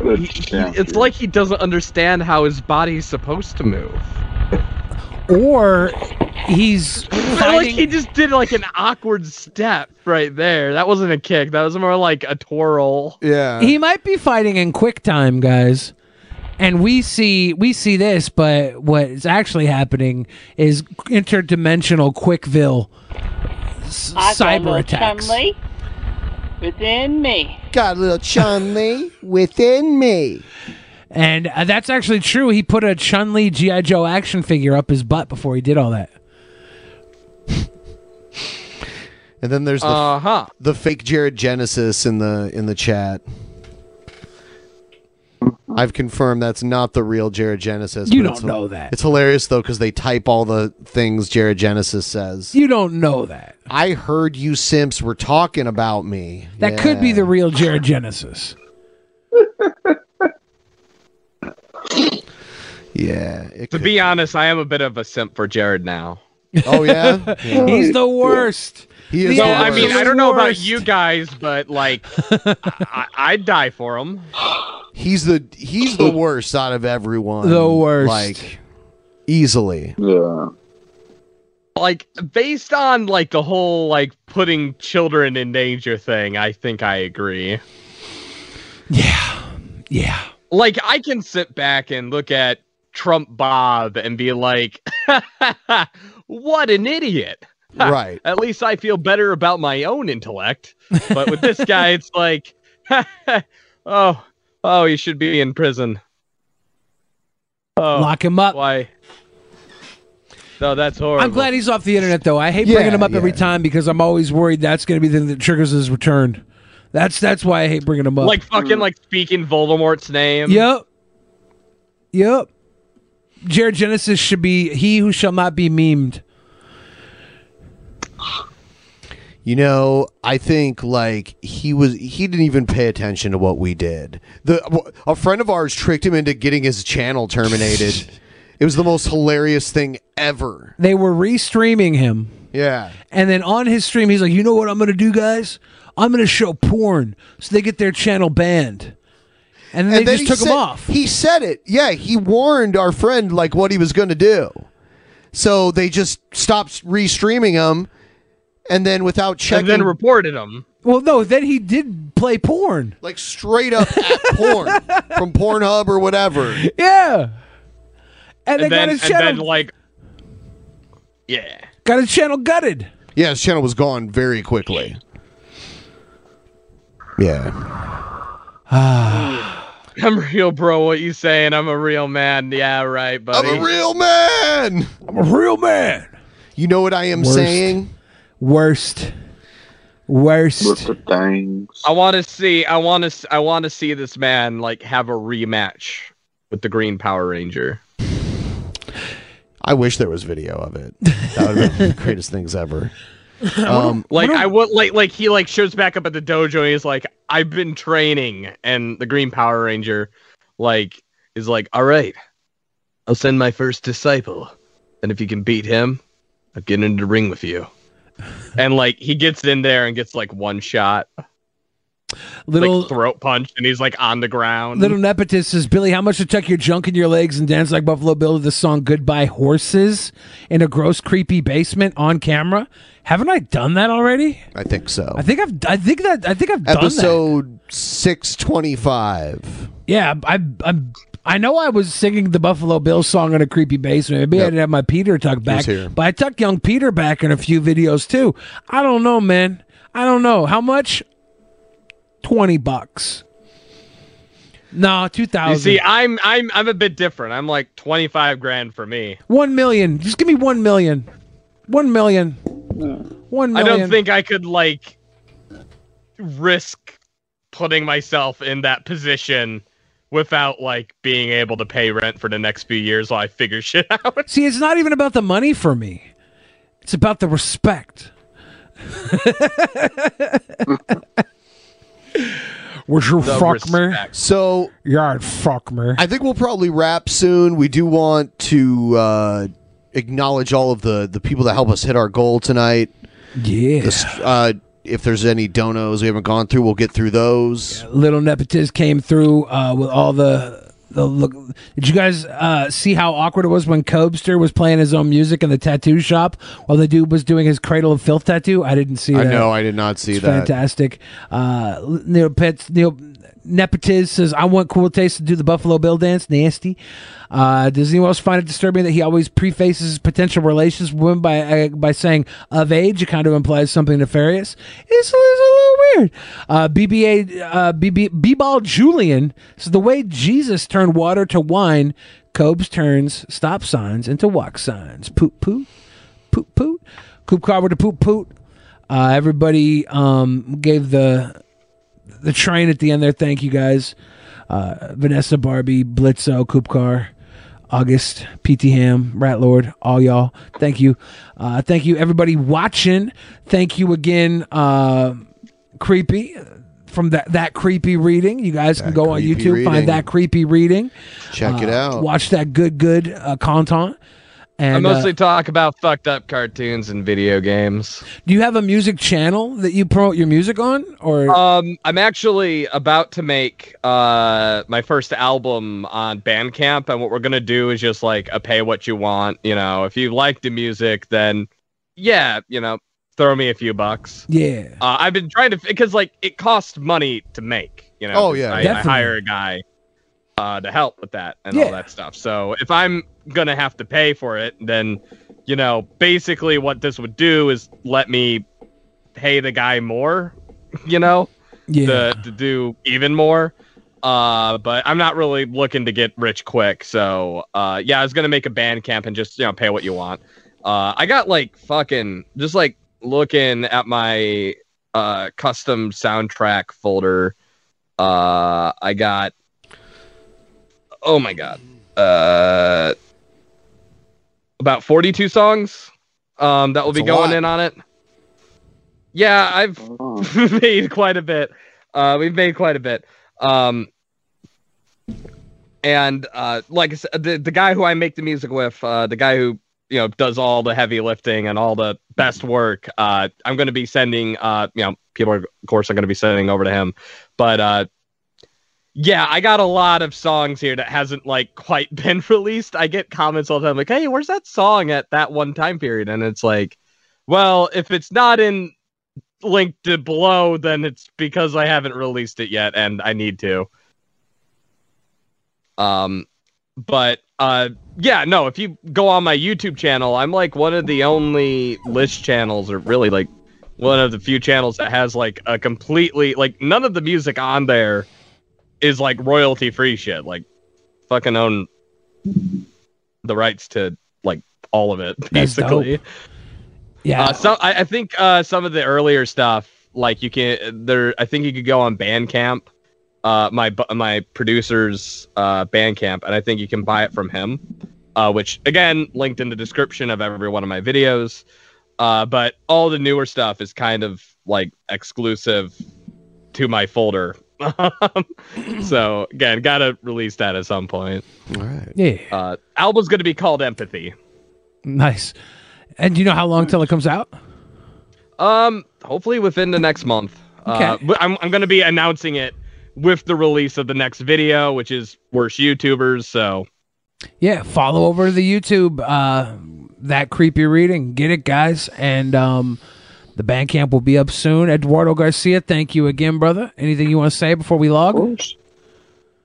S11: it's like he doesn't understand how his body's supposed to move
S2: Or he's
S11: like he just did like an awkward step right there that wasn't a kick that was more like a twirl
S8: yeah
S2: he might be fighting in quick time, guys. And we see we see this, but what is actually happening is interdimensional Quickville s- cyber attacks.
S15: within me.
S8: Got a little Chun Li within me.
S2: And uh, that's actually true. He put a Chun Li GI Joe action figure up his butt before he did all that.
S8: And then there's the
S11: Uh-huh.
S8: the fake Jared Genesis in the in the chat. I've confirmed that's not the real Jared Genesis.
S2: You
S8: but
S2: don't
S8: it's-
S2: know that.
S8: It's hilarious though because they type all the things Jared Genesis says.
S2: You don't know that.
S8: I heard you simps were talking about me.
S2: That could be the real Jared Genesis.
S8: Yeah.
S11: to be honest i am a bit of a simp for jared now
S8: Oh yeah,
S2: he's the worst.
S8: He
S11: no, I mean, I don't know about you guys, but like, I, I'd die for him.
S8: He's the he's the worst out of everyone.
S11: The worst.
S8: like easily.
S11: Yeah. Like, based on like the whole like putting children in danger thing, I think I agree. Yeah,
S2: yeah.
S11: Like, I can sit back and look at Trump Bob and be like, "What an idiot!"
S8: Right.
S11: At least I feel better about my own intellect. But with this guy, it's like, oh, oh, he should be in prison. Oh,
S2: Lock him up.
S11: Why? No, that's horrible.
S2: I'm glad he's off the internet though. I hate
S11: Yeah,
S2: bringing him up every
S11: yeah.
S2: time because I'm always worried that's going to be the thing that triggers his return. That's that's why I hate bringing him up.
S11: like fucking
S8: Mm.
S11: like speaking Voldemort's name.
S2: Yep. Yep. Jared Genesis should be he who shall not be memed.
S8: You know, I think like he was he didn't even pay attention to what we did. The a friend of ours tricked him into getting his channel terminated. it was the most hilarious thing ever.
S2: They were restreaming him.
S8: Yeah.
S2: And then on his stream he's like, "You know what I'm going to do, guys? I'm going to show porn." So they get their channel banned. And then they
S8: he
S2: just took
S8: said-
S2: him off.
S8: He said it. Yeah, he warned our friend like what he was going to do. So they just stopped restreaming him and then without checking
S11: And then reported him.
S2: Well, no, then he did play porn.
S8: Like straight up at porn from Pornhub or whatever.
S2: Yeah. And, they
S11: then,
S2: got his
S11: and then
S2: channel
S11: like, yeah.
S2: got his channel gutted.
S8: Yeah, his channel was gone very quickly. Yeah.
S11: I'm real, bro. What you saying? I'm a real man. Yeah, right, buddy.
S8: I'm a real man.
S2: I'm a real man.
S8: You know what I am
S11: Worst.
S8: saying?
S2: Worst. Worst.
S11: I want to see. I want to. I want to see this man like have a rematch with the Green Power Ranger.
S8: I wish there was video of it. That would have been the greatest things ever. Um,
S11: Like I would like like he like shows back up at the dojo and he's like, I've been training, and the Green Power Ranger, like, is like, all right, I'll send my first disciple, and if you can beat him, I'll get into the ring with you. and like he gets in there and gets like one shot,
S2: Little-
S11: like, throat punch, and he's like on the ground.
S2: Little nepotist says, Billy, how much to tuck your junk in your legs and dance like Buffalo Bill to the song Goodbye Horses in a gross, creepy basement on camera? Haven't I done that already?
S8: I think so.
S2: I think I've I think that I think I've done
S8: Episode six twenty five.
S2: that. Yeah, I I'm I know I was singing the Buffalo Bill song in a creepy basement. Maybe I didn't have my Peter tucked back,
S8: here.
S2: but I tucked young Peter back in a few videos too. I don't know, man. I don't know how much. Twenty bucks. No, two
S11: You
S2: thousand.
S11: see, I'm I'm I'm a bit different. I'm like twenty five grand for me.
S2: One million. Just give me one million. One million. One
S11: I
S2: million.
S11: don't think I could like risk putting myself in that position without like being able to pay rent for the next few years while I figure shit out.
S2: See, it's not even about the money for me. It's about the respect. Would you
S8: The
S2: fuck me?
S8: So
S2: you're fuck me.
S8: I think we'll probably wrap soon. We do want to uh, acknowledge all of the the people that help us hit our goal tonight.
S2: Yeah.
S8: uh, if there's any donos we haven't gone through, we'll get through those.
S2: Little nepotist came through uh, with all the the look. Did you guys uh, see how awkward it was when Cobster was playing his own music in the tattoo shop while the dude was doing his Cradle of Filth tattoo? I didn't see.
S8: I
S2: that.
S8: know I did not see
S2: It's
S8: that.
S2: fantastic. Uh, Neil Pets, Neil Nepotiz says, I want Cool Taste to do the Buffalo Bill dance. Nasty. Uh, does anyone else find it disturbing that he always prefaces his potential relations with women by, uh, by saying of age? It kind of implies something nefarious. It's, it's a little weird. Uh, BBA, uh, BB, B-Ball Julian says, the way Jesus turned water to wine, Cobes turns stop signs into walk signs. Poop, poop, poop, poop. Coop car with a poop, poop. Uh, everybody um, gave the the train at the end there. Thank you guys, uh, Vanessa, Barbie, Blitzo, Coop Car, August, PT Ham, Rat Lord, all y'all. Thank you, uh, thank you everybody watching. Thank you again, uh, creepy from that that creepy reading. You guys can go on
S8: creepy
S2: YouTube
S8: reading.
S2: find that creepy reading. Uh,
S8: Check it out.
S2: Watch that good good uh, content. And
S11: I
S2: uh,
S11: mostly talk about fucked up cartoons and video games.
S2: do you have a music channel that you promote your music on, or
S11: Um, I'm actually about to make uh my first album on Bandcamp, and what we're gonna do is just like a pay what you want. You know, if you like the music, then yeah, you know, throw me a few bucks.
S2: yeah?
S11: Uh, I've been trying to because like it costs money to make. You know,
S2: Oh,
S11: 'cause
S2: yeah,
S11: I, I
S2: definitely.
S11: hire a guy uh, to help with that and
S2: Yeah.
S11: all that stuff. So if I'm gonna have to pay for it, then you know, basically what this would do is let me pay the guy more. You know,
S2: Yeah.
S11: to, to do even more. Uh, but I'm not really looking to get rich quick. So uh, yeah, I was gonna make a band camp and just you know pay what you want. Uh, I got like fucking just like looking at my uh custom soundtrack folder. Uh, I got oh my god, uh, about 42 songs. Um, that will be
S12: That's a
S11: going
S12: lot.
S11: in on it. Yeah,
S12: Oh.
S11: I've made quite a bit. Uh, we've made quite a bit. Um, and uh, like I said, the, the guy who I make the music with, uh, the guy who you know does all the heavy lifting and all the best work, uh, I'm going to be sending. Uh, you know, people are, of course are going to be sending over to him, but uh, yeah, I got a lot of songs here that hasn't like quite been released. I get comments all the time like, "Hey, where's that song at that one time period?" And it's like, well, if it's not in linked to below, then it's because I haven't released it yet and I need to. Um, but uh, yeah, no. If you go on my YouTube channel, I'm like one of the only list channels, or really like one of the few channels that has like a completely like none of the music on there is like royalty free shit. Like fucking own the rights to like all of it
S2: That's dope.
S11: basically.
S2: Yeah.
S11: Uh, so I, I think uh, some of the earlier stuff, like you can there, I think you could go on Bandcamp, uh, my bu- my producer's uh, Bandcamp, and I think you can buy it from him, uh, which again linked in the description of every one of my videos. Uh, but all the newer stuff is kind of like exclusive to my folder. Um, so again, gotta release that at some point.
S8: All right.
S2: Yeah.
S11: Uh, album's gonna be called Empathy.
S2: Nice. And do you know how long till it comes out?
S11: Um, hopefully within the next month. Uh,
S4: Okay.
S11: but I'm I'm gonna be announcing it with the release of the next video, which is worst YouTubers. So
S2: Yeah, follow over to the YouTube. Uh, that creepy reading, get it, guys, and um, the Bandcamp will be up soon. Eduardo Garcia, thank you again, brother. Anything you want to say before we log?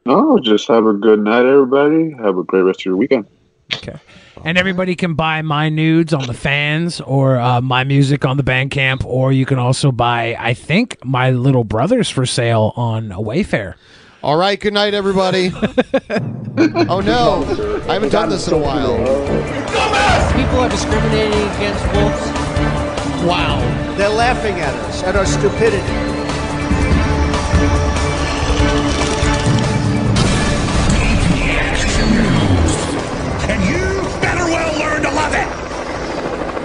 S9: No, just have a good night, everybody. Have a great rest of your weekend.
S2: Okay. And everybody can buy my nudes on the fans or uh, my music on the Bandcamp, or you can also buy, I think, my little brothers for sale on Wayfair.
S8: All right, good night, everybody. oh no, I haven't done this in a while.
S14: People are discriminating against wolves.
S8: Wow,
S14: They're laughing at us, at our stupidity.
S5: And you better well learn to love it.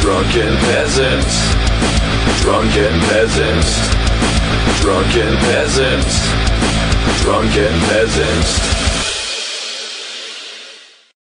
S24: Drunken peasants. Drunken peasants. Drunken peasants. Drunken peasants.